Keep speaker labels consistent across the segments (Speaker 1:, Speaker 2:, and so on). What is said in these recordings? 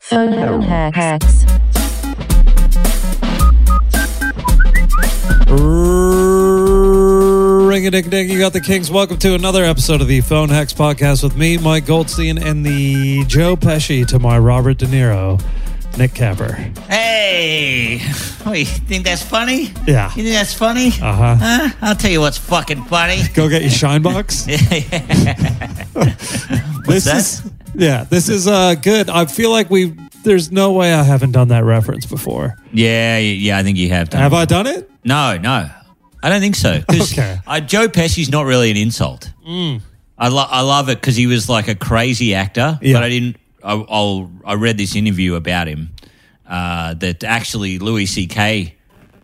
Speaker 1: Phone hacks.
Speaker 2: Ring a ding ding, you got the Kings. Welcome to another episode of the Phone Hacks Podcast with me, Mike Goldstein, and the Joe Pesci to my Robert De Niro, Nick Capper.
Speaker 3: Hey, oh, you think that's funny?
Speaker 2: Yeah.
Speaker 3: You think that's funny?
Speaker 2: Uh-huh.
Speaker 3: Huh? I'll tell you what's fucking funny.
Speaker 2: Go get your shine box. this
Speaker 3: that?
Speaker 2: is yeah, this is uh good. I feel like we there's no way I haven't done that reference before.
Speaker 3: Yeah, yeah, I think you have.
Speaker 2: Have I done it?
Speaker 3: No, no, I don't think so. 'Cause,
Speaker 2: Okay. Mm.
Speaker 3: uh, Joe Pesci's not really an insult. I, lo- I love it because he was like a crazy actor,
Speaker 2: Yeah.
Speaker 3: but I didn't. I, I'll, I read this interview about him uh, that actually Louis C.K.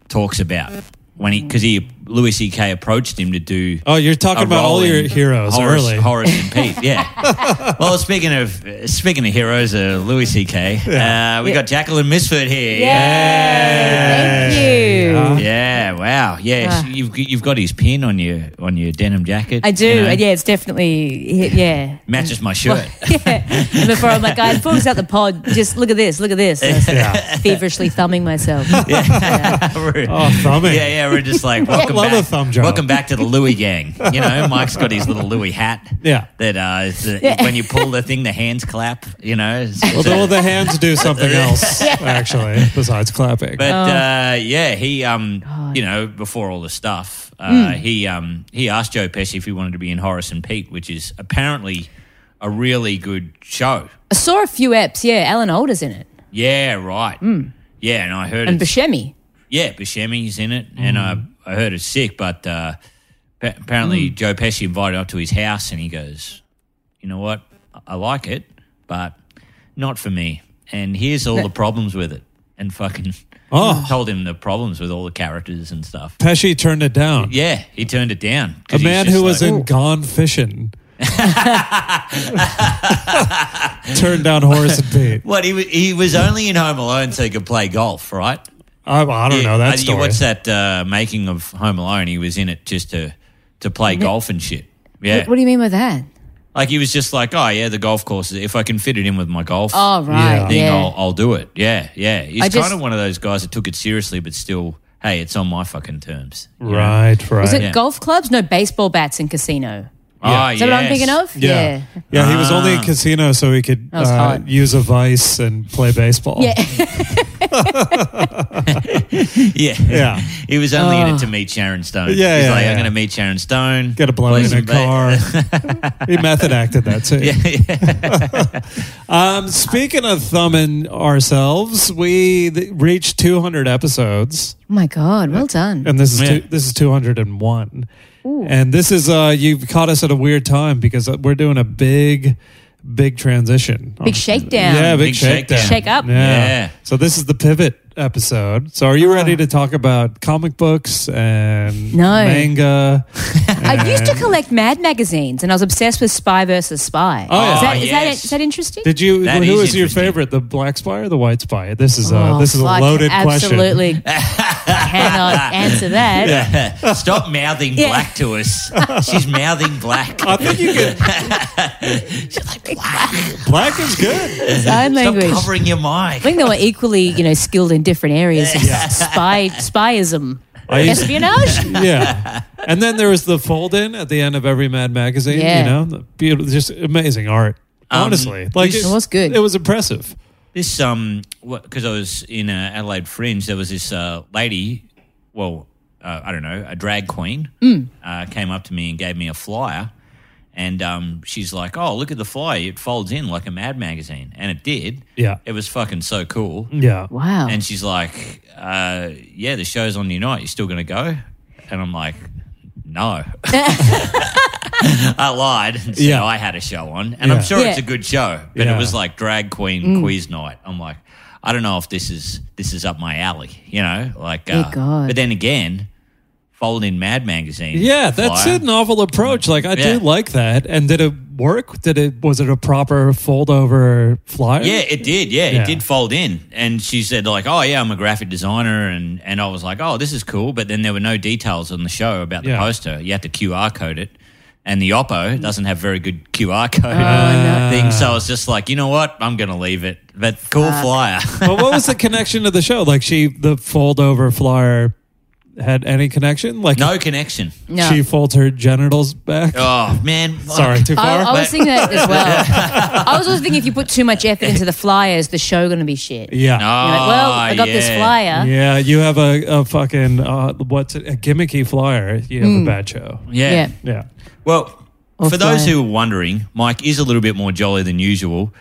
Speaker 3: talks about when he because he Louis C.K. approached him to do.
Speaker 2: Oh, you're talking
Speaker 3: a
Speaker 2: about all
Speaker 3: role
Speaker 2: your
Speaker 3: in
Speaker 2: heroes
Speaker 3: Horace,
Speaker 2: early.
Speaker 3: Horace and Pete. Yeah. well, speaking of speaking of heroes, uh, Louis C.K. Uh, we got Jacqueline Misford here.
Speaker 1: Thank you.
Speaker 3: Yeah, wow. Yeah,
Speaker 1: Ah.
Speaker 3: she- you've you've got his pin on your on your denim jacket.
Speaker 1: I do. uh,
Speaker 3: you know.
Speaker 1: Yeah, it's definitely yeah.
Speaker 3: matches my shirt.
Speaker 1: yeah. And before I'm like, guy, it falls out the pod. Just look at this. Look at this. And I was
Speaker 2: Yeah.
Speaker 1: Feverishly thumbing myself.
Speaker 2: Oh, thumbing.
Speaker 3: yeah, yeah. We're just like welcome
Speaker 2: love
Speaker 3: back.
Speaker 2: a thumb job.
Speaker 3: Welcome back to the Louis gang. You know, Mike's got his little Louis hat.
Speaker 2: Yeah.
Speaker 3: That uh, is the- when you pull the thing, the hands clap. You know. It's- it's a-
Speaker 2: Although the hands do something else, actually, besides clapping.
Speaker 3: But uh, yeah, he, um, you know, before all the stuff, uh, he um, he asked Joe Pesci if he wanted to be in Horace and Pete, which is apparently a really good show.
Speaker 1: I saw a few eps. Yeah, Alan Alda's in it,
Speaker 3: Yeah, right. Yeah, and I heard
Speaker 1: and
Speaker 3: it's-
Speaker 1: Buscemi.
Speaker 3: yeah, Buscemi's in it, and I
Speaker 2: Mm.
Speaker 3: I heard it's sick, but uh, pa- apparently Joe Pesci invited him up to his house, and he goes, "You know what? I- I like it, but not for me." And here's all the problems with it, and fucking
Speaker 2: Oh.
Speaker 3: told him the problems with all the characters and stuff.
Speaker 2: Pesci turned it down.
Speaker 3: Yeah, he turned it down.
Speaker 2: A
Speaker 3: 'cause he's
Speaker 2: man
Speaker 3: just
Speaker 2: who was
Speaker 3: like-
Speaker 2: in Gone Fishing turned down Horace and Pete.
Speaker 3: What he was, he was only in Home Alone so he could play golf, right?
Speaker 2: I, I don't
Speaker 3: Yeah,
Speaker 2: know
Speaker 3: uh,
Speaker 2: that story.
Speaker 3: You watch that uh, making of Home Alone? He was in it just to to play golf and shit. Yeah,
Speaker 1: What, what do you mean by that?
Speaker 3: like he was just like, oh yeah, the golf course. If I can fit it in with my golf
Speaker 1: Oh right,
Speaker 3: thing,
Speaker 1: yeah.
Speaker 3: I'll, I'll do it. Yeah, yeah. He's
Speaker 1: I
Speaker 3: kind
Speaker 1: just-
Speaker 3: of one of those guys that took it seriously, but still, hey, it's on my fucking terms. you know?
Speaker 2: Right, right.
Speaker 1: Was it
Speaker 3: Yeah.
Speaker 1: golf clubs? No, baseball bats in casino.
Speaker 3: Oh,
Speaker 1: Is that what I'm
Speaker 3: yes.
Speaker 1: thinking of?
Speaker 2: yeah. yeah, He was only
Speaker 3: Ah.
Speaker 2: in casino so he could
Speaker 1: was
Speaker 2: uh,
Speaker 1: hot.
Speaker 2: use a vice and play baseball.
Speaker 1: Yeah.
Speaker 3: Yeah,
Speaker 2: Yeah.
Speaker 3: he was only in
Speaker 1: Oh.
Speaker 3: it to meet Sharon Stone.
Speaker 2: Yeah,
Speaker 3: he's
Speaker 2: yeah,
Speaker 3: like,
Speaker 2: yeah.
Speaker 3: I'm going to meet Sharon Stone.
Speaker 2: Get a blow
Speaker 3: play
Speaker 2: in a
Speaker 3: some ba-
Speaker 2: car. he method acted that too.
Speaker 3: yeah,
Speaker 2: Um, speaking of thumbing ourselves, we th- reached 200 episodes.
Speaker 1: Oh my god, well done.
Speaker 2: and this is two,
Speaker 3: Yeah.
Speaker 2: this is 201 and this is uh you've caught us at a weird time because uh, we're doing a big big transition Um,
Speaker 1: Big shakedown.
Speaker 2: yeah big,
Speaker 3: Big
Speaker 2: shakedown
Speaker 3: shakedown.
Speaker 1: Shake up.
Speaker 2: yeah.
Speaker 3: Yeah.
Speaker 2: so this is the pivot episode so are
Speaker 1: Ah.
Speaker 2: you ready to talk about comic books and
Speaker 1: No.
Speaker 2: manga
Speaker 1: I used to collect Mad magazines, and I was obsessed with Spy versus Spy.
Speaker 2: Oh,
Speaker 1: is, that, is, that,
Speaker 3: yes.
Speaker 1: is that interesting?
Speaker 2: did you
Speaker 3: That
Speaker 2: who
Speaker 3: is
Speaker 2: is your
Speaker 3: interesting.
Speaker 2: favorite the black spy or the white spy this is a
Speaker 1: Oh,
Speaker 2: this is a
Speaker 1: fuck,
Speaker 2: loaded question
Speaker 1: absolutely cannot answer that.
Speaker 3: Stop mouthing
Speaker 1: Yeah.
Speaker 3: black to us. She's mouthing black.
Speaker 2: I think you could. black is good.
Speaker 1: Sign
Speaker 3: Stop
Speaker 1: language.
Speaker 3: covering your mic.
Speaker 1: I think they were equally, you know, skilled in different areas. of Spy, spyism,
Speaker 2: I used-
Speaker 1: espionage.
Speaker 2: yeah. And then there was the fold in at the end of every Mad magazine.
Speaker 1: Yeah.
Speaker 2: You know, The beautiful, just amazing art.
Speaker 3: Um,
Speaker 2: Honestly, like
Speaker 3: this-
Speaker 1: It was good.
Speaker 2: It was impressive.
Speaker 3: This um, because I was in uh, Adelaide Fringe, there was this uh, lady. Well, uh, I don't know, a drag queen uh, came up to me and gave me a flyer, and um, she's like, "Oh, look at the flyer! It folds in like a Mad magazine," and it did.
Speaker 2: Yeah.
Speaker 3: it was fucking so cool.
Speaker 2: Yeah.
Speaker 1: Wow.
Speaker 3: And she's like, uh, "Yeah, the show's on tonight. You still gonna go?" And I'm like, "No." I lied and said
Speaker 2: Yeah.
Speaker 3: I had a show on, and
Speaker 2: Yeah.
Speaker 3: I'm sure it's
Speaker 1: Yeah. Mm.
Speaker 3: a good show, but
Speaker 2: Yeah.
Speaker 3: it was like drag queen quiz night. I'm like, I don't know if this is this is up my alley, you know? Like,
Speaker 1: Dear
Speaker 3: uh,
Speaker 1: God.
Speaker 3: but then again, fold in Mad magazine.
Speaker 2: Yeah, that's
Speaker 3: flyer.
Speaker 2: a novel approach. Like I
Speaker 3: Yeah.
Speaker 2: do like that. And did it work? Did it was it a proper fold over flyer?
Speaker 3: Yeah, it did. Yeah,
Speaker 2: Yeah.
Speaker 3: it did fold in. And she said, like, oh, yeah, I'm a graphic designer. And, and I was like, oh, this is cool. But then there were no details on the show about the
Speaker 2: Yeah.
Speaker 3: poster. You had to QR code it. and the Oppo doesn't have very good QR
Speaker 2: Oh,
Speaker 3: code
Speaker 2: no.
Speaker 3: thing. So I was just like, you know what? I'm going to leave it. But cool flyer.
Speaker 2: But what was the connection to the show? Like she, the fold over flyer, had any connection? Like
Speaker 3: no connection.
Speaker 1: No.
Speaker 2: she folds her genitals back.
Speaker 3: Oh, man.
Speaker 2: Sorry, too far.
Speaker 1: I, I was
Speaker 3: But-
Speaker 1: thinking that as well. I was also thinking if you put too much effort into the flyers, the show going to be shit.
Speaker 2: yeah. Ah,
Speaker 3: No.
Speaker 1: You're like, well, I got this
Speaker 3: Ah, yeah.
Speaker 1: flyer.
Speaker 2: Yeah, you have a, a fucking uh, what's it, a gimmicky flyer. You have a bad show.
Speaker 3: Hmm. Yeah.
Speaker 1: Yeah.
Speaker 2: Yeah,
Speaker 3: Well,
Speaker 1: Or
Speaker 3: for those
Speaker 1: flyer.
Speaker 3: who were wondering, Mike is a little bit more jolly than usual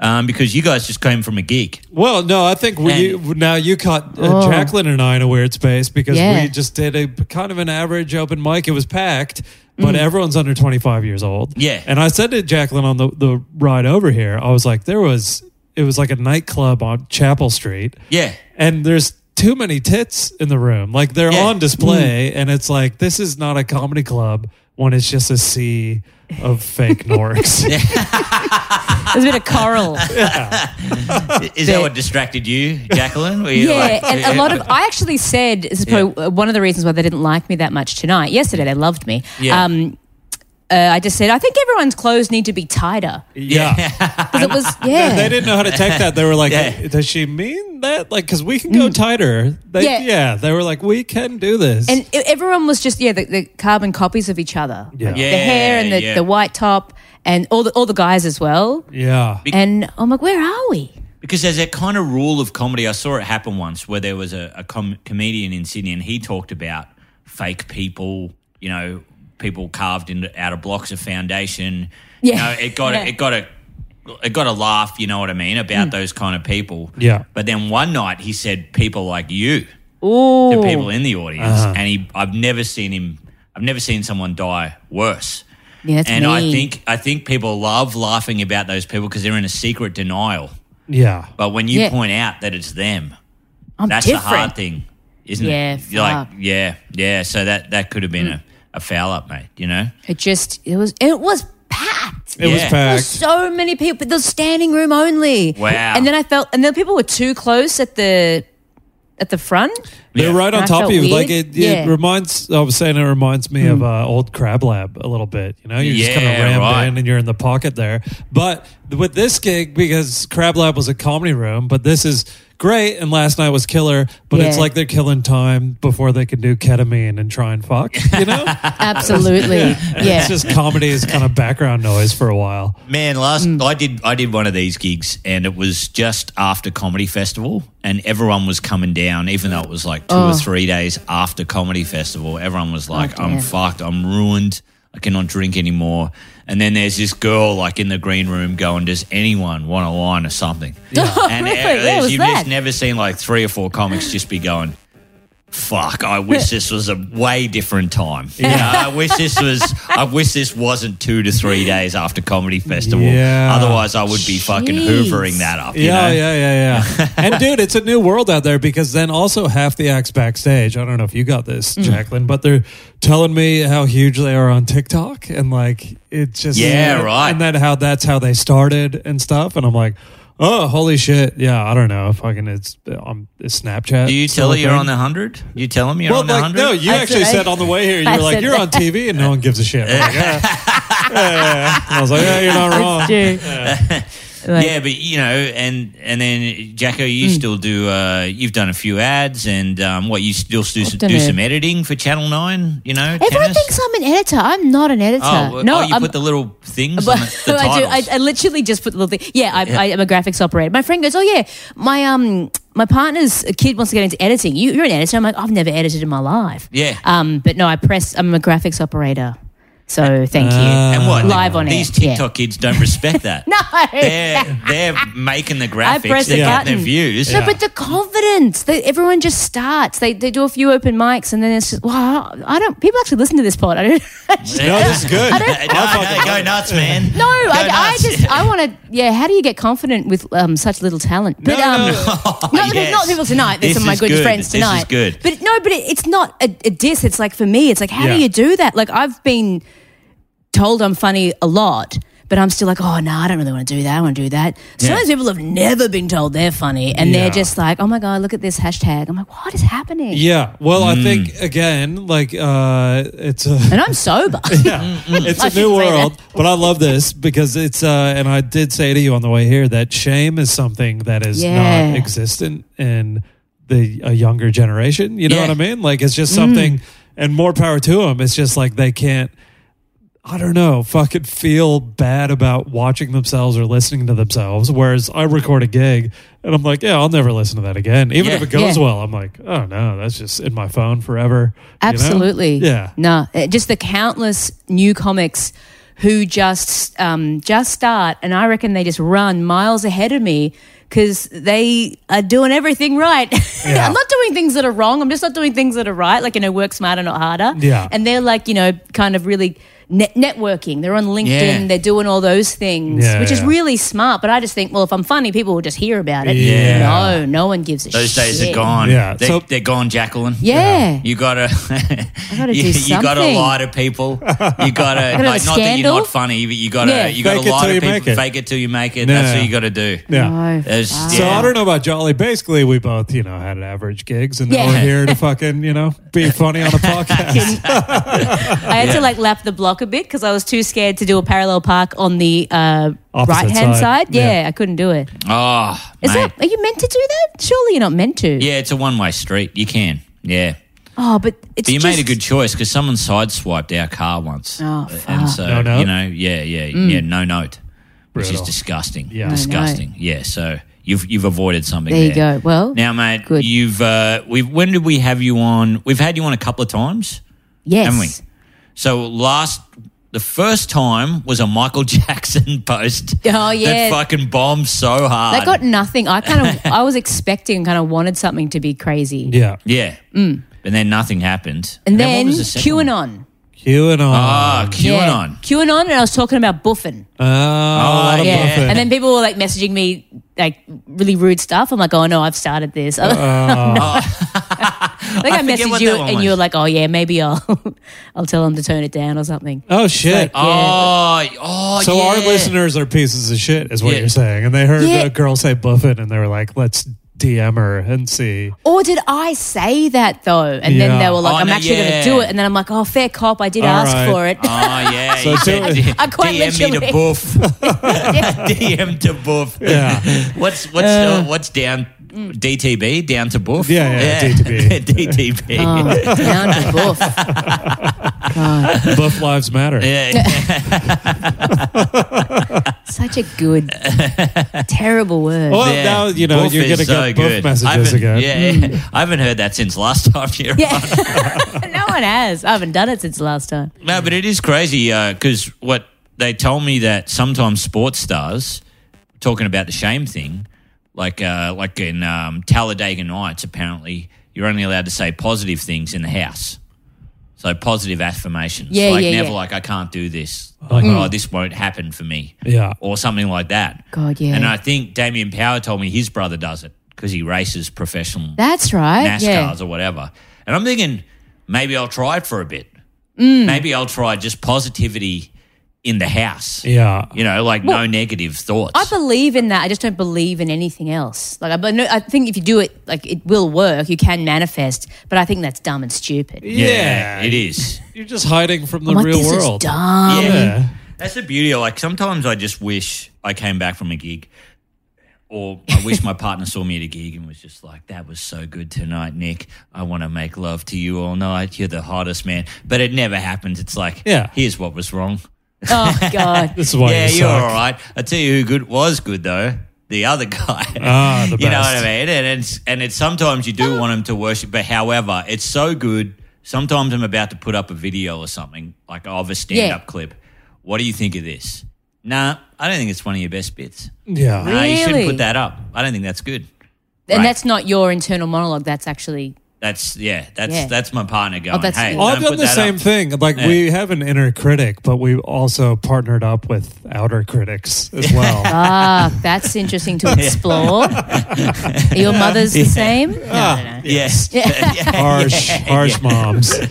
Speaker 3: um, because you guys just came from a gig.
Speaker 2: Well, no, I think we now you caught uh,
Speaker 1: Oh.
Speaker 2: Jacqueline and I in a weird space because
Speaker 1: Yeah.
Speaker 2: we just did a kind of an average open mic. It was packed, but everyone's under 25 years old.
Speaker 3: Mm. Yeah.
Speaker 2: And I said to Jacqueline on the, the ride over here, I was like, there was, it was like a nightclub on Chapel Street.
Speaker 3: Yeah.
Speaker 2: And there's too many tits in the room. Like they're
Speaker 3: Yeah.
Speaker 2: on display, and it's like, this is not a comedy club when it's just a sea of fake norks.
Speaker 1: There's a bit of coral.
Speaker 3: Is that what distracted you, Jacqueline? Were you
Speaker 1: yeah,
Speaker 3: like- uh,
Speaker 1: and a lot of I actually said this is probably uh one of the reasons why they didn't like me that much tonight. Yesterday they loved me.
Speaker 3: Yeah.
Speaker 1: Um, uh, I just said I think everyone's clothes need to be tighter
Speaker 2: yeah.
Speaker 1: because it was
Speaker 2: And they
Speaker 1: yeah.
Speaker 2: didn't know how to take that. They were like,
Speaker 3: Yeah.
Speaker 2: "Hey, "Does she mean that?" Like, because we can go tighter. They, Mm. yeah.
Speaker 1: Yeah.
Speaker 2: they were like, "We can do this."
Speaker 1: And e- everyone was just yeah the, the carbon copies of each other.
Speaker 2: yeah,
Speaker 3: Yeah.
Speaker 1: The hair and the,
Speaker 3: yeah.
Speaker 1: the white top and all the all the guys as well.
Speaker 2: yeah,
Speaker 1: And I'm like, where are we?
Speaker 3: Because there's that kind of rule of comedy. I saw it happen once where there was a, a com- comedian in Sydney and he talked about fake people, you know, people carved into, out of blocks of foundation. You
Speaker 1: Yeah.
Speaker 3: know, it got,
Speaker 1: Yeah.
Speaker 3: it got a, it got a laugh, you know what I mean, about those kind of people.
Speaker 2: Yeah.
Speaker 3: But then one night he said people like you
Speaker 1: Ooh.
Speaker 3: to people in the audience, and he I've never seen him. I've never seen someone die worse.
Speaker 1: Yeah, that's
Speaker 3: and I
Speaker 1: mean.
Speaker 3: think I think people love laughing about those people because they're in a secret denial.
Speaker 2: yeah.
Speaker 3: But when you
Speaker 1: Yeah.
Speaker 3: point out that it's them,
Speaker 1: I'm
Speaker 3: that's
Speaker 1: different.
Speaker 3: the hard thing, isn't
Speaker 1: Yeah,
Speaker 3: it? You're like
Speaker 1: fuck. Mm.
Speaker 3: yeah, yeah. So that that could have been a, a foul up, mate. You know,
Speaker 1: It just it was it was packed.
Speaker 2: It was
Speaker 3: Yeah.
Speaker 1: There were
Speaker 2: packed.
Speaker 1: so many people, but there was standing room only.
Speaker 3: Wow.
Speaker 1: And then I felt, and then people were too close at the at the front.
Speaker 2: They're
Speaker 3: Yeah.
Speaker 2: right on
Speaker 1: I
Speaker 2: top of
Speaker 1: felt
Speaker 2: you.
Speaker 1: weird.
Speaker 2: Like it, it
Speaker 1: Yeah. Hmm.
Speaker 2: reminds. I was saying it reminds me of uh, old Crab Lab a little bit. You know, you're just kind of
Speaker 3: Yeah,
Speaker 2: rammed
Speaker 3: right.
Speaker 2: in and you're in the pocket there. But with this gig, because Crab Lab was a comedy room, but this is great. And last night was killer. But it's
Speaker 1: Yeah.
Speaker 2: like they're killing time before they can do ketamine and try and fuck. You know,
Speaker 1: Absolutely. yeah.
Speaker 2: it's just comedy is kind of background noise for a while.
Speaker 3: man. Last
Speaker 1: Mm.
Speaker 3: I did I did one of these gigs, and it was just after comedy festival, and everyone was coming down, even though it was like two or
Speaker 1: Oh.
Speaker 3: three days after comedy festival. Everyone was like, "I'm
Speaker 1: damn.
Speaker 3: fucked. I'm ruined. I cannot drink anymore." And then there's this girl like in the green room going, "Does anyone want a line or something?" and
Speaker 1: Oh, Really?
Speaker 3: uh,
Speaker 1: What
Speaker 3: there's-
Speaker 1: was
Speaker 3: you've
Speaker 1: that?
Speaker 3: just never seen like three or four comics just be going. Fuck! I wish this was a way different time. You know, I wish this was. I wish this wasn't two to three days after comedy festival.
Speaker 2: Yeah.
Speaker 3: Otherwise, I would be fucking
Speaker 1: Jeez.
Speaker 3: hoovering that up. You
Speaker 2: Yeah,
Speaker 3: know?
Speaker 2: yeah, yeah, yeah. and dude, it's a new world out there because then also half the acts backstage. I don't know if you got this,
Speaker 3: Mm.
Speaker 2: Jacqueline, but they're telling me how huge they are on TikTok and like it's just
Speaker 3: Yeah, right.
Speaker 2: And then how that's how they started and stuff. And I'm like, oh, holy shit! Yeah, I don't know. Fucking, it's um, it's Snapchat.
Speaker 3: Do you
Speaker 2: still
Speaker 3: tell
Speaker 2: a
Speaker 3: her you're
Speaker 2: thing?
Speaker 3: on the hundred? You tell him you're
Speaker 2: Well,
Speaker 3: on the
Speaker 2: like,
Speaker 3: hundred.
Speaker 2: no, you
Speaker 1: I
Speaker 2: actually
Speaker 1: said-
Speaker 2: said on the way here, you
Speaker 1: I
Speaker 2: were like,
Speaker 1: said
Speaker 2: you're on TV and no one gives a shit. I'm like, yeah. yeah, yeah. I was like, yeah, you're not wrong.
Speaker 1: Like,
Speaker 3: yeah, but you know, and and then Jacko, you
Speaker 1: Mm.
Speaker 3: still do. Uh, you've done a few ads, and um, what you still do, some,
Speaker 1: done
Speaker 3: do
Speaker 1: it.
Speaker 3: some editing for Channel Nine. You know,
Speaker 1: Everyone
Speaker 3: tennis?
Speaker 1: thinks I'm an editor. I'm not an editor.
Speaker 3: Oh, well,
Speaker 1: no,
Speaker 3: oh, you
Speaker 1: I'm,
Speaker 3: put the little things on the,
Speaker 1: but
Speaker 3: the
Speaker 1: I do.
Speaker 3: titles.
Speaker 1: I, I literally just put the little thing. Yeah, I, I am a graphics operator. My friend goes, "Oh yeah, my um my partner's uh, kid wants to get into editing. You, you're an editor." I'm like, "I've never edited in my life."
Speaker 3: Yeah.
Speaker 1: Um, but no, I press. I'm a graphics operator. So thank you.
Speaker 3: and what
Speaker 1: live
Speaker 3: the-
Speaker 1: on
Speaker 3: these
Speaker 1: air, yeah.
Speaker 3: TikTok kids don't respect that.
Speaker 1: No.
Speaker 3: they're they're making the graphics.
Speaker 1: I press
Speaker 3: they're
Speaker 1: the
Speaker 3: getting
Speaker 1: button.
Speaker 3: their views.
Speaker 1: No, but the confidence that everyone just starts. They, they do a few open mics and then it's just wow. I don't. People actually listen to this pod. I don't.
Speaker 2: No, this is good.
Speaker 3: no, no, go nuts, man.
Speaker 1: no, I, I
Speaker 3: nuts.
Speaker 1: just oh, I want to. Yeah. How do you get confident with um, such little talent? But
Speaker 2: No,
Speaker 1: um,
Speaker 2: no.
Speaker 1: not, the people- not the people tonight. There's some
Speaker 3: This
Speaker 1: of my
Speaker 3: is
Speaker 1: good,
Speaker 3: good.
Speaker 1: friends
Speaker 3: This
Speaker 1: tonight.
Speaker 3: is good.
Speaker 1: But no, but it, it's not a, a diss. It's like for me, it's like how
Speaker 2: Yeah.
Speaker 1: do you do that? Like I've been told I'm funny a lot. But I'm still like, oh, no, I don't really want to do that. I want to do that. Sometimes people have never been told they're funny and
Speaker 2: Yeah.
Speaker 1: they're just like, oh my God, look at this hashtag. I'm like, what is happening?
Speaker 2: Yeah. Well, I think again, like uh, it's a
Speaker 1: And I'm sober.
Speaker 2: yeah, it's
Speaker 1: I
Speaker 2: a
Speaker 1: should
Speaker 2: new
Speaker 1: say that.
Speaker 2: world. But I love this because it's uh, and I did say to you on the way here that shame is something that is
Speaker 1: Yeah.
Speaker 2: not existent in the a younger generation. You know
Speaker 3: Yeah.
Speaker 2: what I mean? Like it's
Speaker 1: Mm-hmm.
Speaker 2: just something, and more power to them. It's just like they can't. I don't know, fucking feel bad about watching themselves or listening to themselves. Whereas I record a gig and I'm like, yeah, I'll never listen to that again. Even
Speaker 3: Yeah.
Speaker 2: if it goes
Speaker 1: Yeah.
Speaker 2: well, I'm like, oh no, that's just in my phone forever. you know?
Speaker 1: Absolutely.
Speaker 2: Yeah.
Speaker 1: No, eh, just the countless new comics who just um, just start, and I reckon they just run miles ahead of me because they are doing everything right.
Speaker 2: Yeah.
Speaker 1: I'm not doing things that are wrong. I'm just not doing things that are right. Like you know, work smarter, not harder.
Speaker 2: Yeah.
Speaker 1: And they're like you know, kind of really. Net- networking, they're on LinkedIn,
Speaker 3: Yeah.
Speaker 1: they're doing all those things,
Speaker 2: Yeah,
Speaker 1: which is
Speaker 2: yeah.
Speaker 1: really smart. But I just think, well, if I'm funny, people will just hear about it.
Speaker 2: Yeah.
Speaker 1: No, no one gives a
Speaker 3: Those
Speaker 1: shit.
Speaker 3: days are gone.
Speaker 2: Yeah,
Speaker 3: They,
Speaker 2: so-
Speaker 3: they're gone, Jacqueline.
Speaker 1: Yeah.
Speaker 3: You gotta,
Speaker 1: gotta
Speaker 3: you,
Speaker 1: do
Speaker 3: you gotta
Speaker 1: something.
Speaker 3: lie to people. You gotta,
Speaker 1: have a
Speaker 3: like, not that you're
Speaker 1: scandal.
Speaker 3: not funny, but you gotta,
Speaker 1: Yeah.
Speaker 3: you gotta
Speaker 2: Fake it
Speaker 3: lie
Speaker 2: till
Speaker 3: to
Speaker 2: you
Speaker 3: people.
Speaker 2: make it.
Speaker 3: Fake it till you make it.
Speaker 2: No.
Speaker 3: That's what you gotta do.
Speaker 2: Yeah.
Speaker 1: No,
Speaker 3: There's-
Speaker 1: fuck.
Speaker 3: yeah.
Speaker 2: So I don't know about Jolly. Basically, we both, you know, had average gigs, and now
Speaker 1: Yeah.
Speaker 2: we're here to fucking, you know, be funny on a podcast.
Speaker 1: I had to like lap the block a bit because I was too scared to do a parallel park on the uh,
Speaker 2: Opposite
Speaker 1: right hand
Speaker 2: side.
Speaker 1: side. Yeah,
Speaker 2: Yeah.
Speaker 1: I couldn't do it.
Speaker 3: Oh,
Speaker 1: Is
Speaker 3: mate.
Speaker 1: that are you meant to do that? Surely you're not meant to.
Speaker 3: yeah, it's a one way street. You can. Yeah.
Speaker 1: Oh, but it's
Speaker 3: But you
Speaker 1: just,
Speaker 3: made a good choice because someone sideswiped our car once.
Speaker 1: Oh,
Speaker 3: And
Speaker 1: fuck. Mm.
Speaker 3: so,
Speaker 2: No note?
Speaker 3: you know, yeah, yeah, yeah, no note, which
Speaker 2: Brutal.
Speaker 3: is disgusting.
Speaker 2: Yeah. No
Speaker 3: Disgusting. Yeah. So you've, you've avoided something.
Speaker 1: There you go. Well,
Speaker 3: Now, mate,
Speaker 1: Good.
Speaker 3: you've, uh, we've, when did we have you on? We've had you on a couple of times,
Speaker 1: yes.
Speaker 3: haven't we? So last, the first time was a Michael Jackson post.
Speaker 1: Oh, yeah.
Speaker 3: That fucking bombed so hard.
Speaker 1: That got nothing. I kind of I was expecting kind of wanted something to be crazy.
Speaker 2: yeah.
Speaker 3: yeah. Mm. And then nothing happened.
Speaker 1: And
Speaker 3: what
Speaker 1: then
Speaker 3: was the second one?
Speaker 1: QAnon.
Speaker 2: QAnon.
Speaker 3: Ah, QAnon.
Speaker 1: Yeah. QAnon and I was talking about buffing.
Speaker 2: Oh, a lot of
Speaker 1: yeah.
Speaker 2: buffing.
Speaker 1: And then people were like messaging me like really rude stuff. I'm like, oh no, I've started this.
Speaker 2: Uh.
Speaker 1: I think I,
Speaker 3: forget
Speaker 1: messaged
Speaker 3: what
Speaker 1: you
Speaker 3: that one
Speaker 1: and
Speaker 3: was.
Speaker 1: you were like, oh yeah, maybe I'll I'll tell them to turn it down or something.
Speaker 2: oh
Speaker 1: Like,
Speaker 2: shit.
Speaker 1: yeah.
Speaker 3: Oh, oh,
Speaker 2: so
Speaker 3: yeah.
Speaker 2: our listeners are pieces of shit, is what
Speaker 3: Yeah.
Speaker 2: you're saying, and they heard
Speaker 1: Yeah.
Speaker 2: a girl say buffing, and they were like, "Let's DM her and see."
Speaker 1: Or did I say that though? And then
Speaker 2: Yeah.
Speaker 1: they were like,
Speaker 3: Oh,
Speaker 1: I'm
Speaker 3: no,
Speaker 1: actually
Speaker 3: yeah.
Speaker 1: going to do it. And then I'm like, oh, fair cop, I did
Speaker 2: All
Speaker 1: ask
Speaker 2: right.
Speaker 1: for it.
Speaker 3: Oh yeah,
Speaker 2: So
Speaker 3: he
Speaker 2: to-
Speaker 3: said, "D-
Speaker 1: I quite
Speaker 3: DM me
Speaker 1: literally-
Speaker 3: to boof. DM to boof.
Speaker 2: Yeah.
Speaker 3: What's what's uh, what's down? DTB down to boof.
Speaker 2: Yeah, yeah, DTB.
Speaker 3: DTB.
Speaker 1: Oh, down to boof. God,
Speaker 2: Buff lives matter.
Speaker 3: Yeah,
Speaker 1: such a good, terrible word.
Speaker 2: Well,
Speaker 3: yeah.
Speaker 2: now you know
Speaker 3: Boof
Speaker 2: you're
Speaker 3: is
Speaker 2: gonna get
Speaker 3: so
Speaker 2: buff
Speaker 3: good. I
Speaker 2: messages
Speaker 3: haven't-
Speaker 2: again.
Speaker 3: Yeah, yeah. I haven't heard that since last time you were
Speaker 1: Mm. Yeah. no one has. I haven't done it since last time.
Speaker 3: No, but it is crazy because what they told me that sometimes sports stars talking about the shame thing, like uh, like in um, Talladega Nights, apparently you're only allowed to say positive things in the house. So positive affirmations,
Speaker 1: Yeah,
Speaker 3: like
Speaker 1: yeah,
Speaker 3: never
Speaker 1: yeah.
Speaker 3: like I can't do this, like oh this won't happen for me,
Speaker 2: Yeah.
Speaker 3: or something like that.
Speaker 1: God, yeah.
Speaker 3: And I think Damien Power told me his brother does it because he races professional
Speaker 1: That's right.
Speaker 3: NASCARs
Speaker 1: yeah.
Speaker 3: or whatever. And I'm thinking maybe I'll try it for a bit.
Speaker 1: Mm.
Speaker 3: Maybe I'll try just positivity in the house.
Speaker 2: Yeah.
Speaker 3: You know, like no negative thoughts.
Speaker 1: I believe in that. I just don't believe in anything else. Like, I, but no, I think if you do it, like it will work. You can manifest, but I think that's dumb and stupid.
Speaker 2: Yeah.
Speaker 3: it is.
Speaker 2: You're just hiding from the
Speaker 1: I'm like,
Speaker 2: real
Speaker 1: this
Speaker 2: world.
Speaker 1: is dumb.
Speaker 2: Yeah.
Speaker 3: That's the beauty. of Like sometimes I just wish I came back from a gig, or I wish my partner saw me at a gig and was just like, "That was so good tonight, Nick. I want to make love to you all night. You're the hottest man." But it never happens. It's like,
Speaker 2: Yeah.
Speaker 3: here's what was wrong.
Speaker 1: Oh God.
Speaker 2: This is why
Speaker 3: yeah,
Speaker 2: you
Speaker 3: you're
Speaker 2: suck.
Speaker 3: all right. I tell you who good was good though. The other guy.
Speaker 2: Ah, the
Speaker 3: you know what I
Speaker 2: best.
Speaker 3: mean? And it's and it's sometimes you do want him to worship, but however, it's so good. Sometimes I'm about to put up a video or something like of a stand up
Speaker 1: Yeah.
Speaker 3: clip. What do you think of this? Nah, I don't think it's one of your best bits.
Speaker 2: Yeah.
Speaker 3: Nah, you shouldn't
Speaker 1: Really?
Speaker 3: put that up. I don't think that's good.
Speaker 1: And
Speaker 3: Right.
Speaker 1: that's not your internal monologue. That's actually
Speaker 3: That's yeah. That's
Speaker 1: Yeah. Oh,
Speaker 3: that's my partner going.
Speaker 1: that's
Speaker 3: hey,
Speaker 1: you.
Speaker 2: I've
Speaker 3: don't
Speaker 2: done
Speaker 3: put
Speaker 2: the
Speaker 3: that
Speaker 2: same
Speaker 3: up."
Speaker 2: thing. Like
Speaker 3: Yeah.
Speaker 2: we have an inner critic, but we also partnered up with outer critics as well.
Speaker 1: Ah, that's interesting to explore. Are your mother's the same? No, no, no.
Speaker 3: Yes.
Speaker 2: harsh, harsh moms.
Speaker 1: no.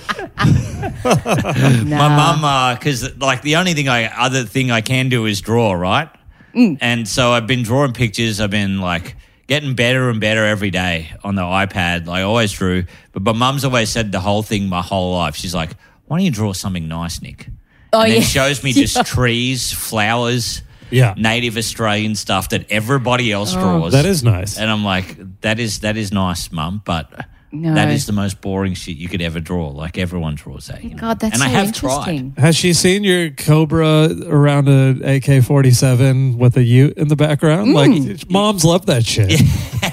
Speaker 3: My
Speaker 1: Uh,
Speaker 3: mum, because like the only thing I other thing I can do is draw, right?
Speaker 1: Mm.
Speaker 3: And so I've been drawing pictures. I've been like getting better and better every day on the iPad. I always drew, but my mum's always said the whole thing my whole life. She's like, "Why don't you draw something nice, Nick?"
Speaker 1: Oh,
Speaker 3: and then
Speaker 1: yeah.
Speaker 3: shows me just trees, flowers,
Speaker 2: Yeah.
Speaker 3: native Australian stuff that everybody else
Speaker 1: Oh.
Speaker 3: draws.
Speaker 2: That is nice.
Speaker 3: and I'm like, that is that is nice, mum, but
Speaker 1: No.
Speaker 3: that is the most boring shit you could ever draw. Like everyone draws that. You know?
Speaker 1: God, that's
Speaker 3: and
Speaker 1: so
Speaker 3: I have tried.
Speaker 1: interesting.
Speaker 2: Has she seen your Cobra around a AK forty seven with a Ute in the background?
Speaker 3: Mm.
Speaker 2: Like moms love that shit.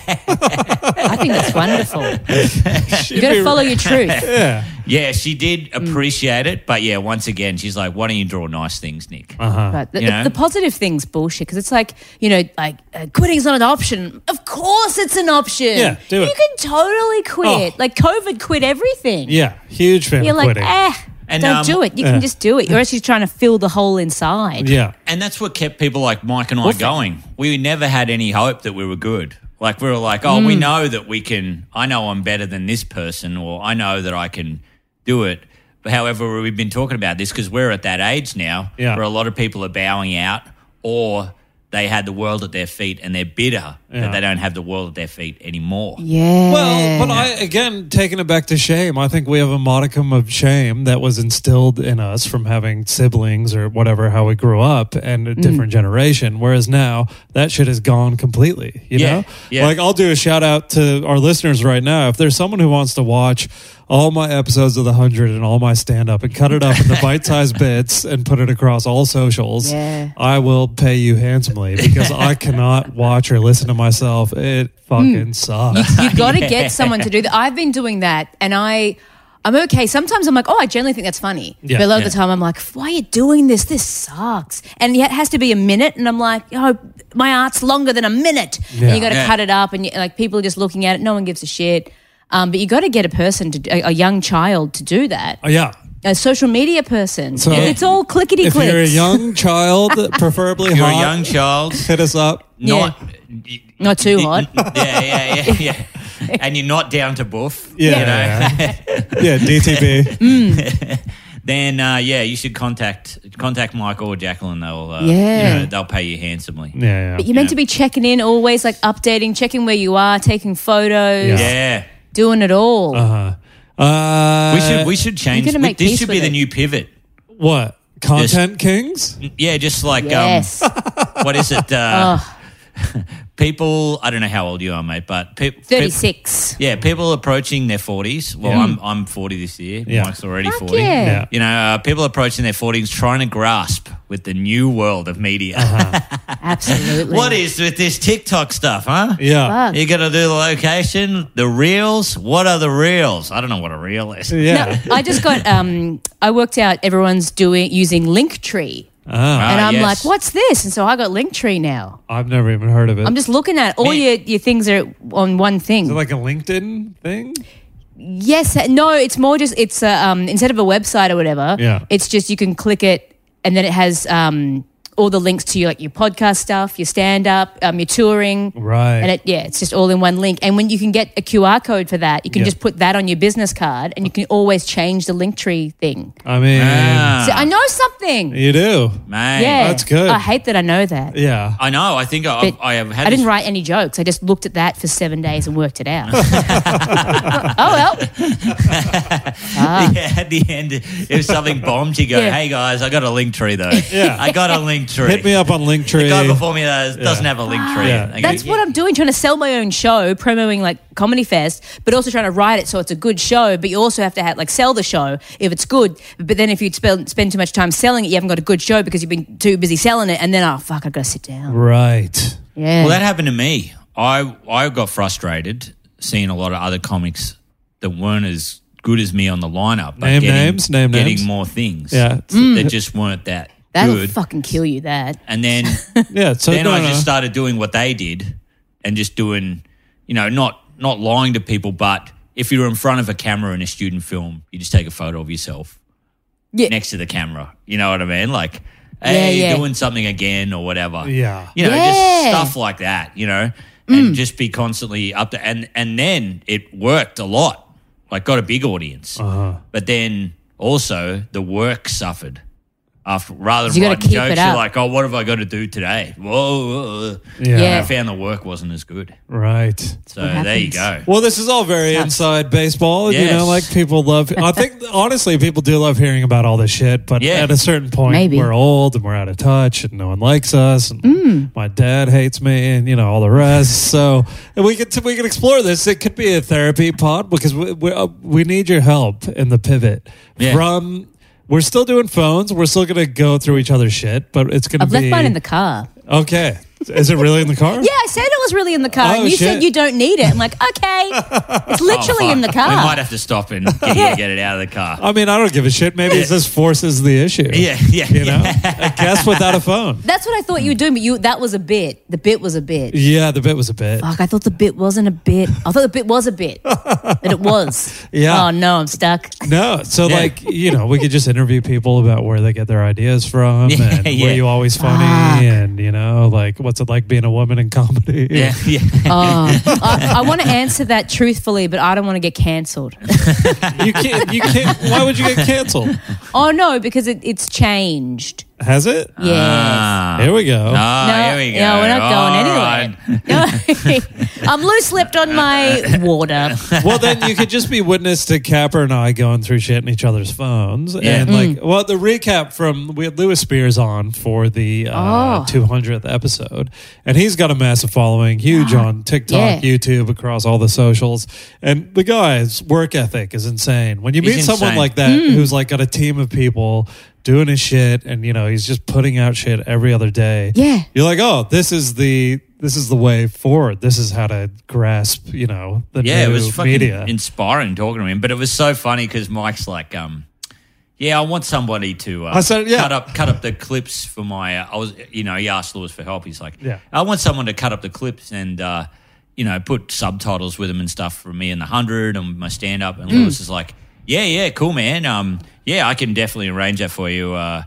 Speaker 1: I think that's wonderful. you
Speaker 2: She'd
Speaker 1: got
Speaker 2: be-
Speaker 1: to follow your truth.
Speaker 2: Yeah.
Speaker 3: Yeah, she did
Speaker 1: Mm.
Speaker 3: appreciate it, but yeah, once again, she's like, "Why don't you draw nice things, Nick?"
Speaker 2: Uh-huh.
Speaker 1: But the,
Speaker 3: You
Speaker 1: the-
Speaker 3: know?
Speaker 1: the positive thing's bullshit because it's like you know, like uh, quitting's not an option. Of course, it's an option.
Speaker 2: Yeah, do
Speaker 1: You
Speaker 2: it.
Speaker 1: can totally quit.
Speaker 2: Oh.
Speaker 1: Like COVID quit everything.
Speaker 2: Yeah. Huge fan
Speaker 1: You're
Speaker 2: of
Speaker 1: like,
Speaker 2: quitting.
Speaker 1: eh,
Speaker 3: And,
Speaker 1: don't
Speaker 3: um,
Speaker 1: do it. You
Speaker 2: yeah.
Speaker 1: can just do it. You're actually trying to fill the hole inside.
Speaker 2: yeah.
Speaker 3: And that's what kept people like Mike and I going. We never had any hope that we were good. Like we were like, "Oh,
Speaker 1: Mm.
Speaker 3: we know that we can. I know I'm better than this person, or I know that I can do it." But however, we've been talking about this because we're at that age now
Speaker 2: Yeah.
Speaker 3: where a lot of people are bowing out, or they had the world at their feet and they're bitter
Speaker 2: Yeah.
Speaker 3: that they don't have the world at their feet anymore.
Speaker 1: Yeah.
Speaker 2: Well, but I again taking it back to shame. I think we have a modicum of shame that was instilled in us from having siblings or whatever how we grew up and
Speaker 1: Mm-hmm.
Speaker 2: a different generation. Whereas now that shit is gone completely. You
Speaker 3: Yeah,
Speaker 2: know,
Speaker 3: yeah.
Speaker 2: like I'll do a shout out to our listeners right now. If there's someone who wants to watch all my episodes of the hundred and all my stand up and cut it up into bite sized bits and put it across all socials,
Speaker 1: Yeah.
Speaker 2: I will pay you handsomely because I cannot watch or listen to myself. It
Speaker 1: Mm.
Speaker 2: fucking sucks.
Speaker 1: You've got to get someone to do that. I've been doing that, and I, I'm okay. Sometimes I'm like, oh, I generally think that's funny,
Speaker 2: Yeah.
Speaker 1: but a lot
Speaker 3: Yeah.
Speaker 1: of the time I'm like, why are you doing this? This sucks. And yet it has to be a minute, and I'm like, oh, my art's longer than a minute.
Speaker 2: Yeah.
Speaker 1: And you got to
Speaker 3: Yeah.
Speaker 1: cut it up, and you, like people are just looking at it. No one gives a shit. Um, but you got to get a person to, a, a young child to do that,
Speaker 2: Oh, yeah.
Speaker 1: a social media person.
Speaker 2: So-
Speaker 1: it's all clickety
Speaker 2: If
Speaker 1: clicks.
Speaker 2: you're a young child, preferably
Speaker 3: You're a
Speaker 2: hot,
Speaker 3: young child.
Speaker 2: hit us up.
Speaker 3: not
Speaker 1: Not too hot.
Speaker 3: yeah, yeah, yeah, yeah. And you're not down to boof.
Speaker 2: Yeah,
Speaker 3: You know?
Speaker 2: yeah, yeah. DTB.
Speaker 3: Then uh, yeah, you should contact contact Mike or Jacqueline. They'll uh,
Speaker 1: Yeah.
Speaker 3: you know, they'll pay you handsomely.
Speaker 2: Yeah,
Speaker 1: But
Speaker 2: yeah.
Speaker 1: you're meant to be checking in always, like updating, checking where you are, taking photos,
Speaker 2: Yeah.
Speaker 3: Yeah.
Speaker 1: doing it all.
Speaker 2: Uh-huh. Uh,
Speaker 3: We should we should change.
Speaker 1: gonna
Speaker 3: we-
Speaker 1: make
Speaker 3: this
Speaker 1: peace
Speaker 3: should be
Speaker 1: with
Speaker 3: the
Speaker 1: it.
Speaker 3: new pivot.
Speaker 2: what content kings?
Speaker 3: Yeah, just like
Speaker 1: yes. Oh.
Speaker 3: um, what is it? Uh, people, I don't know how old you are, mate, but people
Speaker 1: 36.
Speaker 3: Yeah, people approaching their forties. Well,
Speaker 2: Yeah.
Speaker 3: I'm I'm forty this year.
Speaker 2: Yeah.
Speaker 3: Mike's already
Speaker 1: Fuck
Speaker 3: forty.
Speaker 1: yeah.
Speaker 2: Yeah.
Speaker 3: You know, uh, people approaching their forties trying to grasp with the new world of media.
Speaker 2: Uh-huh.
Speaker 1: Absolutely.
Speaker 3: what is with this TikTok stuff, huh?
Speaker 2: Yeah,
Speaker 1: Fuck.
Speaker 3: You got to do the location, the reels. What are the reels? I don't know what a reel is.
Speaker 2: yeah.
Speaker 1: I just got um I worked out everyone's doing using Linktree.
Speaker 2: Ah,
Speaker 1: And
Speaker 3: Ah,
Speaker 1: I'm
Speaker 3: yes.
Speaker 1: like, what's this? And so I got Linktree now.
Speaker 2: I've never even heard of it.
Speaker 1: I'm just looking at it. all
Speaker 3: Man.
Speaker 1: your, your things are on one
Speaker 2: Is it
Speaker 1: thing.
Speaker 2: like a LinkedIn thing?
Speaker 1: yes, uh, no, it's more just it's a, um instead of a website or whatever,
Speaker 2: Yeah.
Speaker 1: it's just you can click it and then it has um all the links to your like your podcast stuff, your stand up, um, your touring.
Speaker 2: Right.
Speaker 1: And it, yeah, it's just all in one link. And when you can get a QR code for that, you can
Speaker 2: Yeah.
Speaker 1: just put that on your business card and you can always change the Linktree thing.
Speaker 2: I mean,
Speaker 3: Ah.
Speaker 1: So I know something. Yeah.
Speaker 2: you do.
Speaker 3: Man,
Speaker 2: that's good.
Speaker 1: I hate that I know that.
Speaker 2: Yeah.
Speaker 3: I know. I think I,
Speaker 1: But
Speaker 3: I have had.
Speaker 1: I didn't
Speaker 3: this-
Speaker 1: write any jokes. I just looked at that for seven days and worked it out. oh, well.
Speaker 3: Yeah, at the end, if something bombed, you go,
Speaker 1: Yeah.
Speaker 3: "Hey guys, I got a link tree though.
Speaker 2: Yeah.
Speaker 3: I got a link tree.
Speaker 2: Hit me up on
Speaker 3: The guy
Speaker 2: Linktree.
Speaker 3: before me does, doesn't have a link tree.
Speaker 2: Yeah.
Speaker 3: I go,
Speaker 1: Ah. That's what I'm doing, trying to sell my own show, promoting like Comedy Fest, but also trying to write it so it's a good show. But you also have to have, like sell the show if it's good. But then if you spend, spend too much time selling it, you haven't got a good show because you've been too busy selling it. And then, oh, fuck, I've got to sit down.
Speaker 2: Right.
Speaker 1: Yeah.
Speaker 3: Well, that happened to me. I I got frustrated seeing a lot of other comics that weren't as good as me on the lineup. but
Speaker 2: Name
Speaker 3: getting,
Speaker 2: names, name
Speaker 3: getting
Speaker 2: names.
Speaker 3: more things.
Speaker 2: Yeah.
Speaker 1: Mm.
Speaker 3: that just weren't that
Speaker 1: That'll
Speaker 3: good.
Speaker 1: fucking kill you, that.
Speaker 3: and then
Speaker 2: Yeah. So
Speaker 3: then
Speaker 2: no,
Speaker 3: I
Speaker 2: no.
Speaker 3: just started doing what they did and just doing, you know, not not lying to people, but if you were in front of a camera in a student film, you just take a photo of yourself
Speaker 1: Yeah.
Speaker 3: next to the camera. You know what I mean? Like, hey,
Speaker 1: yeah.
Speaker 3: doing something again or whatever.
Speaker 2: Yeah.
Speaker 3: You
Speaker 1: Yeah.
Speaker 3: know,
Speaker 1: Mm.
Speaker 3: just stuff like that, you know, and just be constantly up there. And, and then it worked a lot, like, got a big audience.
Speaker 2: Uh-huh.
Speaker 3: But then also the work suffered. After, rather
Speaker 1: You
Speaker 3: than
Speaker 1: gotta
Speaker 3: writing
Speaker 1: keep it
Speaker 3: jokes, you're
Speaker 1: up.
Speaker 3: like, oh, what have I got to do today? Whoa. whoa, whoa.
Speaker 2: Yeah.
Speaker 1: Yeah.
Speaker 3: I found the work wasn't as good.
Speaker 2: Right.
Speaker 3: So
Speaker 1: What
Speaker 3: there you go.
Speaker 1: happens?
Speaker 2: Well, this is all very inside baseball. You know,
Speaker 3: Yes.
Speaker 2: like people love. I think honestly, people do love hearing about all this shit. But
Speaker 3: Yeah.
Speaker 2: at a certain point,
Speaker 1: Maybe.
Speaker 2: we're old and we're out of touch, and no one likes us. And
Speaker 1: Mm.
Speaker 2: my dad hates me, and you know all the rest. so and we could we could explore this. It could be a therapy pod because we we, uh, we need your help in the pivot
Speaker 3: Yeah.
Speaker 2: from. We're still doing phones. We're still gonna go through each other's shit, but it's gonna
Speaker 1: I've
Speaker 2: be
Speaker 1: left mine in the car.
Speaker 2: okay. Is it really in the car?
Speaker 1: Yeah, I said it was really in the car.
Speaker 2: Oh,
Speaker 1: and you
Speaker 2: shit.
Speaker 1: said you don't need it. I'm like, okay. It's literally
Speaker 3: Oh,
Speaker 1: in the
Speaker 3: fuck. We
Speaker 1: car.
Speaker 3: might have to stop and get, you to get it out of the car.
Speaker 2: I mean, I don't give a shit. Maybe it's just forces the issue.
Speaker 3: Yeah, yeah,
Speaker 2: You know,
Speaker 3: yeah.
Speaker 2: a guest without a phone.
Speaker 1: That's what I thought you were doing, but you that was a bit. The bit was a bit.
Speaker 2: Yeah, the bit was a bit.
Speaker 1: Fuck, I thought the bit wasn't a bit. I thought the bit was a bit. But it was.
Speaker 2: Yeah.
Speaker 1: Oh no, I'm stuck.
Speaker 2: No, so
Speaker 3: Yeah.
Speaker 2: like you know, we could just interview people about where they get their ideas from,
Speaker 3: Yeah,
Speaker 2: and
Speaker 3: yeah.
Speaker 2: were you always funny,
Speaker 1: Fuck.
Speaker 2: and you know, like what's it like being a woman in comedy?
Speaker 3: Yeah, yeah.
Speaker 1: Oh, I, I want to answer that truthfully, but I don't want to get cancelled.
Speaker 2: you can't. You can't. Why would you get canceled?
Speaker 1: Oh no, because it, it's changed.
Speaker 2: Has it?
Speaker 1: Yes.
Speaker 3: Ah.
Speaker 2: Here we go.
Speaker 3: Ah, here we go.
Speaker 1: No, we're not
Speaker 3: All
Speaker 1: going anywhere. No. I'm loose lipped on my water.
Speaker 2: well, then you could just be witness to Capper and I going through shit in each other's phones.
Speaker 3: Yeah.
Speaker 2: And like, well, the recap from we had Lewis Spears on for the uh,
Speaker 1: Oh.
Speaker 2: 200th episode, and he's got a massive following, huge on TikTok,
Speaker 1: Yeah.
Speaker 2: YouTube, across all the socials. And the guy's work ethic is insane. When you
Speaker 3: He's
Speaker 2: meet someone
Speaker 3: insane.
Speaker 2: like that who's like got a team of people doing his shit, and you know he's just putting out shit every other day.
Speaker 1: Yeah.
Speaker 2: you're like, oh, this is the. This is the way forward. This is how to grasp, you know, the
Speaker 3: Yeah, it
Speaker 2: new
Speaker 3: was fucking
Speaker 2: media.
Speaker 3: inspiring talking to him, but it was so funny because Mike's like, um, yeah, I want somebody to uh,
Speaker 2: I said, yeah.
Speaker 3: cut up cut up the clips for my. Uh, I was, you know, he asked Lewis for help. He's like,
Speaker 2: Yeah.
Speaker 3: I want someone to cut up the clips and uh, you know put subtitles with them and stuff for me in the hundred and my stand up.
Speaker 2: Mm.
Speaker 3: And Lewis is like, yeah, yeah, cool, man. Um, yeah, I can definitely arrange that for you. Uh,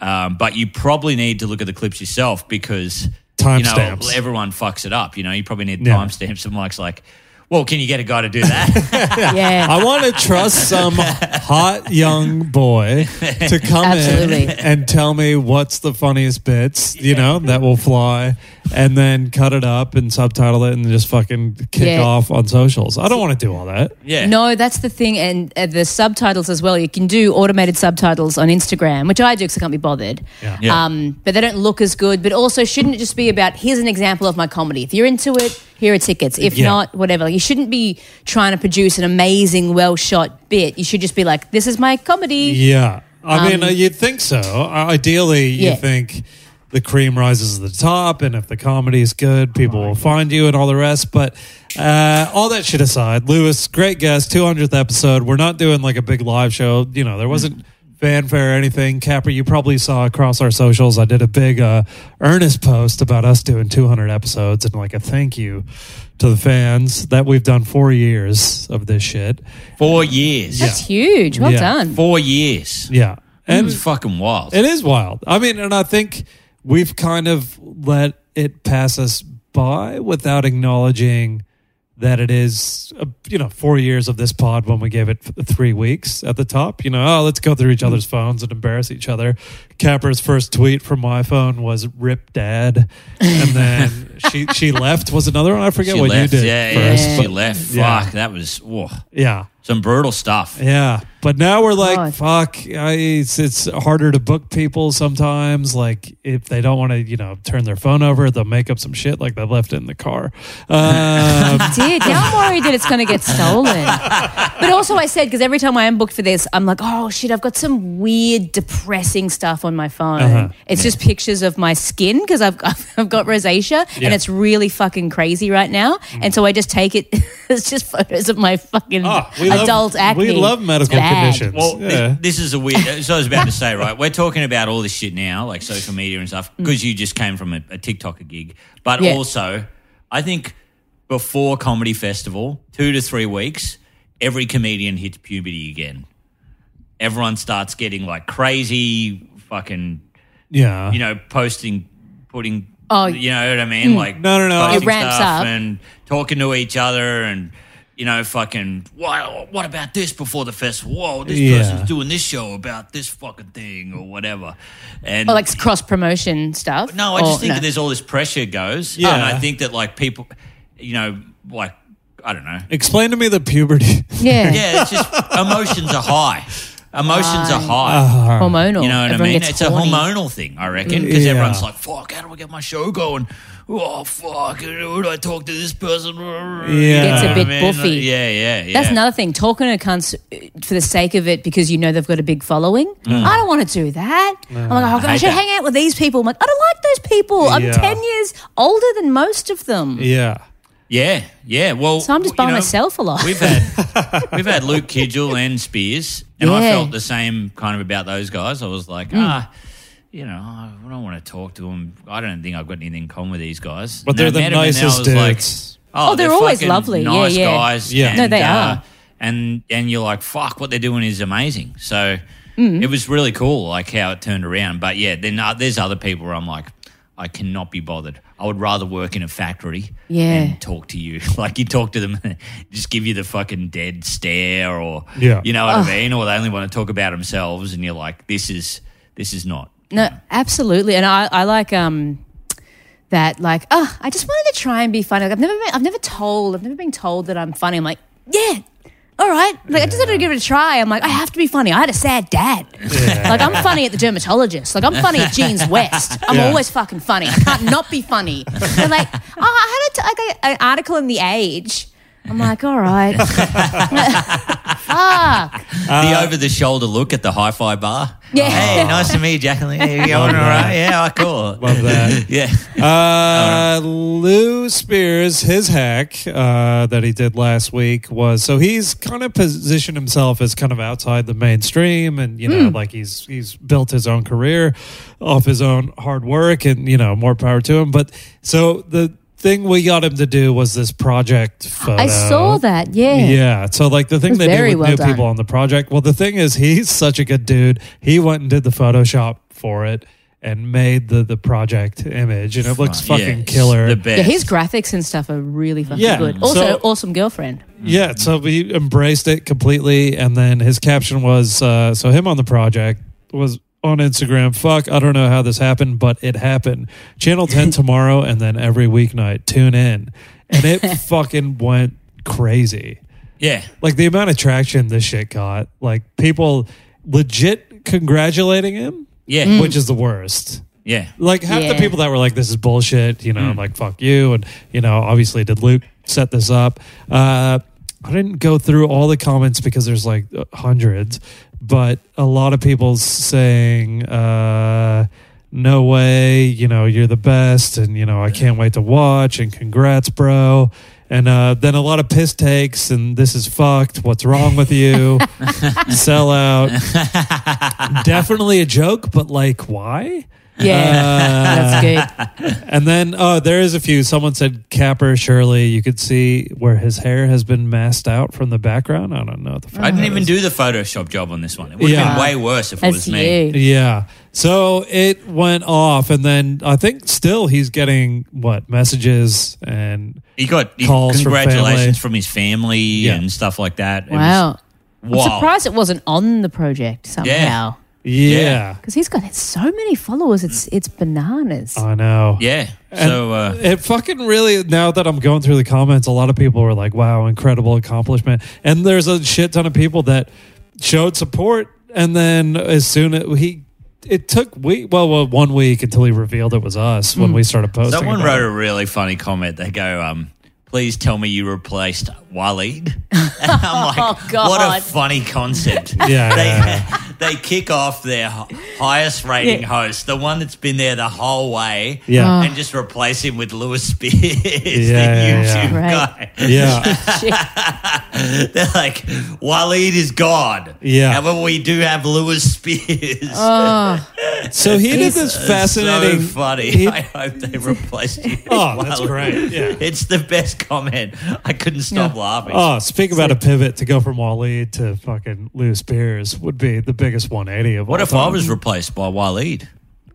Speaker 3: um, but you probably need to look at the clips yourself because you know,
Speaker 2: Timestamps.
Speaker 3: everyone fucks it up. You know, you probably need
Speaker 2: Yeah.
Speaker 3: timestamps. And Mike's like, well, can you get a guy to do that?
Speaker 1: Yeah.
Speaker 2: I want to trust some hot young boy to come in
Speaker 1: Absolutely.
Speaker 2: and tell me what's the funniest bits, you know, that will fly, and then cut it up and subtitle it and just fucking kick
Speaker 1: Yeah.
Speaker 2: off on socials. I don't want to do all that.
Speaker 3: yeah.
Speaker 1: No, that's the thing, and uh, the subtitles as well. You can do automated subtitles on Instagram, which I do because I can't be bothered.
Speaker 2: Yeah.
Speaker 3: Yeah.
Speaker 1: Um, but they don't look as good. But also, shouldn't it just be about here's an example of my comedy? If you're into it, here are tickets. If
Speaker 2: Yeah.
Speaker 1: not, whatever. You shouldn't be trying to produce an amazing, well shot bit. You should just be like, this is my comedy.
Speaker 2: Yeah. I mean, uh, you'd think so. I- Ideally, you
Speaker 1: Yeah.
Speaker 2: think the cream rises to the top, and if the comedy is good, people will find you and all the rest. But uh, all that shit aside, Lewis, great guest, 200th episode. We're not doing like a big live show. You know, there wasn't fanfare or anything. Capper, you probably saw across our socials, I did a big uh, earnest post about us doing 200 episodes and like a thank you to the fans that we've done four years of this shit.
Speaker 3: Four years.
Speaker 1: That's huge. Well
Speaker 2: Yeah.
Speaker 1: done.
Speaker 3: Four years.
Speaker 2: Yeah.
Speaker 3: It
Speaker 2: And
Speaker 3: was fucking wild.
Speaker 2: It is wild. I mean, and I think we've kind of let it pass us by without acknowledging that it is, uh, you know, four years of this pod when we gave it th- three weeks at the top. You know, oh, let's go through each other's phones and embarrass each other. Capper's first tweet from my phone was "Rip Dad," and then she she left was another one. I forget
Speaker 3: she
Speaker 2: what
Speaker 3: left.
Speaker 2: you did
Speaker 3: yeah,
Speaker 2: first.
Speaker 3: yeah.
Speaker 2: but-
Speaker 3: She left.
Speaker 2: Yeah.
Speaker 3: Fuck. That was whoa,
Speaker 2: yeah.
Speaker 3: some brutal stuff.
Speaker 2: Yeah, but now we're like,
Speaker 1: God.
Speaker 2: fuck. I, it's it's harder to book people sometimes. Like if they don't want to, you know, turn their phone over, they'll make up some shit like they left it in the car. Um,
Speaker 1: did. Now I'm worried that it's going to get stolen. But also, I said, because every time I am booked for this, I'm like, oh shit, I've got some weird, depressing stuff on my phone.
Speaker 2: Uh-huh.
Speaker 1: It's just pictures of my skin because I've, I've, I've got rosacea
Speaker 2: Yeah. Mm.
Speaker 1: and it's really fucking crazy right now. And so I just take it, it's just photos of my fucking
Speaker 2: ah,
Speaker 1: adult
Speaker 2: love,
Speaker 1: acne.
Speaker 2: We love
Speaker 1: It's
Speaker 2: medical
Speaker 1: bad.
Speaker 2: conditions.
Speaker 3: Well, thi-
Speaker 2: yeah.
Speaker 3: this, is a weird. So I was about to say, right? We're talking about all this shit now, like social media and stuff, because you just came from a, a TikToker gig. But
Speaker 1: Yeah.
Speaker 3: also, I think before comedy festival, two to three weeks, every comedian hits puberty again. Everyone starts getting like crazy, fucking,
Speaker 2: Yeah.
Speaker 3: you know, posting, putting.
Speaker 1: Oh.
Speaker 3: you know what I mean? Like
Speaker 2: No, no, no.
Speaker 3: posting
Speaker 1: It ramps
Speaker 3: stuff
Speaker 1: up.
Speaker 3: and talking to each other and. You know, fucking. What, what about this before the festival? Whoa, this
Speaker 2: Yeah.
Speaker 3: person's doing this show about this fucking thing or whatever. And
Speaker 1: Or like cross promotion stuff.
Speaker 3: no, I
Speaker 1: Or-
Speaker 3: just think
Speaker 1: no.
Speaker 3: that there's all this pressure goes.
Speaker 2: Yeah.
Speaker 3: And I think that like people, you know, like, I don't know.
Speaker 2: Explain to me the puberty.
Speaker 1: yeah.
Speaker 3: Yeah, it's just emotions are high. Emotions are high.
Speaker 2: Uh,
Speaker 1: hormonal.
Speaker 3: You know what
Speaker 1: Oh, Everyone
Speaker 3: I mean?
Speaker 1: gets
Speaker 3: It's
Speaker 1: horny.
Speaker 3: a hormonal thing, I reckon, because
Speaker 2: Yeah.
Speaker 3: everyone's like, fuck, how do I get my show going? Oh, fuck, who do I talk to this person?
Speaker 2: It gets a
Speaker 3: You know
Speaker 1: bit
Speaker 3: what I mean?
Speaker 1: buffy.
Speaker 3: yeah, yeah, yeah.
Speaker 1: That's another thing. Talking to cunts uh, for the sake of it because you know they've got a big following. I don't want to do that. I'm like, oh, God, I,
Speaker 3: Mm. hate
Speaker 1: should
Speaker 3: that.
Speaker 1: hang out with these people. I'm like, I don't like those people. I'm
Speaker 2: Yeah.
Speaker 1: 10 years older than most of them.
Speaker 2: yeah.
Speaker 3: Yeah, yeah. Well,
Speaker 1: So I'm just
Speaker 3: you
Speaker 1: by
Speaker 3: know,
Speaker 1: myself a lot.
Speaker 3: We've had we've had Luke Kidgel and Spears, and
Speaker 1: Yeah.
Speaker 3: I
Speaker 1: Hmm.
Speaker 3: felt the same kind of about those guys. I was like, ah, you know, I don't want to talk to them. I don't think I've got anything in common with these guys.
Speaker 2: But
Speaker 3: And
Speaker 2: they're
Speaker 3: I
Speaker 2: the
Speaker 3: met 'em and I
Speaker 2: nicest
Speaker 3: was like,
Speaker 2: dudes.
Speaker 1: Oh, they're always
Speaker 3: fucking
Speaker 1: lovely. Yeah,
Speaker 3: Nice
Speaker 1: yeah.
Speaker 3: guys. uh,
Speaker 2: Yeah.
Speaker 1: No, they are.
Speaker 3: And and you're like, fuck, what they're doing is amazing. So
Speaker 1: Mm.
Speaker 3: it was really cool, like how it turned around. But yeah, then uh, there's other people where I'm like, I cannot be bothered. I would rather work in a factory
Speaker 1: Yeah.
Speaker 3: and talk to you. like you talk to them, just give you the fucking dead stare, or
Speaker 2: Yeah.
Speaker 3: you know what I mean, or they only want to talk about themselves, and you're like, this is this is not.
Speaker 1: No, absolutely. And I, I like um that like, oh, I just wanted to try and be funny. Like, I've never been, I've never told, I've never been told that I'm funny. I'm like, yeah. All right, like I just had to give it a try. I'm like, I have to be funny. I had a sad dad. Like I'm funny at the dermatologist. Like I'm funny at Jeans West. I'm
Speaker 2: Yeah.
Speaker 1: always fucking funny. I can't not be funny. They're like, oh, I had a t- like a, an article in the Age. I'm like, all right, fuck,
Speaker 3: the over the shoulder look at the hi fi bar.
Speaker 1: Yeah.
Speaker 3: Hey, nice to meet you, Jacqueline. Yeah, you going all right? Yeah, oh, cool.
Speaker 2: Love that.
Speaker 3: yeah.
Speaker 2: Uh, Lou Spears, his hack uh, that he did last week was so he's kind of positioned himself as kind of outside the mainstream, and you
Speaker 1: Hmm.
Speaker 2: know, like he's he's built his own career off his own hard work, and you know, more power to him. But so the thing we got him to do was this project photo.
Speaker 1: I saw that. Yeah,
Speaker 2: Yeah. So like the thing
Speaker 1: was
Speaker 2: they do
Speaker 1: very
Speaker 2: with
Speaker 1: well
Speaker 2: new
Speaker 1: done.
Speaker 2: people on the project. Well, the thing is, he's such a good dude. He went and did the Photoshop for it and made the the project image, and it looks
Speaker 3: Yeah,
Speaker 2: fucking
Speaker 3: it's
Speaker 2: killer.
Speaker 3: The best.
Speaker 1: Yeah, his graphics and stuff are really fucking
Speaker 2: Yeah,
Speaker 1: good.
Speaker 2: so-
Speaker 1: Also, awesome girlfriend.
Speaker 2: Yeah, so he embraced it completely, and then his caption was uh, so him on the project was on Instagram. Fuck, I don't know how this happened, but it happened. Channel ten tomorrow, and then every weeknight. Tune in, and it fucking went crazy.
Speaker 3: yeah.
Speaker 2: like the amount of traction this shit got, like people legit congratulating him,
Speaker 3: Yeah.
Speaker 1: Mm.
Speaker 2: which is the worst.
Speaker 3: Yeah.
Speaker 2: Like half the
Speaker 1: Yeah.
Speaker 2: people that were like, "This is bullshit," you know, like "fuck you," and you know, obviously, did Luke set this up? Uh, I didn't go through all the comments because there's like uh, hundreds, but a lot of people saying, uh, "No way," you know, "You're the best," and you know, "I can't wait to watch," and "Congrats, bro." And uh, then a lot of piss takes, and this is fucked. What's wrong with you? Sell out. Definitely a joke, but like, why?
Speaker 1: Yeah, that's good.
Speaker 2: And then, oh, there is a few. Someone said Capper Shirley. You could see where his hair has been masked out from the background. I don't know. What the fuck
Speaker 3: I didn't
Speaker 2: that
Speaker 3: even
Speaker 2: is.
Speaker 3: do the Photoshop job on this one. It would have
Speaker 2: Yeah.
Speaker 3: been way worse if it
Speaker 1: That's
Speaker 3: was
Speaker 1: you.
Speaker 3: me.
Speaker 2: Yeah. So it went off, and then I think still he's getting what messages and
Speaker 3: He got he-
Speaker 2: Calls from family.
Speaker 3: congratulations from, his family and stuff like that. It was
Speaker 1: Wow. I'm
Speaker 3: wild.
Speaker 1: surprised it wasn't on the project somehow.
Speaker 2: yeah,
Speaker 1: Because he's got so many followers, it's it's bananas.
Speaker 3: Oh.
Speaker 2: I know.
Speaker 3: Yeah.
Speaker 2: And
Speaker 3: so, uh,
Speaker 2: it fucking really, now that I'm going through the comments, a lot of people were like, wow, incredible accomplishment. And there's a shit ton of people that showed support. And then as soon as he, it took week, well, well, one week until he revealed it was us when we started posting.
Speaker 3: someone
Speaker 2: about
Speaker 3: wrote
Speaker 2: it.
Speaker 3: a really funny comment. They go, um, Please tell me you replaced Waleed. I'm like,
Speaker 1: Oh, God.
Speaker 3: what a funny concept.
Speaker 2: Yeah,
Speaker 3: they,
Speaker 2: yeah,
Speaker 3: they kick off their h- highest rating
Speaker 1: Yeah. Oh.
Speaker 3: host, the one that's been there the whole way,
Speaker 2: Yeah.
Speaker 3: and just replace him with Lewis Spears,
Speaker 2: yeah,
Speaker 3: the
Speaker 2: yeah.
Speaker 3: YouTube
Speaker 1: Right.
Speaker 3: guy.
Speaker 2: yeah.
Speaker 3: They're like, Waleed is God.
Speaker 2: Yeah.
Speaker 3: However, we do have Lewis Spears.
Speaker 1: Oh,
Speaker 2: So he did this
Speaker 1: It's
Speaker 2: fascinating.
Speaker 3: So funny.
Speaker 2: he-
Speaker 3: I hope they replaced you.
Speaker 2: oh, that's great. Yeah.
Speaker 3: It's the best comment. I couldn't stop
Speaker 1: Yeah.
Speaker 3: laughing.
Speaker 2: Oh, speak about a pivot to go from Wally to fucking Lou Spears would be the biggest 180 of
Speaker 3: what
Speaker 2: all
Speaker 3: if I
Speaker 2: time.
Speaker 3: was replaced by Waleed?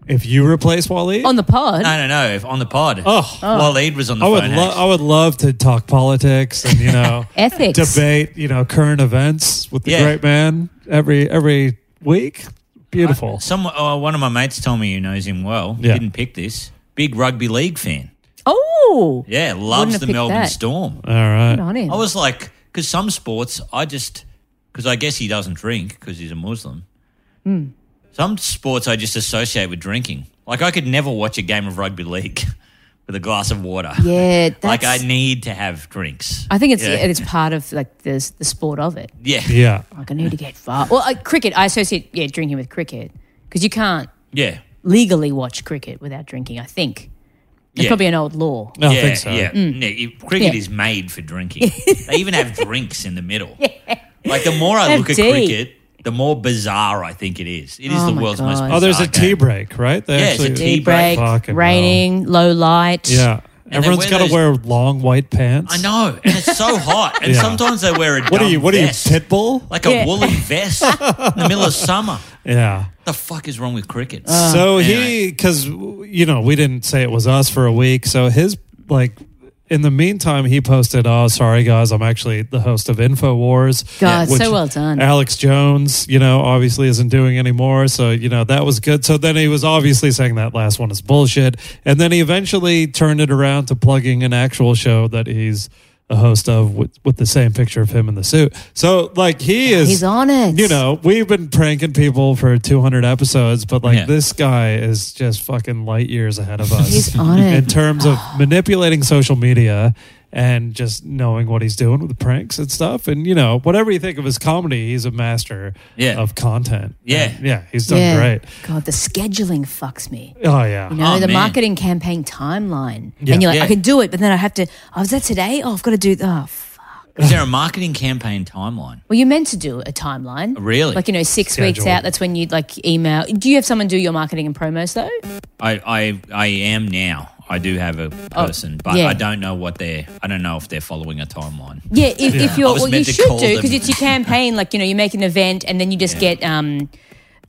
Speaker 2: if you replace Wally?
Speaker 1: on the pod.
Speaker 3: No, no, no. If on the pod.
Speaker 2: Oh.
Speaker 3: Waleed was on the
Speaker 2: I would
Speaker 3: phone.
Speaker 2: lo-
Speaker 3: Ash.
Speaker 2: I would love to talk politics and you know
Speaker 1: Ethics.
Speaker 2: debate you know current events with the
Speaker 3: Yeah.
Speaker 2: great man every every week. Beautiful.
Speaker 3: Some oh, one of my mates told me who knows him well.
Speaker 2: Yeah.
Speaker 3: Didn't pick this. Big rugby league fan.
Speaker 1: Oh,
Speaker 3: Yeah,
Speaker 1: Wouldn't
Speaker 3: loves
Speaker 1: have
Speaker 3: the
Speaker 1: picked
Speaker 3: Melbourne
Speaker 1: that.
Speaker 3: Storm.
Speaker 2: All right.
Speaker 1: good on him.
Speaker 3: I was like, because some sports, I just, because I guess he doesn't drink because he's a Muslim.
Speaker 1: Hmm.
Speaker 3: Some sports I just associate with drinking. Like I could never watch a game of rugby league with a glass of water.
Speaker 1: yeah, that's,
Speaker 3: Like I need to have drinks.
Speaker 1: I think it's
Speaker 3: Yeah.
Speaker 1: it's part of like the the sport of it.
Speaker 3: Yeah, yeah,
Speaker 2: Yeah.
Speaker 1: Like I need to get far. Well, like, cricket. I associate yeah drinking with cricket because you can't
Speaker 3: yeah.
Speaker 1: legally watch cricket without drinking. I think it's
Speaker 3: Yeah.
Speaker 1: probably an old law.
Speaker 2: No, Oh, I
Speaker 3: yeah,
Speaker 2: think so. Mm.
Speaker 3: yeah. Yeah, you- Cricket
Speaker 1: Yeah.
Speaker 3: is made for drinking. they even have drinks in the middle. Like the more I
Speaker 1: Have
Speaker 3: look at
Speaker 1: tea.
Speaker 3: cricket, the more bizarre I think it is. It is
Speaker 1: Oh
Speaker 3: the
Speaker 1: my
Speaker 3: world's
Speaker 1: God.
Speaker 3: most. Bizarre
Speaker 2: Oh, there's a tea
Speaker 3: game.
Speaker 2: break, right? They
Speaker 3: Yeah, it's a
Speaker 1: Tea
Speaker 3: Tea
Speaker 1: break,
Speaker 3: break.
Speaker 2: Fucking
Speaker 1: raining, low light.
Speaker 2: Yeah.
Speaker 3: they
Speaker 2: Everyone's
Speaker 3: wear
Speaker 2: got to
Speaker 3: those-
Speaker 2: wear long white pants.
Speaker 3: I know, and it's so hot. And
Speaker 2: Yeah.
Speaker 3: sometimes they wear a.
Speaker 2: What are
Speaker 3: dumb
Speaker 2: you? What
Speaker 3: vest,
Speaker 2: are you? Pitbull?
Speaker 3: Like a
Speaker 1: Yeah.
Speaker 3: woolen vest in the middle of summer.
Speaker 2: yeah.
Speaker 3: The fuck is wrong with cricket?
Speaker 1: Uh.
Speaker 2: so he
Speaker 3: anyway.
Speaker 2: because you know we didn't say it was us for a week so his like in the meantime he posted oh sorry guys i'm actually the host of infowars
Speaker 1: God,
Speaker 2: which
Speaker 1: so well done.
Speaker 2: alex jones you know obviously isn't doing anymore so you know that was good so then he was obviously saying that last one is bullshit and then he eventually turned it around to plugging an actual show that he's a host of with, with the same picture of him in the suit so like he is
Speaker 1: He's on it.
Speaker 2: you know, Oh, we've been pranking people for 200 episodes, but like
Speaker 3: Yeah.
Speaker 2: this guy is just fucking light years ahead of us.
Speaker 1: He's on it.
Speaker 2: In terms of manipulating social media and just knowing what he's doing with the pranks and stuff. And, you know, whatever you think of his comedy, he's a master
Speaker 3: Yeah.
Speaker 2: of content.
Speaker 3: Yeah.
Speaker 2: And, yeah. He's done great.
Speaker 1: God, the scheduling fucks me.
Speaker 2: Oh, yeah.
Speaker 1: You know,
Speaker 3: Oh,
Speaker 1: the
Speaker 3: man.
Speaker 1: marketing campaign timeline.
Speaker 2: Yeah.
Speaker 1: And you're like,
Speaker 3: Yeah.
Speaker 1: I can do it, but then I have to, oh, is that today? Oh, I've got to do, oh, fuck.
Speaker 3: is there a marketing campaign timeline?
Speaker 1: Well, you're meant to do a timeline.
Speaker 3: Really?
Speaker 1: Like, you know, six weeks
Speaker 2: Schedule.
Speaker 1: out, that's when you'd like email. Do you have someone do your marketing and promos though?
Speaker 3: I, I I am now. I do have a person, but
Speaker 1: Oh, yeah.
Speaker 3: I don't know what they're. I don't know if they're following a timeline.
Speaker 1: Yeah, if, if
Speaker 3: I
Speaker 1: you're,
Speaker 3: was
Speaker 1: well, you
Speaker 3: meant to
Speaker 1: should
Speaker 3: call
Speaker 1: do
Speaker 3: them.
Speaker 1: because it's your campaign. Like, you know, you make an event and then you just get um,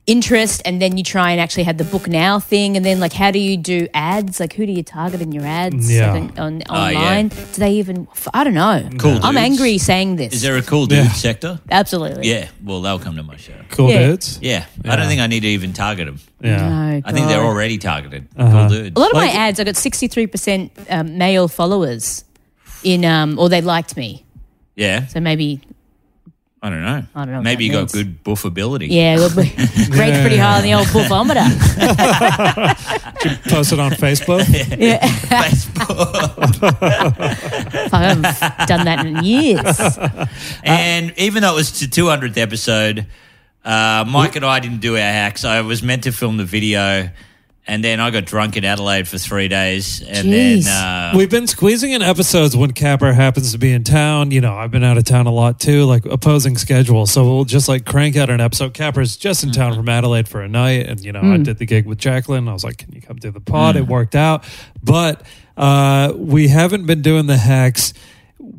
Speaker 1: interest and then you try and actually have the book now thing. And then, like, how do you do ads? Like, who do you target in your ads
Speaker 2: Yeah.
Speaker 1: like, on, on,
Speaker 3: Ah, yeah.
Speaker 1: online? Do they even, f- I don't know.
Speaker 3: Cool
Speaker 1: I'm
Speaker 3: dudes.
Speaker 1: angry saying this.
Speaker 3: Is there a cool dude
Speaker 2: Yeah.
Speaker 3: sector?
Speaker 1: Absolutely.
Speaker 3: Yeah. Well, they'll come to my show.
Speaker 2: Cool
Speaker 1: Yeah.
Speaker 2: dudes.
Speaker 3: Yeah. I
Speaker 2: Yeah.
Speaker 3: don't think I need to even target them.
Speaker 2: Yeah.
Speaker 1: No,
Speaker 3: I think they're
Speaker 1: God.
Speaker 3: already targeted.
Speaker 2: Uh-huh.
Speaker 3: Cool dudes.
Speaker 1: A lot of
Speaker 2: Like-
Speaker 1: my ads, I got sixty three percent um, male followers in, um, or they liked me.
Speaker 3: yeah.
Speaker 1: So maybe,
Speaker 3: I don't know.
Speaker 1: I don't know what that
Speaker 3: Maybe you
Speaker 1: means.
Speaker 3: got good buffability.
Speaker 1: yeah, we'll be ranked pretty high on the old buffometer.
Speaker 2: Post it on Facebook.
Speaker 1: yeah, Uh, Fuck, I haven't done that in years.
Speaker 3: and even though it was the 200th episode, uh, Mike and I didn't do our hacks. I was meant to film the video, and then I got drunk in Adelaide for three days, and
Speaker 1: Jeez.
Speaker 3: then uh,
Speaker 2: We've been squeezing in episodes when Capper happens to be in town. You know, I've been out of town a lot too, like opposing schedules. So we'll just like crank out an episode. Capper's just
Speaker 1: Mm-hmm.
Speaker 2: in town from Adelaide for a night. And, you know,
Speaker 1: Mm.
Speaker 2: I did the gig with Jacqueline. I was like, can you come do the pod? It worked out. But uh, we haven't been doing the hacks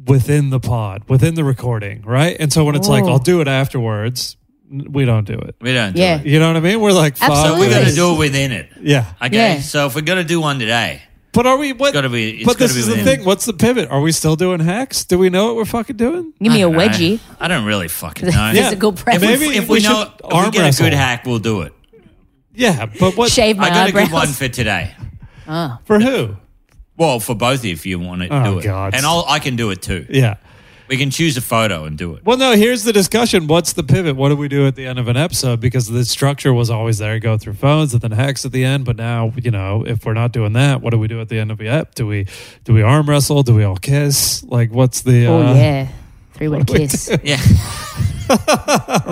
Speaker 2: within the pod, within the recording, right? And so when it's like,
Speaker 1: Oh.
Speaker 2: I'll do it afterwards, n- we don't do it.
Speaker 3: we don't.
Speaker 1: Yeah.
Speaker 3: Do it.
Speaker 2: You know what I mean? We're like, fuck
Speaker 1: Absolutely.
Speaker 3: We're
Speaker 1: Yes.
Speaker 3: going
Speaker 2: this.
Speaker 3: to do it within it.
Speaker 2: Yeah.
Speaker 3: Okay.
Speaker 1: Yeah.
Speaker 3: So if we're going to do one today,
Speaker 2: But are we? What,
Speaker 3: gotta be- it's
Speaker 2: but this
Speaker 3: gotta be
Speaker 2: is the
Speaker 3: within.
Speaker 2: thing. What's the pivot? Are we still doing hacks? Do we know what we're fucking doing?
Speaker 1: Give me a
Speaker 3: I-
Speaker 1: wedgie.
Speaker 3: I don't really fucking know.
Speaker 1: Yeah. Physical
Speaker 3: If we,
Speaker 1: preference.
Speaker 2: Maybe
Speaker 3: if we,
Speaker 2: we should
Speaker 3: know, if we
Speaker 2: arm
Speaker 3: get
Speaker 2: wrestle.
Speaker 3: a good hack, we'll do it.
Speaker 2: Yeah, but what
Speaker 1: Shave my
Speaker 3: I got a
Speaker 1: eyebrows.
Speaker 3: good one for today.
Speaker 2: for who?
Speaker 3: Well, for both if you want to
Speaker 2: Oh,
Speaker 3: do it,
Speaker 2: God.
Speaker 3: and I'll, I can do it too.
Speaker 2: Yeah.
Speaker 3: We can choose a photo and do it.
Speaker 2: Well, no. Here's the discussion. What's the pivot? What do we do at the end of an episode? Because the structure was always there: go through phones and then hacks at the end. But now, you know, if we're not doing that, what do we do at the end of the ep? Do we do we arm wrestle? Do we all kiss? Like, what's the?
Speaker 1: oh
Speaker 2: uh,
Speaker 1: yeah, three way kiss,
Speaker 3: Yeah.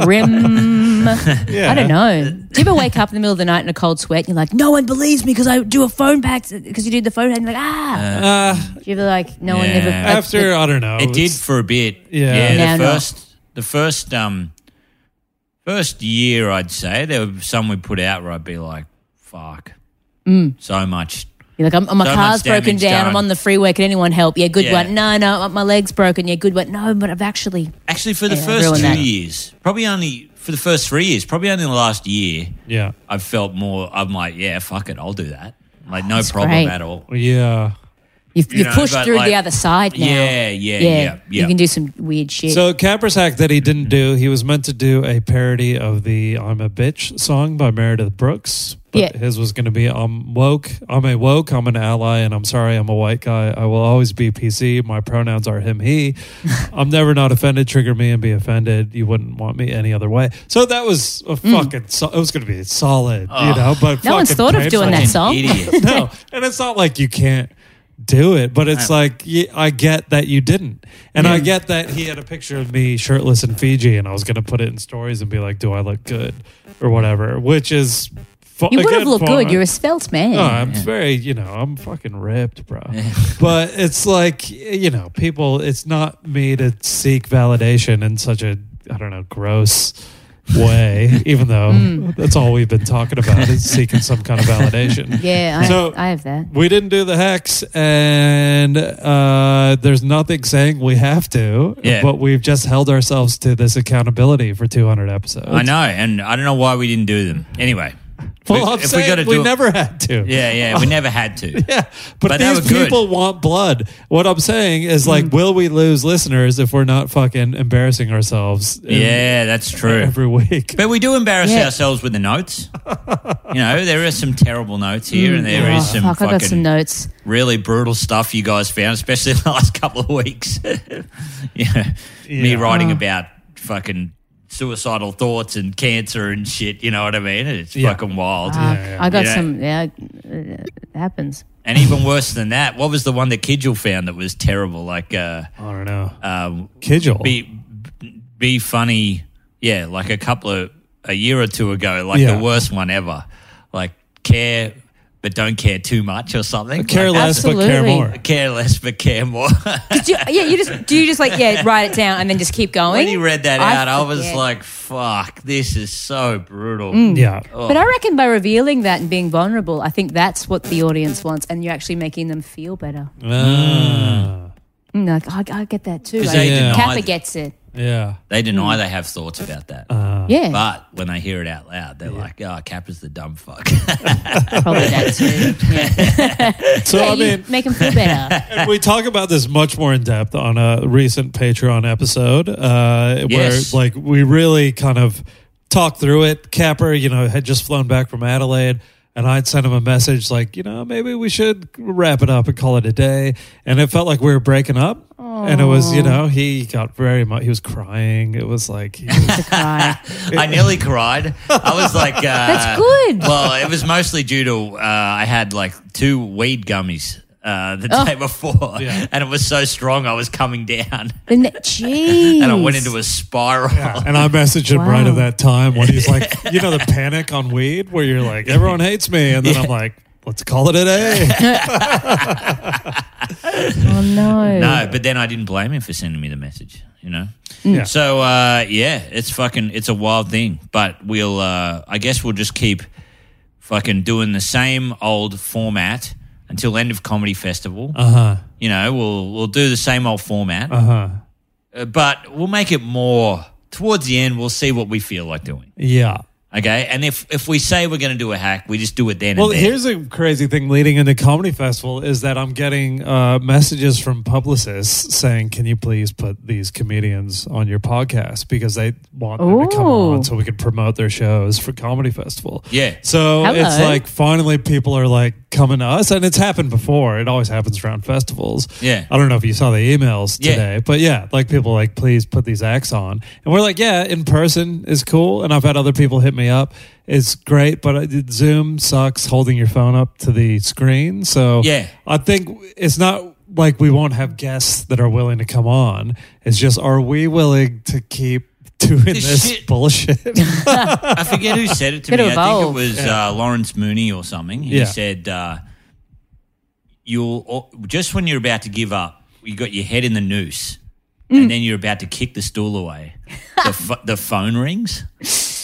Speaker 1: rim dumb.
Speaker 2: Yeah.
Speaker 1: I don't know. Do you ever wake up in the middle of the night in a cold sweat and you're like, no one believes me because I do a phone pack because you do the phone hack and you're like, ah.
Speaker 2: Uh,
Speaker 1: do you ever like, no one
Speaker 3: Yeah.
Speaker 1: ever. like,
Speaker 2: after I don't know.
Speaker 3: It did
Speaker 2: it's-
Speaker 3: for a bit.
Speaker 2: Yeah.
Speaker 1: Now
Speaker 3: the
Speaker 1: not.
Speaker 3: first, the first, um, first year, I'd say there were some we put out where I'd be like, "Fuck,
Speaker 1: Mm.
Speaker 3: so much."
Speaker 1: You're like, I'm, my
Speaker 3: So
Speaker 1: car's
Speaker 3: much
Speaker 1: broken
Speaker 3: damage
Speaker 1: down. I'm
Speaker 3: done.
Speaker 1: on the freeway. Can anyone help? Yeah, good
Speaker 3: Yeah.
Speaker 1: one. No, no, my leg's broken. Yeah, good one. No, but I've actually.
Speaker 3: Actually, for the
Speaker 1: Yeah, I
Speaker 3: first
Speaker 1: ruined
Speaker 3: two
Speaker 1: that.
Speaker 3: years, probably only for the first three years, probably only the last year,
Speaker 2: Yeah.
Speaker 3: I've felt more. I'm like, "Yeah, fuck it, I'll do that." Like, no
Speaker 1: That's
Speaker 3: problem
Speaker 1: great.
Speaker 3: at all.
Speaker 2: Yeah.
Speaker 1: You've,
Speaker 3: You
Speaker 1: you've
Speaker 3: know,
Speaker 1: pushed
Speaker 3: but
Speaker 1: through
Speaker 3: like-
Speaker 1: the other side now.
Speaker 3: Yeah, yeah, yeah,
Speaker 1: You
Speaker 3: yeah.
Speaker 1: can do some weird shit.
Speaker 2: So Capper's hack that he didn't do, he was meant to do a parody of the "I'm a Bitch" song by Meredith Brooks. But
Speaker 1: Yeah.
Speaker 2: his was going to be "I'm woke, I'm a woke, I'm an ally, and I'm sorry, I'm a white guy. I will always be PC. My pronouns are him, he. I'm never not offended. Trigger me and be offended. You wouldn't want me any other way." So that was a fucking. So, it was going to be solid, you know. But
Speaker 1: Mm. No one's
Speaker 2: fucking
Speaker 1: thought of doing
Speaker 2: painful
Speaker 1: that
Speaker 3: Fucking
Speaker 1: song?
Speaker 3: idiot.
Speaker 2: no, and it's not like you can't do it, but it's like y- I get that you didn't, and I get that he had a picture of me shirtless in Fiji, and I was going to put it in stories and be like, "Do I look good?" or whatever, which is fu-
Speaker 1: you would have
Speaker 2: again,
Speaker 1: looked
Speaker 2: fine.
Speaker 1: good. You're a svelte man.
Speaker 2: No, I'm very, you know, I'm fucking ripped, bro. but it's like, you know, people, it's not me to seek validation in such a, I don't know, gross way, even though
Speaker 1: Mm.
Speaker 2: that's all we've been talking about is seeking some kind of validation.
Speaker 1: yeah, I,
Speaker 2: So-
Speaker 1: I have that.
Speaker 2: We didn't do the hex, and uh, there's nothing saying we have to,
Speaker 3: Yeah.
Speaker 2: but we've just held ourselves to this accountability for 200 episodes.
Speaker 3: I know, and I don't know why we didn't do them. Anyway,
Speaker 2: Well, I'm saying we,
Speaker 3: gotta it-
Speaker 2: never had to.
Speaker 3: Yeah, yeah, we never had to.
Speaker 2: Yeah, but,
Speaker 3: But they
Speaker 2: these
Speaker 3: were good. Mm.
Speaker 2: people want blood. What I'm saying is, like, will we lose listeners if we're not fucking embarrassing ourselves? in-
Speaker 3: Yeah, that's true.
Speaker 2: every week.
Speaker 3: But we do embarrass
Speaker 1: Yeah.
Speaker 3: ourselves with the notes. you know, there are some terrible notes here, and there is
Speaker 1: Oh,
Speaker 3: some
Speaker 1: fuck, I
Speaker 3: fucking
Speaker 1: got some notes.
Speaker 3: really brutal stuff you guys found, especially in the last couple of weeks. yeah. me
Speaker 2: Yeah.
Speaker 3: writing
Speaker 1: Oh.
Speaker 3: about fucking suicidal thoughts and cancer and shit. You know what I mean? It's
Speaker 2: Yeah.
Speaker 3: fucking wild.
Speaker 1: Fuck,
Speaker 2: yeah.
Speaker 1: Uh, I got
Speaker 3: Yeah.
Speaker 1: some. Yeah, it happens.
Speaker 3: And even worse than that, what was the one that Kidgel found that was terrible? Like, uh,
Speaker 2: I don't know.
Speaker 3: um,
Speaker 2: Kidgel.
Speaker 3: be be funny. Yeah, like a couple of a year or two ago, like
Speaker 2: Yeah.
Speaker 3: the worst one ever. Like care but don't care too much or something.
Speaker 2: care
Speaker 3: Like,
Speaker 2: less, but care
Speaker 1: Absolutely.
Speaker 2: more.
Speaker 3: that's- Care less but care more.
Speaker 1: Did you, yeah, you just do you just like yeah, write it down and then just keep going.
Speaker 3: when you read that
Speaker 1: I
Speaker 3: out, I was
Speaker 1: forget. Mm.
Speaker 3: like, "Fuck, this is so brutal."
Speaker 2: Yeah.
Speaker 3: oh,
Speaker 1: But I reckon by revealing that and being vulnerable, I think that's what the audience wants, and you're actually making them feel better.
Speaker 2: Ah,
Speaker 1: Mm, like I, I get that too.
Speaker 3: 'Cause
Speaker 1: Like,
Speaker 3: they
Speaker 2: deny
Speaker 1: Kappa
Speaker 3: that.
Speaker 1: gets it.
Speaker 2: yeah.
Speaker 3: They deny they have thoughts about that,
Speaker 2: Uh.
Speaker 1: Yeah,
Speaker 3: but when they hear it out loud, they're like, "Oh, Kappa's the dumb fuck."
Speaker 1: probably that too. Yeah.
Speaker 2: So
Speaker 1: Yeah,
Speaker 2: I
Speaker 1: you
Speaker 2: mean,
Speaker 1: make them feel better.
Speaker 2: and we talk about this much more in depth on a recent Patreon episode, uh,
Speaker 3: Yes.
Speaker 2: where like we really kind of talked through it. Capper, you know, had just flown back from Adelaide. And I'd sent him a message like, you know, maybe we should wrap it up and call it a day. And it felt like we were breaking up. And it was, you know, he got very much, he was crying. It was like, he was-
Speaker 1: Cry.
Speaker 3: I nearly cried. I was like, uh,
Speaker 1: That's good.
Speaker 3: Well, it was mostly due to uh, I had like two weed gummies uh, the
Speaker 1: Oh.
Speaker 3: day before,
Speaker 2: Yeah.
Speaker 3: and it was so strong I was coming down,
Speaker 1: The ne- Jeez.
Speaker 3: and I went into a spiral.
Speaker 2: and I messaged him right at
Speaker 1: Wow.
Speaker 2: that time when he's like, you know, the panic on weed where you're like, everyone hates me. And then I'm like, let's call it a day.
Speaker 1: Oh no.
Speaker 3: No, but then I didn't blame him for sending me the message. You know.
Speaker 2: Yeah.
Speaker 3: So uh, yeah, it's fucking it's a wild thing, but we'll uh, I guess we'll just keep fucking doing the same old format until end of comedy festival.
Speaker 2: Uh huh.
Speaker 3: You know, we'll we'll do the same old format.
Speaker 2: Uh huh.
Speaker 3: Uh, but we'll make it more towards the end. We'll see what we feel like doing.
Speaker 2: Yeah.
Speaker 3: Okay, and if if we say we're going to do a hack, we just do it then.
Speaker 2: Well,
Speaker 3: and there.
Speaker 2: here's a crazy thing leading into comedy festival is that I'm getting uh, messages from publicists saying, "Can you please put these comedians on your podcast because they want them to come
Speaker 1: Ooh.
Speaker 2: on so we can promote their shows for comedy festival."
Speaker 3: Yeah.
Speaker 2: So it's
Speaker 1: Hello.
Speaker 2: like finally people are like coming to us, and it's happened before. It always happens around festivals.
Speaker 3: Yeah.
Speaker 2: I don't know if you saw the emails
Speaker 3: Yeah.
Speaker 2: today, but yeah, like people are like please put these acts on, and we're like, yeah, in person is cool, and I've had other people hit me up. It's great, but I- Zoom sucks holding your phone up to the screen. So
Speaker 3: Yeah.
Speaker 2: I think it's not like we won't have guests that are willing to come on. It's just are we willing to keep doing
Speaker 3: This
Speaker 2: this
Speaker 3: shit.
Speaker 2: bullshit.
Speaker 3: I forget who said it to
Speaker 1: Gotta
Speaker 3: me. I think
Speaker 1: evolve.
Speaker 3: it was uh, Lawrence Mooney or something. He
Speaker 2: Yeah.
Speaker 3: said, uh, "You'll or- just when you're about to give up, you got your head in the noose, and then you're about to kick the stool away. the, pho- the phone rings,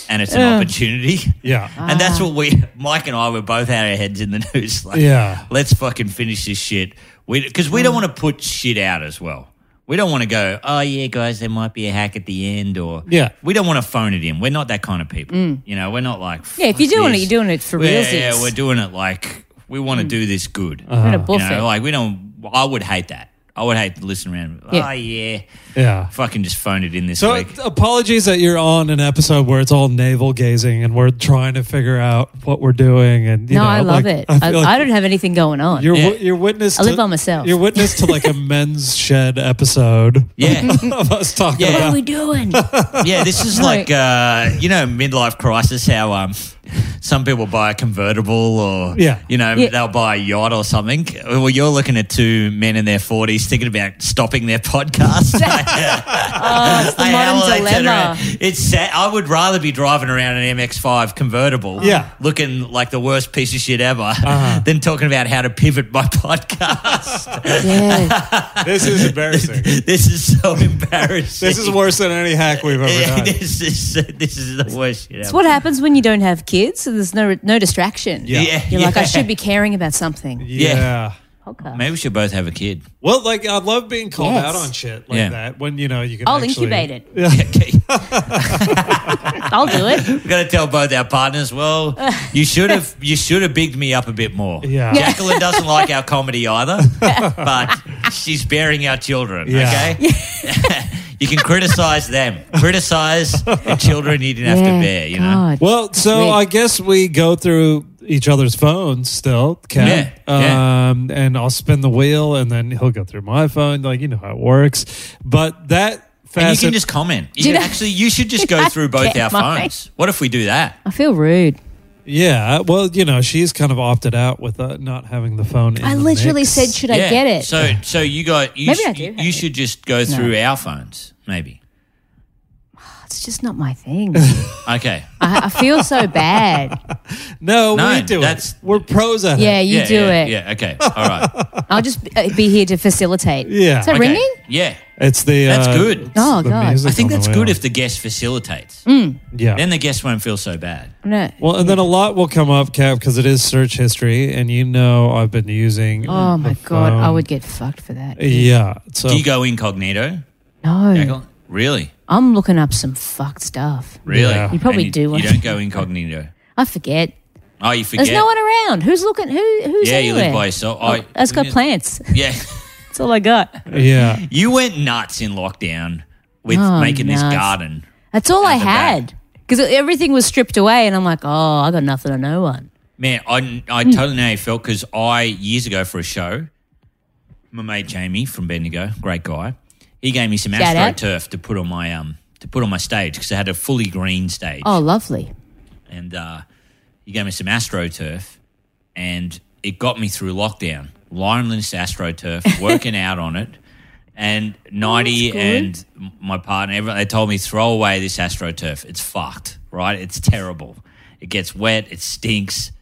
Speaker 3: and it's an opportunity.
Speaker 2: yeah.
Speaker 3: And that's what we, Mike and I, were both had our heads in the noose. Like,
Speaker 2: Yeah.
Speaker 3: let's fucking finish this shit. We because we don't want to put shit out as well. We don't want to go. Oh yeah, guys, there might be a hack at the end, or
Speaker 2: Yeah.
Speaker 3: We don't want to phone it in. We're not that kind of people. You know, we're not like
Speaker 1: Mm. Yeah, if you're
Speaker 3: "Fuck
Speaker 1: doing it,
Speaker 3: this."
Speaker 1: you're doing it for Mm.
Speaker 3: We're-
Speaker 1: realsies.
Speaker 3: Yeah, we're doing it like we want to do this good.
Speaker 2: Uh-huh.
Speaker 1: What a
Speaker 3: You
Speaker 1: buffet.
Speaker 3: know, like we don't. I would hate that. I would hate to listen around.
Speaker 1: Yeah.
Speaker 3: Oh yeah,
Speaker 2: Yeah.
Speaker 3: fucking just phone it in this
Speaker 2: So
Speaker 3: week.
Speaker 2: apologies that you're on an episode where it's all navel gazing and we're trying to figure out what we're doing. And you
Speaker 1: no,
Speaker 2: know,
Speaker 1: I love
Speaker 2: like,
Speaker 1: it. I,
Speaker 2: feel like
Speaker 1: I don't have anything going on.
Speaker 2: You're,
Speaker 3: Yeah.
Speaker 2: you're witness.
Speaker 1: I live
Speaker 2: to,
Speaker 1: by myself.
Speaker 2: You're witness to like a men's shed episode.
Speaker 3: Yeah.
Speaker 2: of us talking
Speaker 3: Yeah.
Speaker 1: what are
Speaker 2: about.
Speaker 1: we doing?
Speaker 3: Yeah, this is
Speaker 1: Right.
Speaker 3: like uh, you know midlife crisis. How um, some people buy a convertible, or
Speaker 2: Yeah.
Speaker 3: you know
Speaker 1: Yeah.
Speaker 3: they'll buy a yacht or something. Well, you're looking at two men in their forties thinking about stopping their podcast.
Speaker 1: oh, it's the
Speaker 3: Like, how will
Speaker 1: modern
Speaker 3: they turn
Speaker 1: dilemma.
Speaker 3: around? It's sad. I would rather be driving around an MX-5 convertible,
Speaker 2: Yeah. Uh-huh.
Speaker 3: looking like the worst piece of shit ever, than talking about how to pivot my podcast.
Speaker 1: Yeah.
Speaker 2: This is embarrassing.
Speaker 3: this is so embarrassing.
Speaker 2: this is worse than any hack we've ever
Speaker 3: Yeah,
Speaker 2: done.
Speaker 3: this is this is the worst shit
Speaker 1: It's
Speaker 3: ever.
Speaker 1: what happens when you don't have kids. So there's no no distraction.
Speaker 2: Yeah.
Speaker 1: You're like, I
Speaker 3: yeah.
Speaker 1: should be caring about something. Oh,
Speaker 2: Yeah.
Speaker 1: Podcast.
Speaker 3: Maybe we should both have a kid.
Speaker 2: Well, like I love being called
Speaker 1: Yes.
Speaker 2: out on shit like
Speaker 3: Yeah.
Speaker 2: that when you know you can.
Speaker 1: I'll
Speaker 2: actually-
Speaker 1: incubate it.
Speaker 3: Okay.
Speaker 1: I'll do it.
Speaker 3: We're gonna tell both our partners. Well, you should have you should have bigged me up a bit more.
Speaker 2: Yeah. Yeah.
Speaker 3: Jacqueline doesn't like our comedy either, but she's bearing our children.
Speaker 2: Yeah.
Speaker 3: Okay. you can criticize them. Criticize the children you didn't have to bear. You know.
Speaker 1: God.
Speaker 2: Well, so
Speaker 1: Sweet.
Speaker 2: I guess we go through each other's phones still, Ken.
Speaker 3: Yeah, yeah.
Speaker 2: Um, and I'll spin the wheel, and then he'll go through my phone. Like you know how it works. But that
Speaker 3: And you
Speaker 2: fast.
Speaker 3: can just comment. You
Speaker 1: Do you
Speaker 3: can
Speaker 1: know-
Speaker 3: actually, you should just go through both
Speaker 1: Get
Speaker 3: our
Speaker 1: mine.
Speaker 3: phones. What if we do that?
Speaker 1: I feel rude.
Speaker 2: yeah. Well, you know she's kind of opted out with uh, not having the phone. In
Speaker 1: I
Speaker 2: the
Speaker 1: literally
Speaker 2: mix.
Speaker 1: said, should I
Speaker 3: Yeah.
Speaker 1: get it?
Speaker 3: So, so you got you.
Speaker 1: Maybe
Speaker 3: sh-
Speaker 1: I do have
Speaker 3: you
Speaker 1: it.
Speaker 3: should just go through our phones, maybe.
Speaker 1: it's just not my thing. I,
Speaker 3: Okay.
Speaker 1: I feel so bad.
Speaker 2: "No,
Speaker 3: No,
Speaker 2: we do
Speaker 3: that's-
Speaker 2: it. We're pros at
Speaker 1: Yeah,
Speaker 2: it."
Speaker 1: you
Speaker 3: yeah,
Speaker 1: do
Speaker 3: yeah,
Speaker 1: it.
Speaker 3: Yeah. Okay. All right.
Speaker 1: I'll just uh, be here to facilitate.
Speaker 2: Yeah.
Speaker 1: Is that
Speaker 3: Okay.
Speaker 1: ringing?
Speaker 3: Yeah.
Speaker 2: It's the
Speaker 3: That's
Speaker 2: uh,
Speaker 3: good.
Speaker 2: it's
Speaker 1: Oh,
Speaker 2: the
Speaker 1: God.
Speaker 2: music
Speaker 3: I think
Speaker 2: on the
Speaker 3: that's good
Speaker 2: wheel.
Speaker 3: if the guest facilitates.
Speaker 1: Mm.
Speaker 2: yeah.
Speaker 3: Then the guest won't feel so bad.
Speaker 1: No.
Speaker 2: Well, and then a lot will come up, Cap, because it is search history, and you know I've been using.
Speaker 1: Oh my
Speaker 2: the
Speaker 1: god, I
Speaker 2: phone.
Speaker 1: would get fucked for that.
Speaker 2: Yeah. So
Speaker 3: Do you go incognito?
Speaker 1: No,
Speaker 3: Jackal? Really?
Speaker 1: I'm looking up some fucked stuff.
Speaker 3: Really?
Speaker 2: Yeah. You
Speaker 1: probably
Speaker 3: And
Speaker 1: do
Speaker 3: You
Speaker 1: want-
Speaker 3: don't go incognito.
Speaker 1: I forget.
Speaker 3: Oh, you forget.
Speaker 1: There's no one around. Who's looking? Who? Who's
Speaker 3: yeah, you
Speaker 1: anywhere?
Speaker 3: live by yourself. Oh,
Speaker 1: I just got
Speaker 3: yeah.
Speaker 1: plants.
Speaker 3: Yeah.
Speaker 1: That's all I got.
Speaker 2: yeah,
Speaker 3: You went nuts in lockdown with
Speaker 1: Oh,
Speaker 3: making this
Speaker 1: nuts.
Speaker 3: garden.
Speaker 1: That's all I
Speaker 3: the back.
Speaker 1: had because everything was stripped away, and I'm like, oh, I got nothing on no one.
Speaker 3: Man, I, I
Speaker 1: Mm.
Speaker 3: totally know how you felt because I, years ago for a show, my mate Jamie from Bendigo, great guy, he gave me some
Speaker 1: Shout out.
Speaker 3: AstroTurf to put on my um to put on my stage because I had a fully green stage.
Speaker 1: Oh, lovely.
Speaker 3: and uh, he gave me some AstroTurf, and it got me through lockdown. Lioneless AstroTurf, working out on it, and ninety
Speaker 1: good.
Speaker 3: and m- my partner, everyone, they told me throw away this AstroTurf. It's fucked, right? It's terrible. It gets wet. It stinks.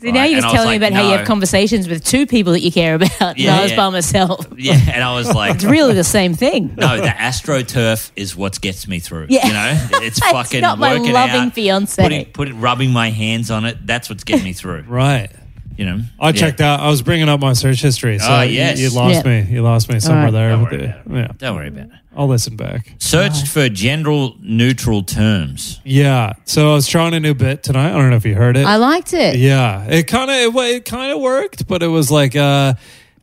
Speaker 1: See, now
Speaker 3: right?
Speaker 1: you're
Speaker 3: And
Speaker 1: just
Speaker 3: I was
Speaker 1: telling me
Speaker 3: like,
Speaker 1: about how you
Speaker 3: "No."
Speaker 1: have conversations with two people that you care about.
Speaker 3: Yeah,
Speaker 1: and I was
Speaker 3: yeah.
Speaker 1: by myself.
Speaker 3: Yeah, and I was like,
Speaker 1: It's really the same thing.
Speaker 3: no, the AstroTurf is what gets me through.
Speaker 1: Yeah.
Speaker 3: You know,
Speaker 1: It's
Speaker 3: it's fucking
Speaker 1: not my
Speaker 3: working
Speaker 1: loving
Speaker 3: out,
Speaker 1: fiancé.
Speaker 3: Putting, putting, rubbing my hands on it. That's what's getting me through.
Speaker 2: right.
Speaker 3: You know,
Speaker 2: I checked out. I was bringing up my search history. So
Speaker 3: Oh,
Speaker 2: you-
Speaker 3: yes.
Speaker 2: you, lost
Speaker 1: Yeah.
Speaker 2: me. You lost me somewhere
Speaker 1: right.
Speaker 2: there.
Speaker 3: Don't
Speaker 2: with
Speaker 3: worry
Speaker 2: the-
Speaker 3: about
Speaker 2: yeah,
Speaker 3: Don't worry about it.
Speaker 2: I'll listen back.
Speaker 3: Searched for general neutral terms.
Speaker 2: Yeah. So I was trying a new bit tonight. I don't know if you heard it.
Speaker 1: I liked it.
Speaker 2: yeah, it kind of it, wa- it kind of worked, but it was like uh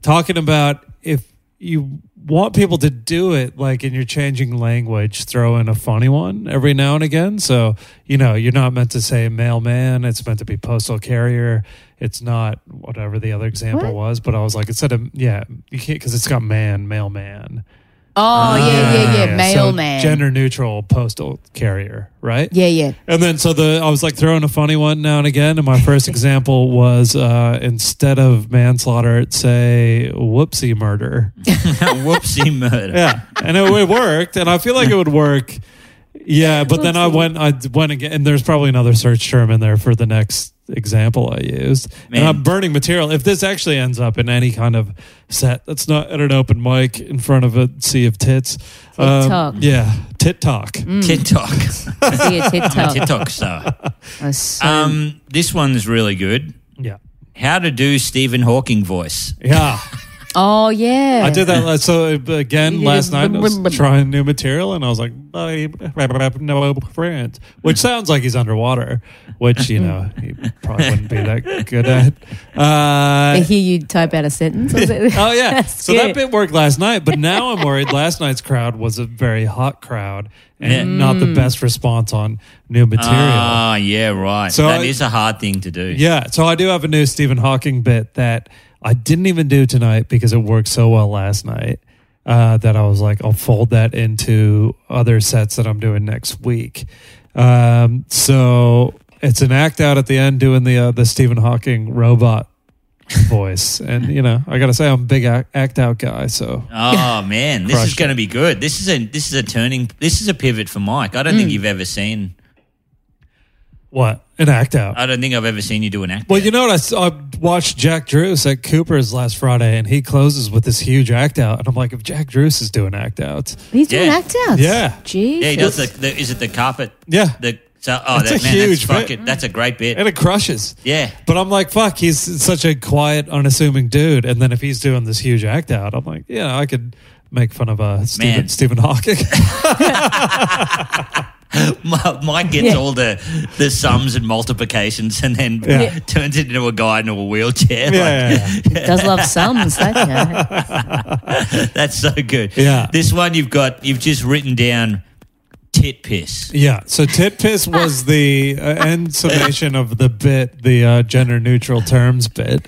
Speaker 2: talking about if you want people to do it like and you're changing language throw in a funny one every now and again so you know you're not meant to say mailman it's meant to be postal carrier it's not whatever the other example
Speaker 1: What?
Speaker 2: was but i was like instead of yeah you can't because it's got man mailman Ah.
Speaker 1: Oh, yeah, yeah, yeah. Mailman.
Speaker 2: so gender neutral postal carrier right
Speaker 1: Yeah, yeah.
Speaker 2: and then so the I was like throwing a funny one now and again. And my first example was uh, instead of manslaughter, say whoopsie murder.
Speaker 3: Whoopsie murder.
Speaker 2: Yeah, and it, it worked. And I feel like it would work Yeah, but then I
Speaker 1: Let's see.
Speaker 2: went, I went again, and there's probably another search term in there for the next example I used.
Speaker 3: Man.
Speaker 2: And I'm burning material. If this actually ends up in any kind of set, that's not at an open mic in front of a sea of tits. um,
Speaker 1: Tit-talk.
Speaker 2: yeah, tit talk.
Speaker 3: Mm. TikTok.
Speaker 1: See a TikTok.
Speaker 3: TikTok star.
Speaker 1: That's so-
Speaker 3: Um, this one's really good.
Speaker 2: Yeah,
Speaker 3: How to do Stephen Hawking voice.
Speaker 2: yeah.
Speaker 1: oh yeah.
Speaker 2: I did that. last- So uh,
Speaker 1: You
Speaker 2: again,
Speaker 1: did
Speaker 2: last
Speaker 1: it-
Speaker 2: night I was trying new material, and I was like, I have "No friends," which sounds like he's underwater, which you know he probably wouldn't be that good at. Uh,
Speaker 1: They hear you type out a sentence. Was it?
Speaker 2: Oh yeah.
Speaker 1: That's
Speaker 2: so that
Speaker 1: good.
Speaker 2: bit worked last night, but now I'm worried. last night's crowd was a very hot crowd and
Speaker 3: Yeah.
Speaker 2: not
Speaker 1: Mm.
Speaker 2: the best response on new material.
Speaker 3: Ah, yeah, right.
Speaker 2: So
Speaker 3: That is
Speaker 2: I-
Speaker 3: a hard thing to do.
Speaker 2: yeah, so I do have a new Stephen Hawking bit that I didn't even do tonight because it worked so well last night uh, that I was like, I'll fold that into other sets that I'm doing next week. Um, so it's an act out at the end doing the uh, the Stephen Hawking robot voice, and you know I got to say I'm a big act, act out guy, so
Speaker 3: Oh man, this is
Speaker 2: Crushed
Speaker 3: going to be good. This is a this is a turning. This is a pivot for Mike. I don't
Speaker 2: Hmm.
Speaker 3: think you've ever seen.
Speaker 2: What? An act out.
Speaker 3: I don't think I've ever seen you do an act.
Speaker 2: well,
Speaker 3: out.
Speaker 2: you know what? I, saw, I watched Jack Drews at Cooper's last Friday, and he closes with this huge act out. And I'm like, if Jack Drews is doing act outs,
Speaker 1: He's doing
Speaker 3: Yeah.
Speaker 1: act outs.
Speaker 2: Yeah.
Speaker 1: Jesus.
Speaker 3: yeah, he does the, the. Is it the carpet?
Speaker 2: Yeah.
Speaker 3: The so oh
Speaker 2: That's
Speaker 3: that
Speaker 2: a
Speaker 3: man,
Speaker 2: huge
Speaker 3: that's
Speaker 2: bit.
Speaker 3: fucking that's a great bit.
Speaker 2: and it crushes.
Speaker 3: yeah,
Speaker 2: But I'm like, fuck, he's such a quiet, unassuming dude. And then if he's doing this huge act out, I'm like, yeah, I could make fun of uh, Stephen,
Speaker 3: Man.
Speaker 2: Stephen Hawking.
Speaker 3: Mi- Mike gets
Speaker 1: Yeah.
Speaker 3: all the the sums and multiplications, and then
Speaker 2: Yeah. Yeah.
Speaker 3: turns it into a guy in a wheelchair.
Speaker 2: Yeah, yeah,
Speaker 3: like,
Speaker 1: Does love sums, that guy.
Speaker 3: that's so good.
Speaker 2: Yeah.
Speaker 3: this one you've got. You've just written down tit piss.
Speaker 2: yeah. So tit piss was the uh, end summation of the bit, the uh, gender neutral terms bit.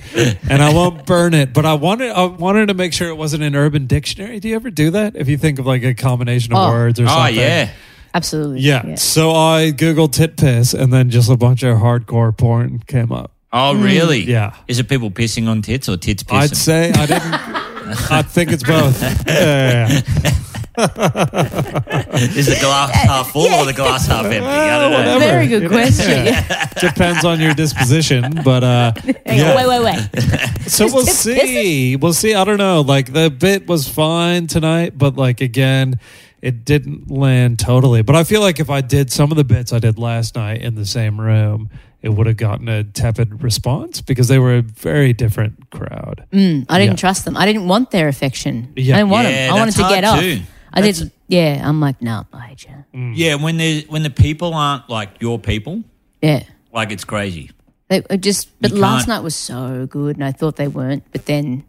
Speaker 2: And I won't burn it, but I wanted I wanted to make sure it wasn't an urban dictionary. Do you ever do that? If you think of like a combination of
Speaker 1: Oh.
Speaker 2: words or
Speaker 3: Oh
Speaker 2: something.
Speaker 3: yeah,
Speaker 1: Absolutely.
Speaker 2: Yeah. So I Googled tit piss and then just a bunch of hardcore porn came up.
Speaker 3: oh really?
Speaker 2: Mm. Yeah.
Speaker 3: Is it people pissing on tits or tits pissing?
Speaker 2: I'd say I didn't. I think it's both. Yeah, yeah, yeah.
Speaker 3: Is the glass half full or the glass half empty? I don't know.
Speaker 2: Whatever,
Speaker 1: Very good
Speaker 2: you know?
Speaker 1: question.
Speaker 2: Yeah. Depends on your disposition, but uh,
Speaker 1: Hang on,
Speaker 2: yeah.
Speaker 1: Wait, wait, wait.
Speaker 2: so we'll
Speaker 1: Just
Speaker 2: see. We'll see. I don't know. Like the bit was fine tonight, but like again, it didn't land totally. But I feel like if I did some of the bits I did last night in the same room, it would have gotten a tepid response because they were a very different crowd.
Speaker 1: I didn't
Speaker 2: Yeah.
Speaker 1: trust them. I didn't want their affection.
Speaker 2: Yeah.
Speaker 1: I didn't want
Speaker 3: Yeah,
Speaker 1: them. I wanted
Speaker 3: that's
Speaker 1: to get
Speaker 3: hard
Speaker 1: off.
Speaker 3: too.
Speaker 1: I
Speaker 3: That's-
Speaker 1: did. Yeah. I'm like, no, nah, I just-
Speaker 3: Yeah, when the when the people aren't like your people,
Speaker 1: yeah.
Speaker 3: like it's crazy.
Speaker 1: They I just. But
Speaker 3: You
Speaker 1: last
Speaker 3: can't-
Speaker 1: night was so good, and I thought they weren't. But then,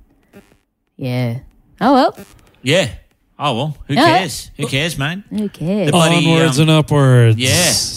Speaker 1: yeah. Oh well.
Speaker 3: Yeah. Oh well, who
Speaker 1: Yeah.
Speaker 3: cares? Who cares, mate?
Speaker 1: Who cares?
Speaker 3: Oh, Bloody,
Speaker 2: Onwards
Speaker 3: um,
Speaker 2: and upwards.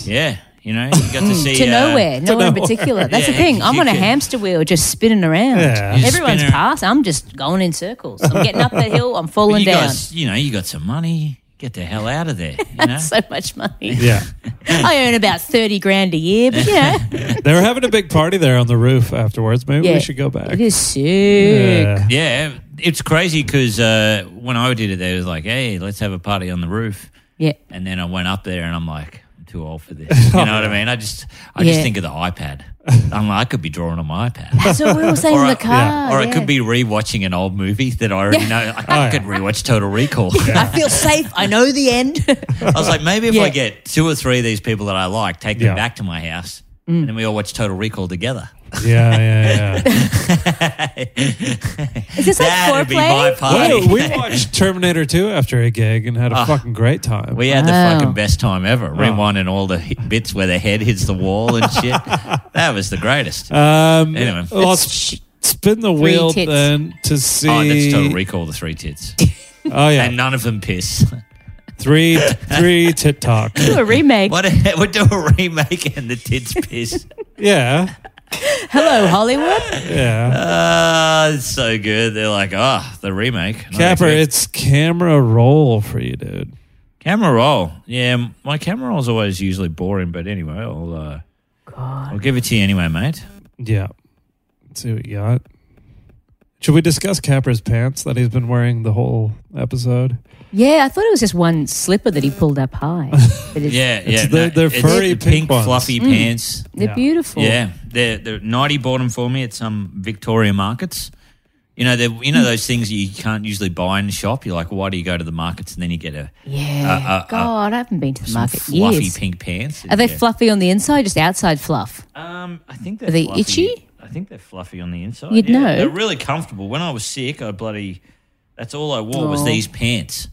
Speaker 3: Yeah, yeah. You know, you got to
Speaker 2: Mm.
Speaker 3: see
Speaker 1: to
Speaker 3: uh,
Speaker 1: nowhere, nowhere in particular. That's
Speaker 3: Yeah,
Speaker 1: the thing. I'm
Speaker 3: you
Speaker 1: on a
Speaker 3: can-
Speaker 1: hamster wheel, just spinning around.
Speaker 2: Yeah. You
Speaker 1: Everyone's
Speaker 3: spin ar-
Speaker 1: past. I'm just going in circles. I'm getting up the hill. I'm falling
Speaker 3: You
Speaker 1: down.
Speaker 3: guys, you know, you got some money. Get the hell out of there. You know,
Speaker 1: so much money.
Speaker 2: Yeah.
Speaker 1: I earn about thirty grand a year, but you know,
Speaker 2: They were having a big party there on the roof afterwards. Maybe
Speaker 1: Yeah.
Speaker 2: we should go back.
Speaker 1: it is sick.
Speaker 2: Yeah.
Speaker 3: yeah, it's crazy because uh, when I did it, they was like, "Hey, let's have a party on the roof."
Speaker 1: Yeah.
Speaker 3: And then I went up there and I'm like, I'm too old for this. You know what I mean? I just I just
Speaker 1: Yeah.
Speaker 3: think of the iPad. I'm like, I could be drawing on my iPad.
Speaker 1: So we were saying
Speaker 3: Or
Speaker 1: in
Speaker 3: I-
Speaker 1: the car.
Speaker 3: or I
Speaker 1: yeah. Oh,
Speaker 3: could be rewatching an old movie that I already know. Like, I
Speaker 2: yeah.
Speaker 3: could rewatch Total Recall.
Speaker 1: I feel safe. I know the end.
Speaker 3: I was like, maybe if
Speaker 1: Yeah.
Speaker 3: I get two or three of these people that I like, take them
Speaker 2: Yeah.
Speaker 3: back to my house,
Speaker 1: Mm.
Speaker 3: and then we all watch Total Recall together.
Speaker 2: Yeah, yeah, yeah.
Speaker 1: Is this like
Speaker 3: That'd be my
Speaker 1: foreplay?
Speaker 3: party.
Speaker 2: Well, we watched Terminator 2 after a gig and had a fucking great time.
Speaker 3: Ah. We had the
Speaker 1: Wow.
Speaker 3: fucking best time ever, rewinding all the hit bits where the head hits the wall and shit. that was the greatest.
Speaker 2: um,
Speaker 3: Anyway.
Speaker 2: well, s- spin the wheel
Speaker 1: tits.
Speaker 2: then to see.
Speaker 3: oh, that's Total Recall, the three tits.
Speaker 2: Oh, yeah.
Speaker 3: And none of them piss.
Speaker 2: three, three tit talk.
Speaker 1: Do a remake.
Speaker 3: What a, we'll do a remake and the tits piss.
Speaker 2: Yeah,
Speaker 1: Hello, Hollywood.
Speaker 2: yeah.
Speaker 3: Ah, it's so good. They're like, oh, the remake. And I'm
Speaker 2: Capper,
Speaker 3: like,
Speaker 2: it's camera roll for you, dude.
Speaker 3: camera roll. Yeah, m- my camera roll's always usually boring, but anyway, I'll uh, I'll give it to you anyway, mate.
Speaker 2: Yeah. Let's see what you got. Should we discuss Capper's pants that he's been wearing the whole episode?
Speaker 1: Yeah, I thought it was just one slipper that he pulled up high. But it's,
Speaker 3: Yeah, yeah.
Speaker 2: the- they're
Speaker 3: it's
Speaker 2: furry
Speaker 3: the
Speaker 2: pink
Speaker 3: pink,
Speaker 2: ones.
Speaker 3: fluffy pants.
Speaker 1: They're
Speaker 2: Yeah.
Speaker 1: Mm. beautiful.
Speaker 3: Yeah, they're, they're ninety bought them for me at some Victoria markets. You know, they're you know
Speaker 1: Mm.
Speaker 3: those things that you can't usually buy in the shop. You're like, why do you go to the markets and then you get a
Speaker 1: Yeah.
Speaker 3: Uh, uh, uh,
Speaker 1: God, I haven't been to the
Speaker 3: some
Speaker 1: market
Speaker 3: fluffy
Speaker 1: years.
Speaker 3: pink pants?
Speaker 1: Are they
Speaker 3: Yeah.
Speaker 1: fluffy on the inside, just outside fluff?
Speaker 3: Um, I think they're
Speaker 1: Are they
Speaker 3: fluffy.
Speaker 1: itchy?
Speaker 3: I think they're fluffy on the inside.
Speaker 1: You'd
Speaker 3: yeah.
Speaker 1: know.
Speaker 3: They're really comfortable. When I was sick, I bloody that's all I wore was
Speaker 1: Aw.
Speaker 3: these pants.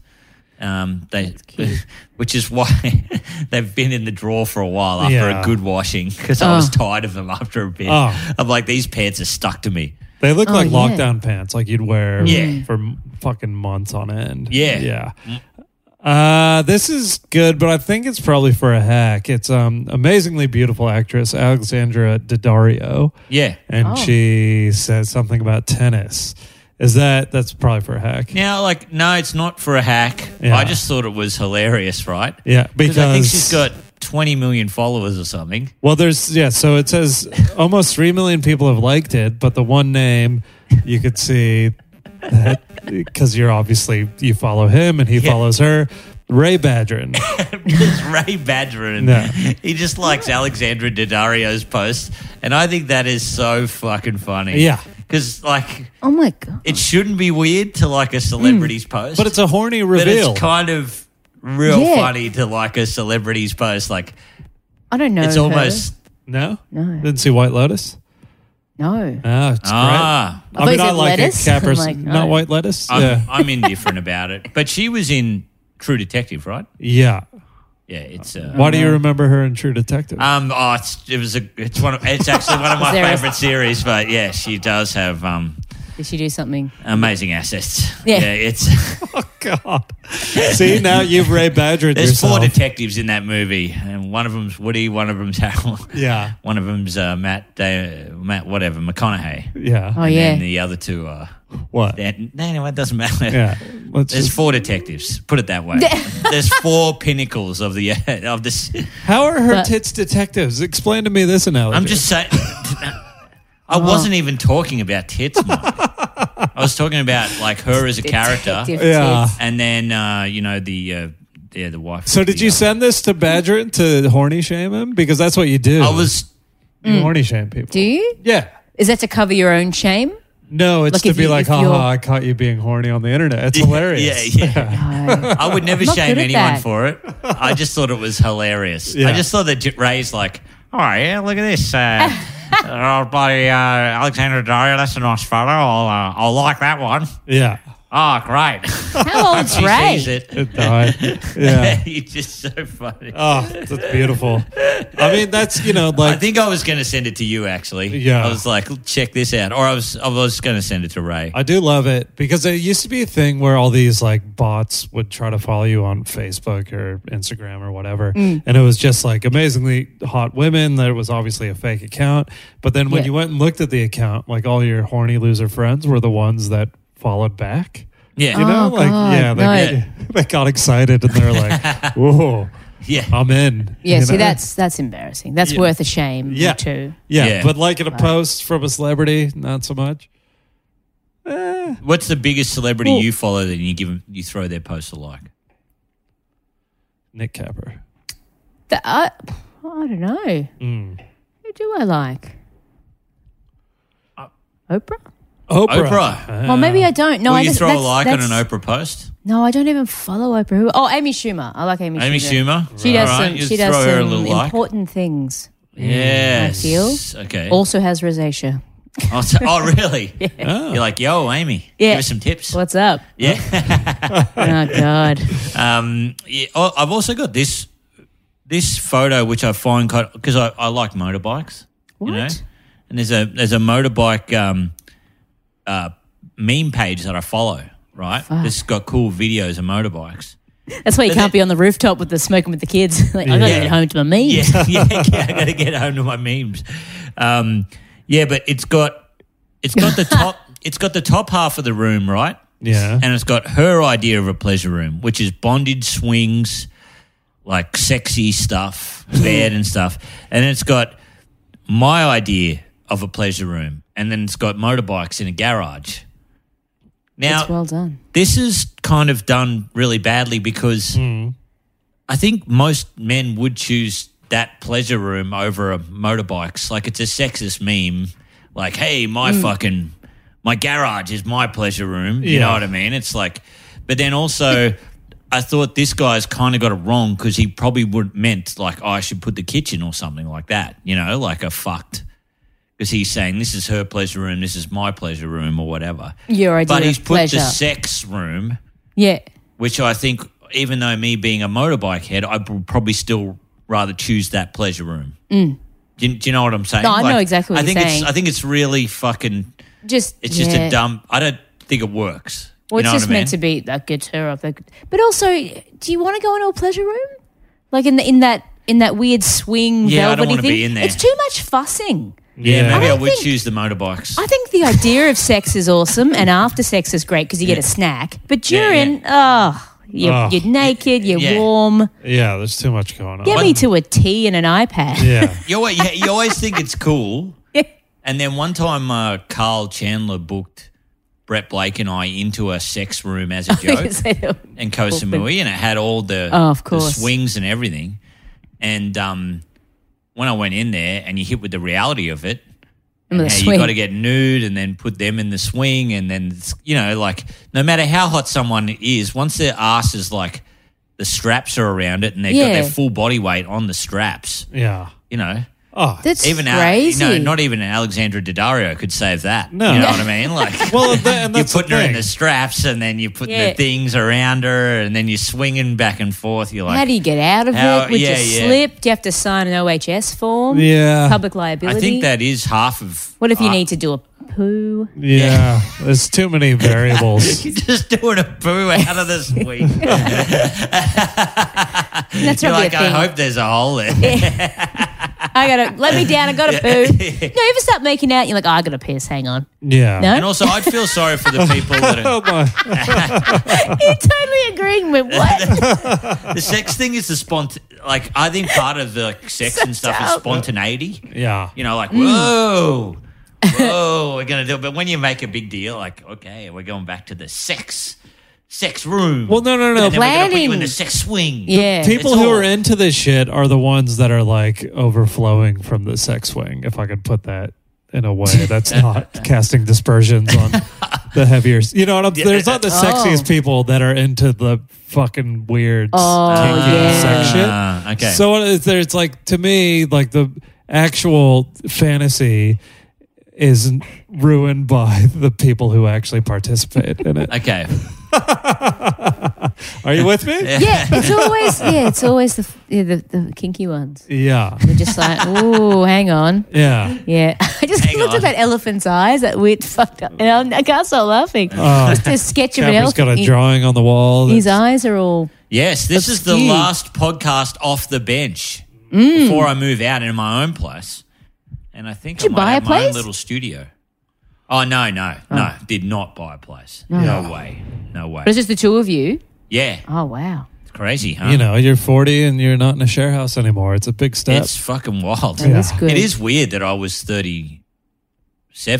Speaker 3: Um, they,
Speaker 1: cute.
Speaker 3: which is why they've been in the drawer for a while after
Speaker 2: Yeah.
Speaker 3: a good washing because I
Speaker 1: Oh.
Speaker 3: was tired of them after a bit.
Speaker 2: Oh.
Speaker 3: I'm like, these pants are stuck to me.
Speaker 2: They look
Speaker 1: Oh,
Speaker 2: like
Speaker 1: yeah.
Speaker 2: lockdown pants, like you'd wear
Speaker 3: Yeah.
Speaker 2: for m- fucking months on end.
Speaker 3: Yeah. Mm.
Speaker 2: Yeah. Uh, this is good, but I think it's probably for a hack. It's um amazingly beautiful actress Alexandra Daddario,
Speaker 3: Yeah.
Speaker 2: and
Speaker 1: Oh.
Speaker 2: she says something about tennis. Is that that's probably for a hack?
Speaker 3: Now, like, no, it's not for a hack.
Speaker 2: Yeah.
Speaker 3: I just thought it was hilarious, right?
Speaker 2: Yeah,
Speaker 3: Because I think
Speaker 2: because-
Speaker 3: she's got 20 million followers or something.
Speaker 2: Well, there's yeah. So it says almost three million people have liked it, but the one name you could see that because you're obviously you follow him and he
Speaker 3: Yeah.
Speaker 2: follows her. Ray Badrin.
Speaker 3: It's Ray Badgerin.
Speaker 2: No.
Speaker 3: He just likes Alexandra Daddario's post, and I think that is so fucking funny.
Speaker 2: Yeah.
Speaker 3: because like
Speaker 1: Oh my god.
Speaker 3: it shouldn't be weird to like a celebrity's post,
Speaker 2: Hmm. But it's a horny
Speaker 3: but
Speaker 2: reveal.
Speaker 3: it's kind of real
Speaker 1: Yeah.
Speaker 3: funny to like a celebrity's post. Like
Speaker 1: I don't know.
Speaker 3: it's
Speaker 1: her.
Speaker 3: almost
Speaker 2: no,
Speaker 1: No.
Speaker 2: Didn't see White Lotus.
Speaker 1: No.
Speaker 2: No, it's
Speaker 3: ah. Uh-huh.
Speaker 2: great. I
Speaker 1: you
Speaker 2: mean, I
Speaker 1: said
Speaker 2: like
Speaker 1: Oh, lettuce.
Speaker 2: it. Capers,
Speaker 1: I'm like,
Speaker 2: not
Speaker 1: oh.
Speaker 2: white lettuce.
Speaker 3: I'm,
Speaker 2: yeah,
Speaker 3: I'm indifferent about it. But she was in True Detective, right?
Speaker 2: yeah.
Speaker 3: Yeah, it's. Uh,
Speaker 2: Why do
Speaker 1: Uh-huh.
Speaker 2: you remember her in True Detective?
Speaker 3: Um, oh, it's, it was a. It's one. Of, it's actually one of my
Speaker 1: Is there a-
Speaker 3: favorite series. But yeah, she does have um
Speaker 1: Did she do something?
Speaker 3: amazing assets.
Speaker 1: Yeah.
Speaker 3: it's
Speaker 2: oh God! see now you've Ray Badgered
Speaker 3: there's
Speaker 2: yourself.
Speaker 3: four detectives in that movie, and one of them's Woody, one of them's Harold,
Speaker 2: yeah,
Speaker 3: one of them's uh, Matt, Da- Matt, whatever McConaughey,
Speaker 2: yeah.
Speaker 1: Oh
Speaker 3: and
Speaker 1: yeah.
Speaker 3: then the other two are.
Speaker 1: Oh.
Speaker 2: what?
Speaker 3: Dan- no, no, it doesn't matter.
Speaker 2: Yeah. Let's
Speaker 3: There's
Speaker 2: just
Speaker 3: four detectives. Put it that way. There's four pinnacles of the of this.
Speaker 2: How are her
Speaker 1: But-
Speaker 2: tits detectives? Explain to me this analogy.
Speaker 3: I'm just saying. I
Speaker 2: Uh-huh.
Speaker 3: wasn't even talking about tits. Mike. I was talking about like her as a character,
Speaker 1: Detective
Speaker 2: Yeah.
Speaker 1: tits.
Speaker 3: and then uh, you know the uh, yeah the wife.
Speaker 2: So
Speaker 3: of
Speaker 2: did
Speaker 3: the
Speaker 2: you
Speaker 3: other-
Speaker 2: send this to Badger to horny shame him? Because that's what you do.
Speaker 3: I was
Speaker 2: you horny shame people.
Speaker 1: Do you?
Speaker 2: yeah.
Speaker 1: Is that to cover your own shame?
Speaker 2: No, it's
Speaker 1: Like,
Speaker 2: to
Speaker 1: if
Speaker 2: be
Speaker 1: you-
Speaker 2: like,
Speaker 1: if you're-
Speaker 2: haha, I caught you being horny on the internet. It's hilarious.
Speaker 3: Yeah, yeah.
Speaker 1: No.
Speaker 3: I would never
Speaker 1: I'm not
Speaker 3: shame
Speaker 1: good at
Speaker 3: anyone
Speaker 1: that.
Speaker 3: for it. I just thought it was hilarious.
Speaker 2: Yeah.
Speaker 3: I just thought that J- Ray's like, all right, yeah, look at this. Uh, oh, buddy, uh, Alexander Dario, that's a nice photo. I'll, uh, I'll like that one.
Speaker 2: Yeah.
Speaker 3: Oh, great.
Speaker 1: How old's
Speaker 3: she sees
Speaker 1: Ray?
Speaker 3: it.
Speaker 2: It died. Yeah.
Speaker 3: You're just so funny.
Speaker 2: Oh, that's beautiful. I mean, that's, you know,
Speaker 3: I
Speaker 2: like,
Speaker 3: think I was going to send it to you, actually.
Speaker 2: Yeah.
Speaker 3: I was like, check this out. Or I was, I was going to send it to Ray.
Speaker 2: I do love it because there used to be a thing where all these like bots would try to follow you on Facebook or Instagram or whatever.
Speaker 1: Mm.
Speaker 2: And it was just like amazingly hot women. That it was obviously a fake account. But then when
Speaker 1: Yeah.
Speaker 2: you went and looked at the account, like all your horny loser friends were the ones that followed back.
Speaker 3: yeah.
Speaker 2: You know, like,
Speaker 1: Oh, God,
Speaker 2: yeah, they,
Speaker 1: no.
Speaker 2: they got excited and they're like, whoa,
Speaker 3: yeah.
Speaker 2: I'm in.
Speaker 1: Yeah,
Speaker 2: you
Speaker 1: see
Speaker 2: know?
Speaker 1: that's that's embarrassing. That's
Speaker 2: Yeah.
Speaker 1: worth a shame
Speaker 2: Yeah.
Speaker 1: or two.
Speaker 2: Yeah,
Speaker 3: Yeah.
Speaker 2: but like in a post from a celebrity, not so much. Eh,
Speaker 3: What's the biggest celebrity
Speaker 2: Well-
Speaker 3: you follow that you give 'em- you throw their post a like?
Speaker 2: Nick Capper.
Speaker 1: The, I, I don't know. Who do I like?
Speaker 3: Uh,
Speaker 1: Oprah?
Speaker 2: Oprah.
Speaker 3: Oprah.
Speaker 1: well, maybe I don't. No,
Speaker 3: Will
Speaker 1: I
Speaker 3: uh, you
Speaker 1: just,
Speaker 3: throw a
Speaker 1: that's-
Speaker 3: like on an
Speaker 1: that's-
Speaker 3: Oprah post?
Speaker 1: No, I don't even follow Oprah. Who- Oh, Amy Schumer. I like Amy.
Speaker 3: Amy Schumer.
Speaker 1: She does
Speaker 3: All right,
Speaker 1: some.
Speaker 3: you
Speaker 1: She does
Speaker 3: throw her a
Speaker 1: some
Speaker 3: little like.
Speaker 1: important things.
Speaker 3: Yes.
Speaker 1: feel.
Speaker 3: Okay.
Speaker 1: Also has rosacea.
Speaker 3: Oh, so- oh, really?
Speaker 2: Oh.
Speaker 3: You're like, yo, Amy,
Speaker 1: Yeah.
Speaker 3: give us some tips.
Speaker 1: What's up?
Speaker 3: Yeah.
Speaker 1: Oh God.
Speaker 3: Um, yeah. Oh, I've also got this this photo, which I find kind because I, I like motorbikes.
Speaker 1: What?
Speaker 3: You know? And there's a there's a motorbike um, uh, meme page that I follow. Right. This has got cool videos of motorbikes.
Speaker 1: That's why you
Speaker 3: But
Speaker 1: can't
Speaker 3: then-
Speaker 1: be on the rooftop with the smoking with the kids. like, I gotta
Speaker 3: Yeah.
Speaker 1: get home to my meat.
Speaker 3: Yeah, yeah, yeah, I gotta get home to my memes. Um, yeah, but it's got it's got the top it's got the top half of the room, right?
Speaker 2: Yeah.
Speaker 3: And it's got her idea of a pleasure room, which is bondage swings, like sexy stuff, bed and stuff. And it's got my idea of a pleasure room, and then it's got motorbikes in a garage. Now,
Speaker 1: it's well done.
Speaker 3: this is kind of done really badly because I think most men would choose that pleasure room over a motorbikes. Like it's a sexist meme. Like, hey, my fucking my garage is my pleasure room. You
Speaker 2: Yeah.
Speaker 3: know what I mean? It's like, but then also. I thought this guy's kind of got it wrong because he probably would meant like oh, I should put the kitchen or something like that, you know, like a fucked because he's saying this is her pleasure room, this is my pleasure room or whatever.
Speaker 1: Your idea
Speaker 3: but he's
Speaker 1: of
Speaker 3: put
Speaker 1: pleasure.
Speaker 3: the sex room
Speaker 1: Yeah.
Speaker 3: which I think, even though me being a motorbike head, I would probably still rather choose that pleasure room. Do, you, do you know what I'm saying?
Speaker 1: Mm. No, I know exactly what
Speaker 3: I
Speaker 1: you're
Speaker 3: think
Speaker 1: saying.
Speaker 3: It's, I think it's really fucking.
Speaker 1: Just
Speaker 3: It's just
Speaker 1: yeah.
Speaker 3: a dumb. I don't think it works.
Speaker 1: Well,
Speaker 3: you
Speaker 1: it's
Speaker 3: know what
Speaker 1: just
Speaker 3: I mean?
Speaker 1: meant to be that gets her off. That, but also, do you want to go into a pleasure room, like in the, in that in that weird swing
Speaker 3: Yeah, I don't
Speaker 1: velvety
Speaker 3: wanna
Speaker 1: thing?
Speaker 3: be in there.
Speaker 1: It's too much fussing.
Speaker 3: Yeah,
Speaker 2: Yeah.
Speaker 3: maybe
Speaker 1: I
Speaker 3: I,
Speaker 1: don't
Speaker 3: would
Speaker 1: think-
Speaker 3: choose the motorbikes.
Speaker 1: I think the idea of sex is awesome, and after sex is great because you get
Speaker 3: Yeah.
Speaker 1: a snack. But
Speaker 3: Yeah, yeah.
Speaker 1: during, oh, you're,
Speaker 2: Oh.
Speaker 1: you're naked, you're
Speaker 3: Yeah.
Speaker 1: warm.
Speaker 2: Yeah, there's too much going on.
Speaker 1: Get me to a tea and an iPad.
Speaker 2: Yeah.
Speaker 3: you, always, you- you always think it's cool.
Speaker 1: Yeah.
Speaker 3: And then one time, uh, Carl Chandler booked Brett Blake and I into a sex room as a joke. and Koh Samui, and it had all the,
Speaker 1: Oh, of
Speaker 3: the
Speaker 1: course.
Speaker 3: swings and everything. And um, when I went in there, and you hit with the reality of it,
Speaker 1: And with
Speaker 3: and
Speaker 1: a
Speaker 3: how
Speaker 1: swing.
Speaker 3: you got to get nude and then put them in the swing, and then it's- you know, like no matter how hot someone is, once their ass is like the straps are around it, and they've got
Speaker 1: Yeah.
Speaker 3: their full body weight on the straps,
Speaker 2: Yeah.
Speaker 3: you know.
Speaker 2: Oh.
Speaker 1: That's
Speaker 3: Even Al-
Speaker 1: crazy.
Speaker 3: no, not even Alexandra Daddario could save that.
Speaker 2: No.
Speaker 3: You know what I mean? Like,
Speaker 2: well, and that, and
Speaker 3: you're
Speaker 2: that's the
Speaker 3: putting her in
Speaker 2: thing.
Speaker 3: the straps and then you're putting
Speaker 1: Yeah.
Speaker 3: the things around her and then you're swinging back and forth. You're like,
Speaker 1: How do you get out of
Speaker 3: How-
Speaker 1: it? Would
Speaker 3: yeah,
Speaker 1: you
Speaker 3: yeah.
Speaker 1: slip? Do you have to sign an OHS form?
Speaker 2: Yeah.
Speaker 1: Public liability.
Speaker 3: I think that is half of.
Speaker 1: What if you need to do a poo?
Speaker 2: Yeah. There's too many variables.
Speaker 3: You're just doing a poo out of this week.
Speaker 1: That's
Speaker 3: you're
Speaker 1: not
Speaker 3: like,
Speaker 1: a
Speaker 3: I
Speaker 1: thing.
Speaker 3: hope there's a hole there.
Speaker 1: I gotta let me down. I gotta poo. No, you ever start making out? You're like, oh, I gotta piss. Hang on.
Speaker 2: Yeah.
Speaker 1: No?
Speaker 3: And also, I'd feel sorry for the people that
Speaker 2: Oh
Speaker 3: are.
Speaker 2: my.
Speaker 1: You're totally agreeing with what?
Speaker 3: The sex thing is the spont. Like, I think part of the like, sex and stuff is
Speaker 1: dumb.
Speaker 3: spontaneity.
Speaker 2: Yeah.
Speaker 3: You know, like,
Speaker 1: Mm.
Speaker 3: whoa, whoa, we're going to do it. But when you make a big deal, like, okay, we're going back to the sex, sex room.
Speaker 2: Well, no, no, no.
Speaker 3: And then we're gonna put you in
Speaker 1: Planning.
Speaker 3: the sex swing.
Speaker 1: yeah.
Speaker 2: People
Speaker 3: It's
Speaker 2: who
Speaker 3: all-
Speaker 2: are into this shit are the ones that are like overflowing from the sex swing, if I could put that in a way that's not casting dispersions on the heavier. You know what I'm There's not the sexiest
Speaker 1: Oh.
Speaker 2: people that are into the fucking weird
Speaker 1: Oh,
Speaker 2: kinky
Speaker 1: yeah.
Speaker 2: sex shit.
Speaker 3: Ah, okay.
Speaker 2: So it's, there's like to me like the actual fantasy is ruined by the people who actually participate in it.
Speaker 3: okay.
Speaker 2: Are you with me?
Speaker 1: yeah, it's always yeah, it's always the yeah, the, the kinky ones.
Speaker 2: Yeah.
Speaker 1: They're just like, ooh, hang on.
Speaker 2: Yeah.
Speaker 1: Yeah, I just
Speaker 3: Hang
Speaker 1: looked
Speaker 3: on.
Speaker 1: at that elephant's eyes, that weird fucked up, and I'm, I can't stop laughing.
Speaker 2: Oh.
Speaker 1: Just a sketch of an
Speaker 2: Capper's got
Speaker 1: elephant.
Speaker 2: a drawing on the wall.
Speaker 1: His
Speaker 2: that's-
Speaker 1: eyes are all
Speaker 3: Yes, this is the
Speaker 1: Obscure.
Speaker 3: last podcast off the bench
Speaker 1: Mm.
Speaker 3: before I move out into my own place. And I think
Speaker 1: Did
Speaker 3: I
Speaker 1: you
Speaker 3: might
Speaker 1: buy a
Speaker 3: have my own
Speaker 1: place?
Speaker 3: little studio. Oh no, no, no! Did not buy a place.
Speaker 2: Yeah.
Speaker 3: No way. No way.
Speaker 1: But it's just the two of you.
Speaker 3: Yeah,
Speaker 1: Oh wow!
Speaker 3: it's crazy, huh?
Speaker 2: you know, you're 40 and you're not in a share house anymore. It's a big step.
Speaker 3: it's fucking wild.
Speaker 1: That is good.
Speaker 3: It is weird that I was thirty-seven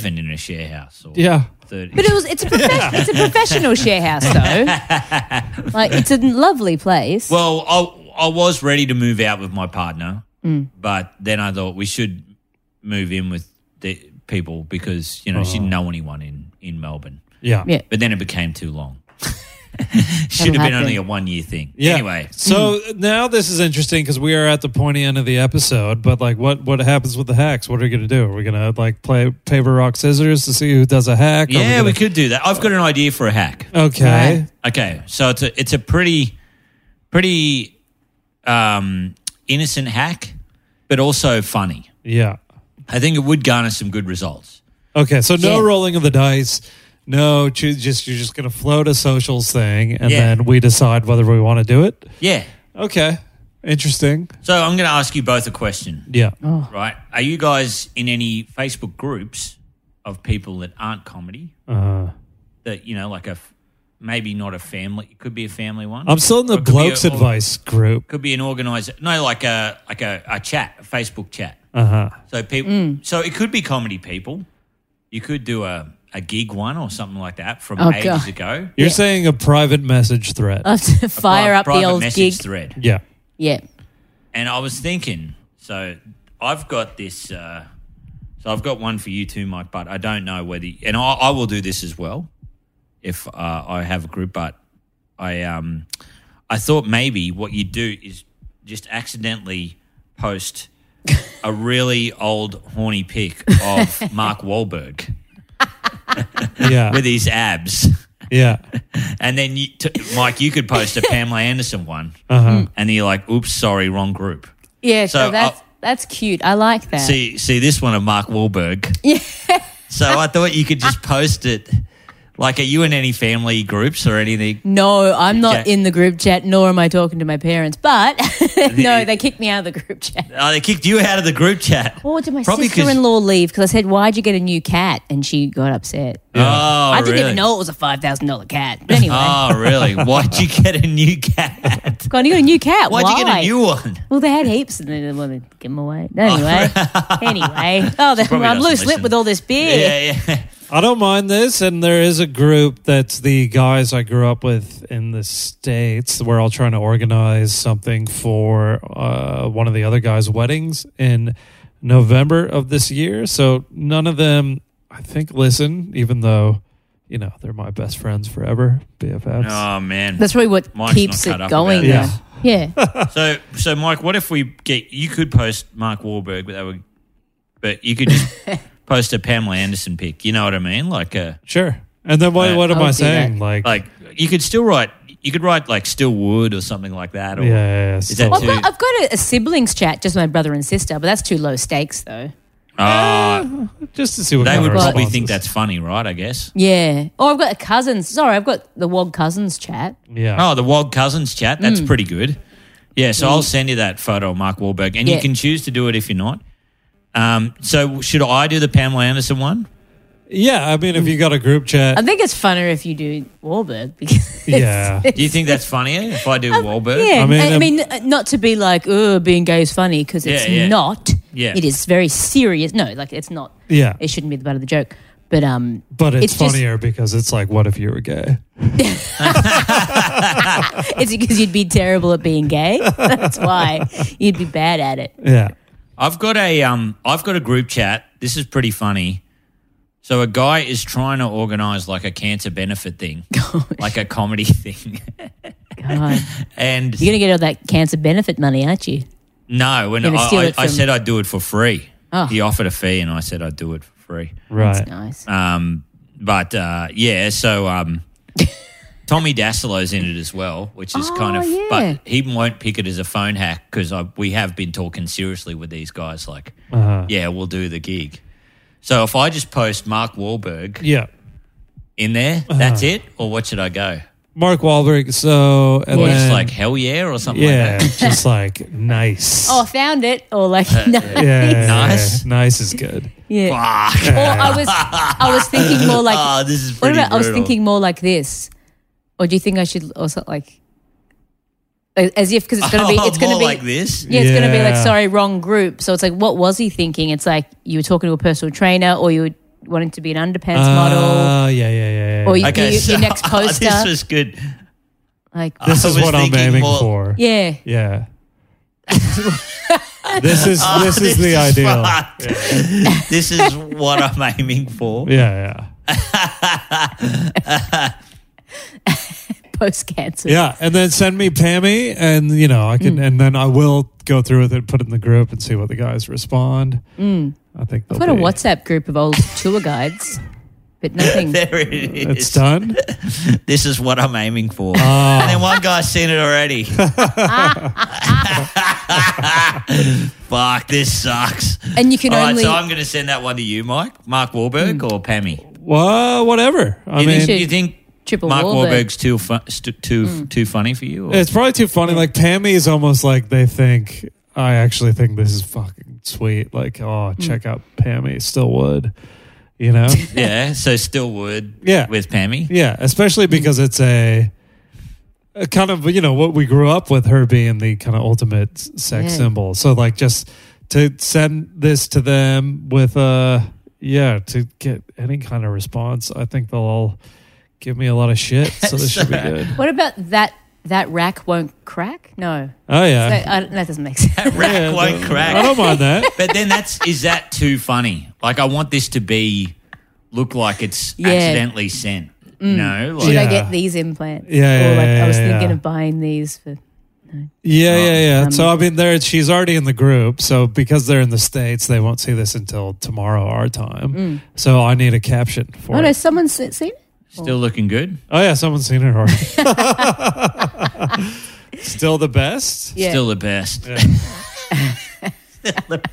Speaker 3: in a share house. Or
Speaker 2: yeah.
Speaker 3: thirty.
Speaker 1: But it was it's a profe- it's a professional share house though. like it's a lovely place.
Speaker 3: Well, I, I was ready to move out with my partner, but then I thought we should move in with the people because you know she didn't know anyone in in Melbourne.
Speaker 2: Yeah.
Speaker 1: yeah,
Speaker 3: But then it became too long. should have been
Speaker 1: happen.
Speaker 3: only a one year thing.
Speaker 2: Yeah.
Speaker 3: Anyway,
Speaker 2: So now this is interesting because we are at the pointy end of the episode, but like what what happens with the hacks? What are we gonna do? Are we gonna like play paper, rock, scissors to see who does a hack? Are
Speaker 3: yeah, we
Speaker 2: gonna-
Speaker 3: could do that. I've got an idea for a hack.
Speaker 2: Okay.
Speaker 1: Right.
Speaker 3: Okay, so it's a it's a pretty pretty um, innocent hack, but also funny.
Speaker 2: Yeah.
Speaker 3: I think it would garner some good results.
Speaker 2: Okay. So no
Speaker 1: Yeah.
Speaker 2: rolling of the dice. No, choose just you're just gonna float a socials thing and
Speaker 3: Yeah.
Speaker 2: then we decide whether we wanna do it.
Speaker 3: Yeah.
Speaker 2: Okay. Interesting.
Speaker 3: So I'm going to ask you both a question.
Speaker 2: Yeah.
Speaker 1: Oh.
Speaker 3: Right. Are you guys in any Facebook groups of people that aren't comedy?
Speaker 2: Uh,
Speaker 3: That, you know, like a f- maybe not a family, it could be a family one.
Speaker 2: I'm still in the
Speaker 3: Or it could be
Speaker 2: blokes
Speaker 3: a-
Speaker 2: advice group.
Speaker 3: Could be an organizer. No, like a like a, a chat, a Facebook chat.
Speaker 2: Uh huh.
Speaker 1: Mm.
Speaker 3: So people so it could be comedy people. You could do a, a gig one or something like that from
Speaker 1: Oh,
Speaker 3: ages
Speaker 1: God.
Speaker 3: ago.
Speaker 2: You're saying a private message threat.
Speaker 1: I have to fire
Speaker 3: Pri-
Speaker 1: up the
Speaker 3: private
Speaker 1: old
Speaker 3: message
Speaker 1: gig.
Speaker 3: thread.
Speaker 2: yeah.
Speaker 1: Yeah.
Speaker 3: And I was thinking, so I've got this. Uh, so I've got one for you too, Mike. But I don't know whether, and I, I will do this as well if uh, I have a group. But I, um, I thought maybe what you do is just accidentally post a really old horny pic of Mark Wahlberg
Speaker 2: Yeah.
Speaker 3: with his abs.
Speaker 2: yeah.
Speaker 3: And then, you, t- Mike, you could post a Pamela Anderson one,
Speaker 2: Uh-huh.
Speaker 3: and you're like, "Oops, sorry, wrong group."
Speaker 1: Yeah. So,
Speaker 3: So,
Speaker 1: that's
Speaker 3: uh,
Speaker 1: that's cute. I like that.
Speaker 3: See, see this one of Mark Wahlberg. Yeah. so I thought you could just post it. Like, are you in any family groups or anything?
Speaker 1: no, I'm not
Speaker 3: Okay.
Speaker 1: in the group chat, nor am I talking to my parents. But no, they kicked me out of the group chat.
Speaker 3: Oh, they kicked you out of the group chat.
Speaker 1: Or Oh, did my
Speaker 3: 'cause-
Speaker 1: sister-in-law leave? Because I said, "Why'd you get a new cat?" and she got upset.
Speaker 3: Oh,
Speaker 1: I didn't
Speaker 3: really?
Speaker 1: even know it was a five thousand dollar cat. But anyway,
Speaker 3: Oh, really? Why'd you get a new cat?
Speaker 1: God, you got a new cat.
Speaker 3: Why'd
Speaker 1: Why?
Speaker 3: you get a new one?
Speaker 1: Well, they had heaps, and then well, they give them away. Anyway, anyway. Oh, then,
Speaker 3: probably
Speaker 1: I'm
Speaker 3: doesn't
Speaker 1: loose
Speaker 3: listen.
Speaker 1: lip with all this beer.
Speaker 3: Yeah, yeah.
Speaker 2: I don't mind this. And there is a group that's the guys I grew up with in the States. We're all trying to organize something for uh, one of the other guys' weddings in November of this year. So none of them, I think, listen, even though, you know, they're my best friends forever, BFFs.
Speaker 3: Oh man.
Speaker 1: That's probably what
Speaker 3: Mine's
Speaker 1: keeps
Speaker 3: not
Speaker 1: it
Speaker 3: cut up
Speaker 1: going.
Speaker 2: about it.
Speaker 1: though. Yeah.
Speaker 3: So, so Mike, what if we get you could post Mark Wahlberg, but that would, but you could just post a Pamela Anderson pic. You know what I mean? Like a
Speaker 2: Sure. And then what,
Speaker 3: Right.
Speaker 2: what am
Speaker 1: I would
Speaker 2: I
Speaker 1: do
Speaker 2: saying?
Speaker 1: that.
Speaker 2: Like,
Speaker 3: Uh, like you could still write. You could write like still wood or something like that. Or,
Speaker 2: yeah, yeah, yeah, still-
Speaker 1: I've
Speaker 3: that-
Speaker 1: got, I've got a, a siblings chat, just my brother and sister, but that's too low stakes, though.
Speaker 3: Ah,
Speaker 2: just to see what
Speaker 3: they
Speaker 2: kind
Speaker 3: would
Speaker 2: of
Speaker 3: probably
Speaker 2: responses.
Speaker 3: think that's funny, right? I guess.
Speaker 1: Yeah. Or I've got a cousins. Sorry, I've got the Wog cousins chat.
Speaker 2: Yeah.
Speaker 3: Oh, the Wog Cousins chat. That's
Speaker 1: Hmm.
Speaker 3: pretty good. Yeah, so I'll send you that photo of Mark Wahlberg, and
Speaker 1: Yeah.
Speaker 3: you can choose to do it if you're not. Um, so should I do the Pamela Anderson one?
Speaker 2: Yeah. I mean, if you got a group
Speaker 1: I
Speaker 2: chat,
Speaker 1: think it's funner if you do Wahlberg because
Speaker 2: yeah.
Speaker 3: Do you think that's funnier if I do Wahlberg?
Speaker 1: Yeah,
Speaker 2: I
Speaker 1: I
Speaker 2: mean,
Speaker 1: mean, I,
Speaker 2: um,
Speaker 1: mean, uh, not to be like, oh, being gay is funny because it's
Speaker 3: Yeah, yeah.
Speaker 1: not.
Speaker 3: Yeah.
Speaker 1: it is very serious. No, like it's not.
Speaker 2: Yeah.
Speaker 1: it shouldn't be the butt of the joke. But um,
Speaker 2: But it's,
Speaker 1: It's just-
Speaker 2: funnier because it's like, what if you were gay?
Speaker 1: it's because you'd be terrible at being gay. That's why you'd be bad at it.
Speaker 2: Yeah.
Speaker 3: I've got a um I've got a group chat. This is pretty funny. So a guy is trying to organize like a cancer benefit thing, like a comedy thing.
Speaker 1: God.
Speaker 3: And
Speaker 1: You're gonna get all that cancer benefit money, aren't you?
Speaker 3: no, when I,
Speaker 1: Gonna steal
Speaker 3: I,
Speaker 1: it
Speaker 3: I
Speaker 1: from-
Speaker 3: said I'd do it for free.
Speaker 1: Oh.
Speaker 3: He offered a fee and I said I'd do it for free.
Speaker 2: Right.
Speaker 1: Nice.
Speaker 3: Um but uh yeah, so um Tommy Dassilo's in it as well, which is kind
Speaker 1: Oh,
Speaker 3: of
Speaker 1: yeah.
Speaker 3: but he won't pick it as a phone hack cuz we have been talking seriously with these guys like
Speaker 2: Uh-huh.
Speaker 3: yeah, we'll do the gig. So if I just post Mark Wahlberg
Speaker 2: Yeah.
Speaker 3: in there,
Speaker 2: Uh-huh.
Speaker 3: that's it? Or what should I go?
Speaker 2: Mark Wahlberg. So, and
Speaker 3: Or
Speaker 2: then,
Speaker 3: just like hell yeah or something
Speaker 2: yeah,
Speaker 3: like that?
Speaker 2: just like nice.
Speaker 1: Oh, I found it. Or like, no.
Speaker 2: yeah, yeah,
Speaker 3: Nice.
Speaker 2: yeah. Nice is good.
Speaker 1: yeah.
Speaker 3: Fuck.
Speaker 1: Or I was, I was thinking more like,
Speaker 3: Ah, this is
Speaker 1: what
Speaker 3: pretty
Speaker 1: about? I was
Speaker 3: brutal.
Speaker 1: thinking more like this. Or do you think I should also like, as if because it's gonna be, it's gonna
Speaker 3: More
Speaker 1: be
Speaker 3: like this.
Speaker 1: Yeah, it's going to be like,
Speaker 2: Yeah.
Speaker 1: sorry, wrong group. So it's like, what was he thinking? It's like you were talking to a personal trainer or you were wanting to be an underpants model.
Speaker 2: Uh, yeah, yeah, yeah. yeah.
Speaker 1: Or
Speaker 2: yeah.
Speaker 1: you- your- your next poster.
Speaker 3: Oh, this was good.
Speaker 1: Like,
Speaker 2: this
Speaker 3: I
Speaker 2: is
Speaker 3: was
Speaker 2: what I'm
Speaker 3: thinking
Speaker 2: aiming
Speaker 3: more-
Speaker 2: for.
Speaker 1: yeah.
Speaker 2: Yeah. this is this is
Speaker 3: Oh, this
Speaker 2: the
Speaker 3: is
Speaker 2: ideal.
Speaker 3: fucked. This is what I'm aiming for.
Speaker 2: Yeah, yeah,
Speaker 1: Post cancer.
Speaker 2: yeah. And then send me Pammy, and you know I
Speaker 1: Mm.
Speaker 2: can, and then I will go through with it, put it in the group, and see what the guys respond. I think
Speaker 1: I've got Mm. a WhatsApp group of old tour guides, but nothing.
Speaker 3: There it is.
Speaker 2: It's done. Ah.
Speaker 3: This is what I'm aiming for. And then one guy's seen it already. Fuck, this sucks.
Speaker 1: And you can
Speaker 3: All right,
Speaker 1: only. Hmm.
Speaker 3: so I'm going to send that one to you, Mike. Mark Wahlberg or Pammy?
Speaker 2: Well, whatever. I
Speaker 3: You,
Speaker 2: mean,
Speaker 3: think, you think
Speaker 1: Triple
Speaker 3: Mark
Speaker 1: Wahlberg.
Speaker 3: Wahlberg's too fu- st- too
Speaker 1: Hmm.
Speaker 3: too funny for you? Or?
Speaker 2: it's probably too funny. Like Pammy is almost like they think I actually think this is fucking sweet. Like, oh, check out Pammy Stillwood. You know?
Speaker 3: yeah, so still would
Speaker 2: Yeah.
Speaker 3: with Pammy.
Speaker 2: yeah, especially because it's a, a kind of you know what we grew up with her being the kind of ultimate s- sex
Speaker 1: Yeah.
Speaker 2: symbol. So like just to send this to them with a yeah, to get any kind of response, I think they'll all give me a lot of shit. So this should be good.
Speaker 1: What about that? That rack won't crack. No,
Speaker 2: Oh yeah,
Speaker 1: that, I, don't- that doesn't make sense.
Speaker 3: Rack
Speaker 2: Yeah,
Speaker 3: won't
Speaker 2: the-
Speaker 3: crack.
Speaker 2: I don't mind that.
Speaker 3: But then that's is that too funny? Like I want this to be look like it's
Speaker 1: Yeah. Mm.
Speaker 3: accidentally sent. You know, like,
Speaker 1: Should I
Speaker 2: Yeah.
Speaker 1: get these implants?
Speaker 2: Yeah,
Speaker 1: Or
Speaker 2: yeah,
Speaker 1: like
Speaker 2: yeah,
Speaker 1: I was
Speaker 2: yeah,
Speaker 1: thinking
Speaker 2: yeah.
Speaker 1: of buying these for.
Speaker 2: Yeah, yeah, yeah.
Speaker 3: um,
Speaker 2: so I mean, there she's already in the group. So because they're in the states, they won't see this until tomorrow our time. So I need a caption for
Speaker 1: Oh no,
Speaker 2: it.
Speaker 1: someone's se- seen it.
Speaker 3: still looking good.
Speaker 2: Oh yeah, someone's seen it already. Still the best.
Speaker 1: Yeah,
Speaker 3: Still the best.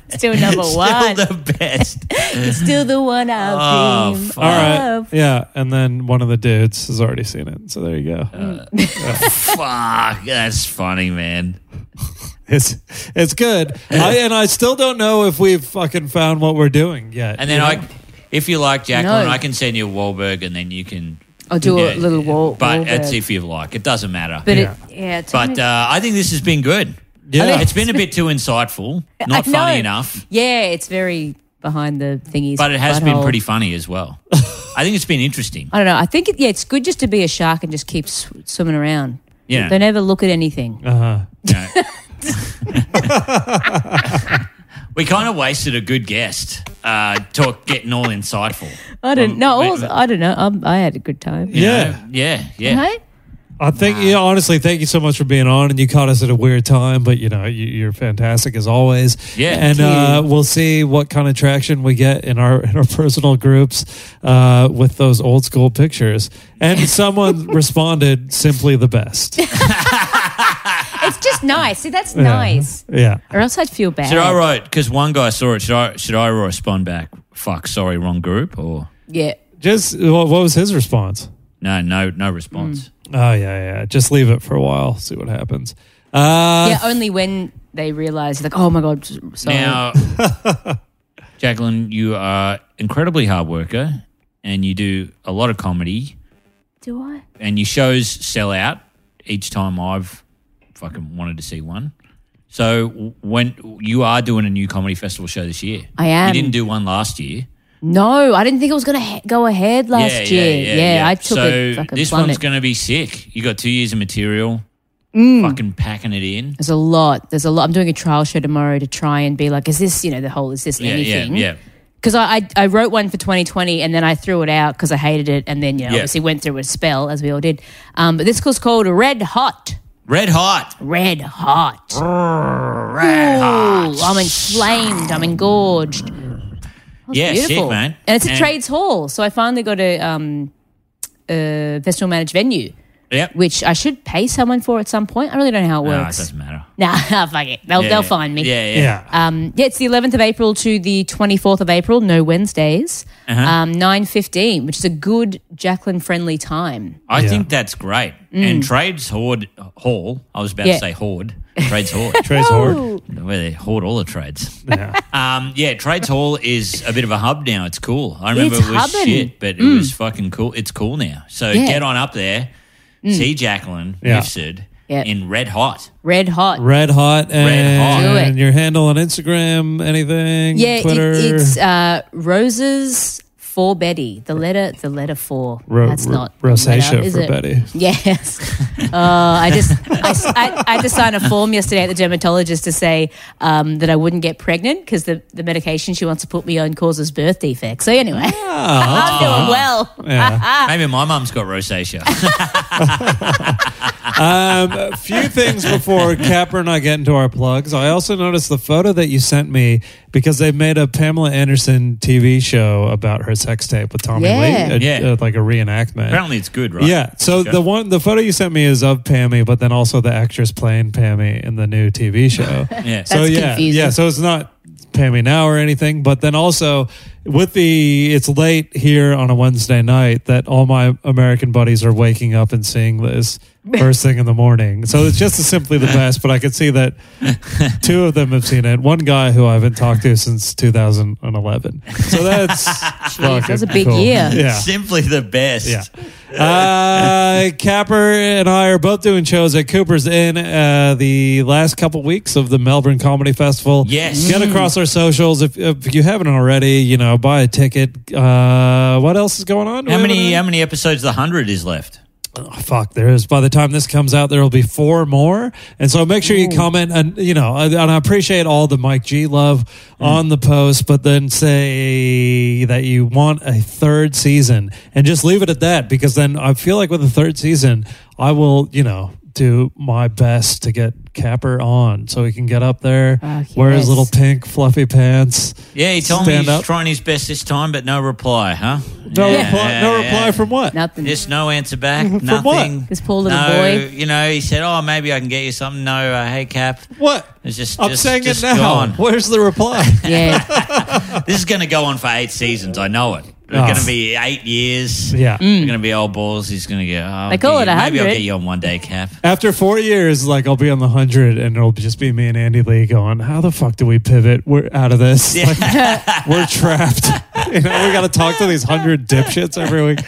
Speaker 1: still number one.
Speaker 3: Still the best.
Speaker 1: It's still the one I'll
Speaker 3: Oh,
Speaker 1: dream
Speaker 3: fuck.
Speaker 2: All right.
Speaker 1: of.
Speaker 2: Yeah, and then one of the dudes has already seen it. So there you go.
Speaker 3: Fuck, that's funny, man.
Speaker 2: It's it's good. I, and I still don't know if we've fucking found what we're doing yet.
Speaker 3: And then
Speaker 2: you know?
Speaker 3: I, if you like Jacqueline,
Speaker 1: No.
Speaker 3: I can send you a Wahlberg, and then you can.
Speaker 1: I'll do a
Speaker 3: Yeah,
Speaker 1: little wall.
Speaker 3: But
Speaker 1: wall
Speaker 3: that's
Speaker 1: bird.
Speaker 3: if you like. It doesn't matter.
Speaker 1: But
Speaker 3: But,
Speaker 1: yeah. it, yeah. it's only-
Speaker 3: uh, I think this has been good.
Speaker 2: Yeah. I think-
Speaker 3: it's been a bit too insightful.
Speaker 1: I
Speaker 3: Not funny
Speaker 1: know.
Speaker 3: enough,
Speaker 1: Yeah, it's very behind the thingies.
Speaker 3: but it has been
Speaker 1: butthole.
Speaker 3: pretty funny as well. I think it's been interesting.
Speaker 1: I don't know. I think it, yeah, it's good just to be a shark and just keep sw- swimming around.
Speaker 3: Yeah.
Speaker 1: Don't ever look at anything.
Speaker 2: Uh-huh.
Speaker 3: No. we kind of wasted a good guest uh, talk getting all insightful.
Speaker 1: I don't know.
Speaker 3: um, wait,
Speaker 1: I was- I don't know. Um, I had a good time.
Speaker 3: you know?
Speaker 2: Yeah.
Speaker 3: yeah, yeah.
Speaker 1: Right?
Speaker 2: I think yeah, honestly, thank you so much for being on, and you caught us at a weird time, but you know you, you're fantastic as always.
Speaker 3: Yeah.
Speaker 2: and uh, we'll see what kind of traction we get in our in our personal groups uh, with those old school pictures. And someone responded, "Simply the best."
Speaker 1: It's just nice. See, that's nice.
Speaker 2: Yeah.
Speaker 1: Or else I'd feel bad.
Speaker 3: Should I write? Because one guy saw it. Should I? Should I respond back? Fuck, sorry, wrong group. Or
Speaker 1: Yeah.
Speaker 2: Just what, what was his response?
Speaker 3: no, no, no response.
Speaker 2: Oh yeah, yeah. Just leave it for a while, see what happens. Uh,
Speaker 1: Yeah, only when they realize, like, oh my God, s- sorry.
Speaker 3: Now, Jacqueline, you are incredibly hard worker, and you do a lot of comedy,
Speaker 1: Do I?
Speaker 3: and your shows sell out each time I've fucking wanted to see one. So w- when you are doing a new comedy festival show this year,
Speaker 1: I am.
Speaker 3: You didn't do one last year.
Speaker 1: No, I didn't think it was going to ha- go ahead last year. Yeah, I took
Speaker 3: so
Speaker 1: a fucking
Speaker 3: this
Speaker 1: plummet.
Speaker 3: one's going to be sick. You got two years of material,
Speaker 1: Mm.
Speaker 3: fucking packing it in.
Speaker 1: There's a lot. There's a lot. I'm doing a trial show tomorrow to try and be like, is this, you know, the whole, is this
Speaker 3: Yeah, yeah,
Speaker 1: anything?
Speaker 3: yeah.
Speaker 1: Because I, I, I wrote one for 2020 and then I threw it out because I hated it. And then, you know,
Speaker 3: Yeah.
Speaker 1: obviously went through a spell, as we all did. Um, but this was called Red Hot.
Speaker 3: Red hot.
Speaker 1: Red Hot.
Speaker 3: Red
Speaker 1: Ooh, I'm inflamed. I'm engorged.
Speaker 3: Yeah,
Speaker 1: Beautiful.
Speaker 3: sick, man.
Speaker 1: And it's a trades hall. So I finally got a um, uh, festival managed venue,
Speaker 3: Yep.
Speaker 1: which I should pay someone for at some point. I really don't know how it
Speaker 3: No, it
Speaker 1: works.
Speaker 3: doesn't matter.
Speaker 1: Nah, fuck it. They'll,
Speaker 3: Yeah,
Speaker 1: they'll
Speaker 3: yeah.
Speaker 1: find me.
Speaker 3: Yeah, yeah.
Speaker 2: yeah.
Speaker 1: Um, yeah, it's the 11th of April to the 24th of April, no Wednesdays,
Speaker 3: Uh-huh.
Speaker 1: um, 9.15, which is a good Jacqueline-friendly time.
Speaker 3: I
Speaker 2: Yeah.
Speaker 3: think that's great. And Trades Horde Hall, I was about
Speaker 1: Mm. Yeah.
Speaker 3: to say Horde, Trades Horde,
Speaker 2: Trey's
Speaker 1: oh.
Speaker 2: hard.
Speaker 3: where they hoard all the trades.
Speaker 2: Yeah.
Speaker 3: Um, yeah, Trades Hall is a bit of a hub now. It's cool. I remember
Speaker 1: It's
Speaker 3: it was
Speaker 1: hubbing. Mm.
Speaker 3: shit, but it was fucking cool. It's cool now. So
Speaker 1: Yeah. Mm.
Speaker 3: get on up there, see Jacqueline
Speaker 2: Yeah.
Speaker 3: Gibson
Speaker 1: Yeah.
Speaker 3: in Red Hot.
Speaker 1: Red hot.
Speaker 2: Red hot and
Speaker 3: Hot.
Speaker 1: Do it.
Speaker 2: your handle on Instagram, anything?
Speaker 1: yeah, it,
Speaker 2: Twitter.
Speaker 1: it's uh, roses for Betty. The letter, the letter for.
Speaker 2: Ro-
Speaker 1: That's
Speaker 2: ro-
Speaker 1: not
Speaker 2: rosacea
Speaker 1: letter, is
Speaker 2: for
Speaker 1: it?
Speaker 2: Betty.
Speaker 1: Yes. Oh, I just I, s- I- I had to sign a form yesterday at the dermatologist to say um, that I wouldn't get pregnant because the, the medication she wants to put me on causes birth defects. So anyway,
Speaker 2: Ah.
Speaker 1: I'm doing well. Ah.
Speaker 3: Maybe my mum's got rosacea.
Speaker 2: um, a few things before Capper and I get into our plugs. I also noticed the photo that you sent me because they made a Pamela Anderson TV show about her sex tape with Tommy
Speaker 1: Yeah.
Speaker 2: Lee, a-
Speaker 3: Yeah.
Speaker 2: uh, like a reenactment.
Speaker 3: Apparently, it's good, right?
Speaker 2: Yeah. So
Speaker 3: Okay.
Speaker 2: the one, the photo you sent me is of Pammy, but then also the actress playing Pammy in the new TV show.
Speaker 3: Yeah.
Speaker 2: So
Speaker 1: That's
Speaker 2: yeah,
Speaker 1: confusing.
Speaker 2: yeah. So it's not Pammy now or anything, but then also with the it's late here on a Wednesday night that all my American buddies are waking up and seeing this first thing in the morning. So it's just simply the best. But I could see that two of them have seen it. One guy who I haven't talked to since 2011. So that's
Speaker 1: that was a
Speaker 2: fucking
Speaker 1: big year.
Speaker 2: Yeah.
Speaker 3: Simply the best.
Speaker 2: Yeah. Uh, Capper and I are both doing shows at Cooper's Inn uh, the last couple weeks of the Melbourne Comedy Festival.
Speaker 3: Yes.
Speaker 2: Get across our socials. If, if you haven't already, you know, know, buy a ticket. Uh, what else is going on? Do
Speaker 3: How
Speaker 2: we have
Speaker 3: many
Speaker 2: anything?
Speaker 3: how many episodes of the hundred is left?
Speaker 2: Oh, fuck, there is. By the time this comes out, there will be four more. And so make sure you comment. And, you know, and and I appreciate all the Mike G love
Speaker 3: Mm.
Speaker 2: on the post, but then say that you want a third season and just leave it at that because then I feel like with the third season, I will, you know, do my best to get Capper on so he can get up there,
Speaker 1: Fuck
Speaker 2: wear his
Speaker 1: yes.
Speaker 2: little pink fluffy pants.
Speaker 3: Yeah, he told me
Speaker 2: Stand
Speaker 3: he's
Speaker 2: up.
Speaker 3: trying his best this time, but no reply, huh?
Speaker 2: No
Speaker 3: Yeah,
Speaker 2: reply, no
Speaker 3: yeah,
Speaker 2: reply
Speaker 3: yeah.
Speaker 2: from what?
Speaker 1: Nothing.
Speaker 3: Just no answer back.
Speaker 2: From
Speaker 3: nothing.
Speaker 2: what?
Speaker 1: This poor little
Speaker 3: no,
Speaker 1: boy.
Speaker 3: You know, he said, "Oh, maybe I can get you something." No, uh, hey Cap,
Speaker 2: What?
Speaker 3: it's just.
Speaker 2: I'm
Speaker 3: just,
Speaker 2: saying
Speaker 3: just
Speaker 2: it now.
Speaker 3: Gone.
Speaker 2: Where's the reply?
Speaker 1: yeah.
Speaker 3: This is going to go on for eight seasons. I know it. It's
Speaker 2: Oh.
Speaker 3: going to be eight years.
Speaker 2: yeah.
Speaker 1: Mm.
Speaker 3: We're going to be old balls. He's going to get. Oh,
Speaker 1: Hmm. They call
Speaker 3: I'll
Speaker 1: it
Speaker 3: get you- Maybe I'll
Speaker 1: 100.
Speaker 3: get you on one day, Cap.
Speaker 2: After four years, like I'll be on the hundred, and it'll just be me and Andy Lee going, "How the fuck do we pivot? We're out of this. Like, we're trapped. you know, we got to talk to these hundred dipshits every week."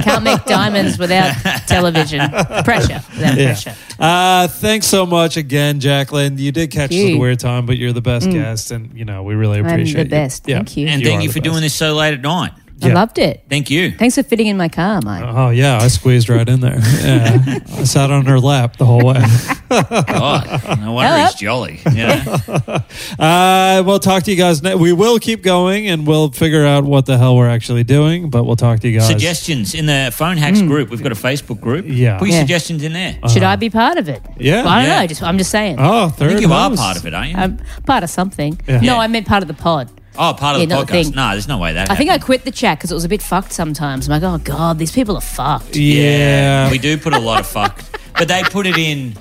Speaker 1: Can't make diamonds without television. Pressure. Without
Speaker 2: Yeah.
Speaker 1: pressure.
Speaker 2: Uh, thanks so much again, Jacqueline. You did catch us at a
Speaker 1: you.
Speaker 2: weird time, but you're the best guest, and you know we really
Speaker 1: Mm. the
Speaker 2: appreciate you.
Speaker 1: best. Thank you.
Speaker 3: And
Speaker 2: are
Speaker 3: thank you
Speaker 2: the
Speaker 3: for
Speaker 2: best.
Speaker 3: doing this so late at night.
Speaker 1: I
Speaker 2: Yeah.
Speaker 1: loved it.
Speaker 3: Thank you.
Speaker 1: Thanks for fitting in my car, Mike.
Speaker 2: Oh yeah, I squeezed right in there. Yeah. I sat on her lap the whole way.
Speaker 3: God, Oh, no wonder
Speaker 1: Hello.
Speaker 3: he's jolly. You know?
Speaker 2: Uh, we'll talk to you guys. Ne- we will keep going, and we'll figure out what the hell we're actually doing. But we'll talk to you guys.
Speaker 3: suggestions in the phone hacks group. We've got a Facebook group.
Speaker 2: Hmm. Yeah.
Speaker 3: Put your
Speaker 1: Yeah.
Speaker 3: suggestions in there.
Speaker 1: Should I be part of it?
Speaker 2: Yeah.
Speaker 1: Well, I don't
Speaker 3: Yeah.
Speaker 1: know. Just, I'm just saying.
Speaker 2: Oh, third
Speaker 3: I think you are
Speaker 2: host.
Speaker 3: part of it, aren't you?
Speaker 1: I'm part of something.
Speaker 2: Yeah.
Speaker 1: No,
Speaker 3: Yeah.
Speaker 1: I meant part of the pod.
Speaker 3: oh, part of
Speaker 1: yeah,
Speaker 3: the
Speaker 1: not the
Speaker 3: podcast.
Speaker 1: thing.
Speaker 3: No, there's no way that.
Speaker 1: I think I
Speaker 3: happened.
Speaker 1: quit the chat because it was a bit fucked sometimes. I'm like, oh god, these people are fucked.
Speaker 2: Yeah.
Speaker 3: we do put a lot of fuck, but they put it in.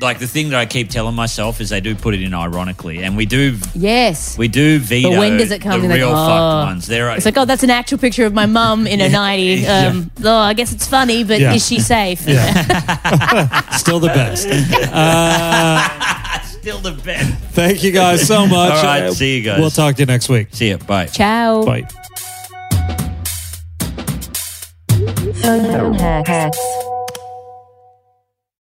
Speaker 3: Like the thing that I keep telling myself is they do put it in ironically, and we do
Speaker 1: Yes.
Speaker 3: we do veto.
Speaker 1: but when does it come?
Speaker 3: The
Speaker 1: You're like,
Speaker 3: real
Speaker 1: oh.
Speaker 3: fucked ones. They're
Speaker 1: It's like, oh, that's an actual picture of my mum in a nightie. Um, Oh, I guess it's funny, but
Speaker 2: Yeah.
Speaker 1: is she safe?
Speaker 2: Yeah. Still the best.
Speaker 1: oh.
Speaker 3: still the best.
Speaker 2: Thank you guys so much.
Speaker 3: All right,
Speaker 2: Uh,
Speaker 3: see you guys.
Speaker 2: We'll talk to you next week.
Speaker 3: See ya. Bye.
Speaker 1: Ciao.
Speaker 2: Bye.
Speaker 4: Phone hacks.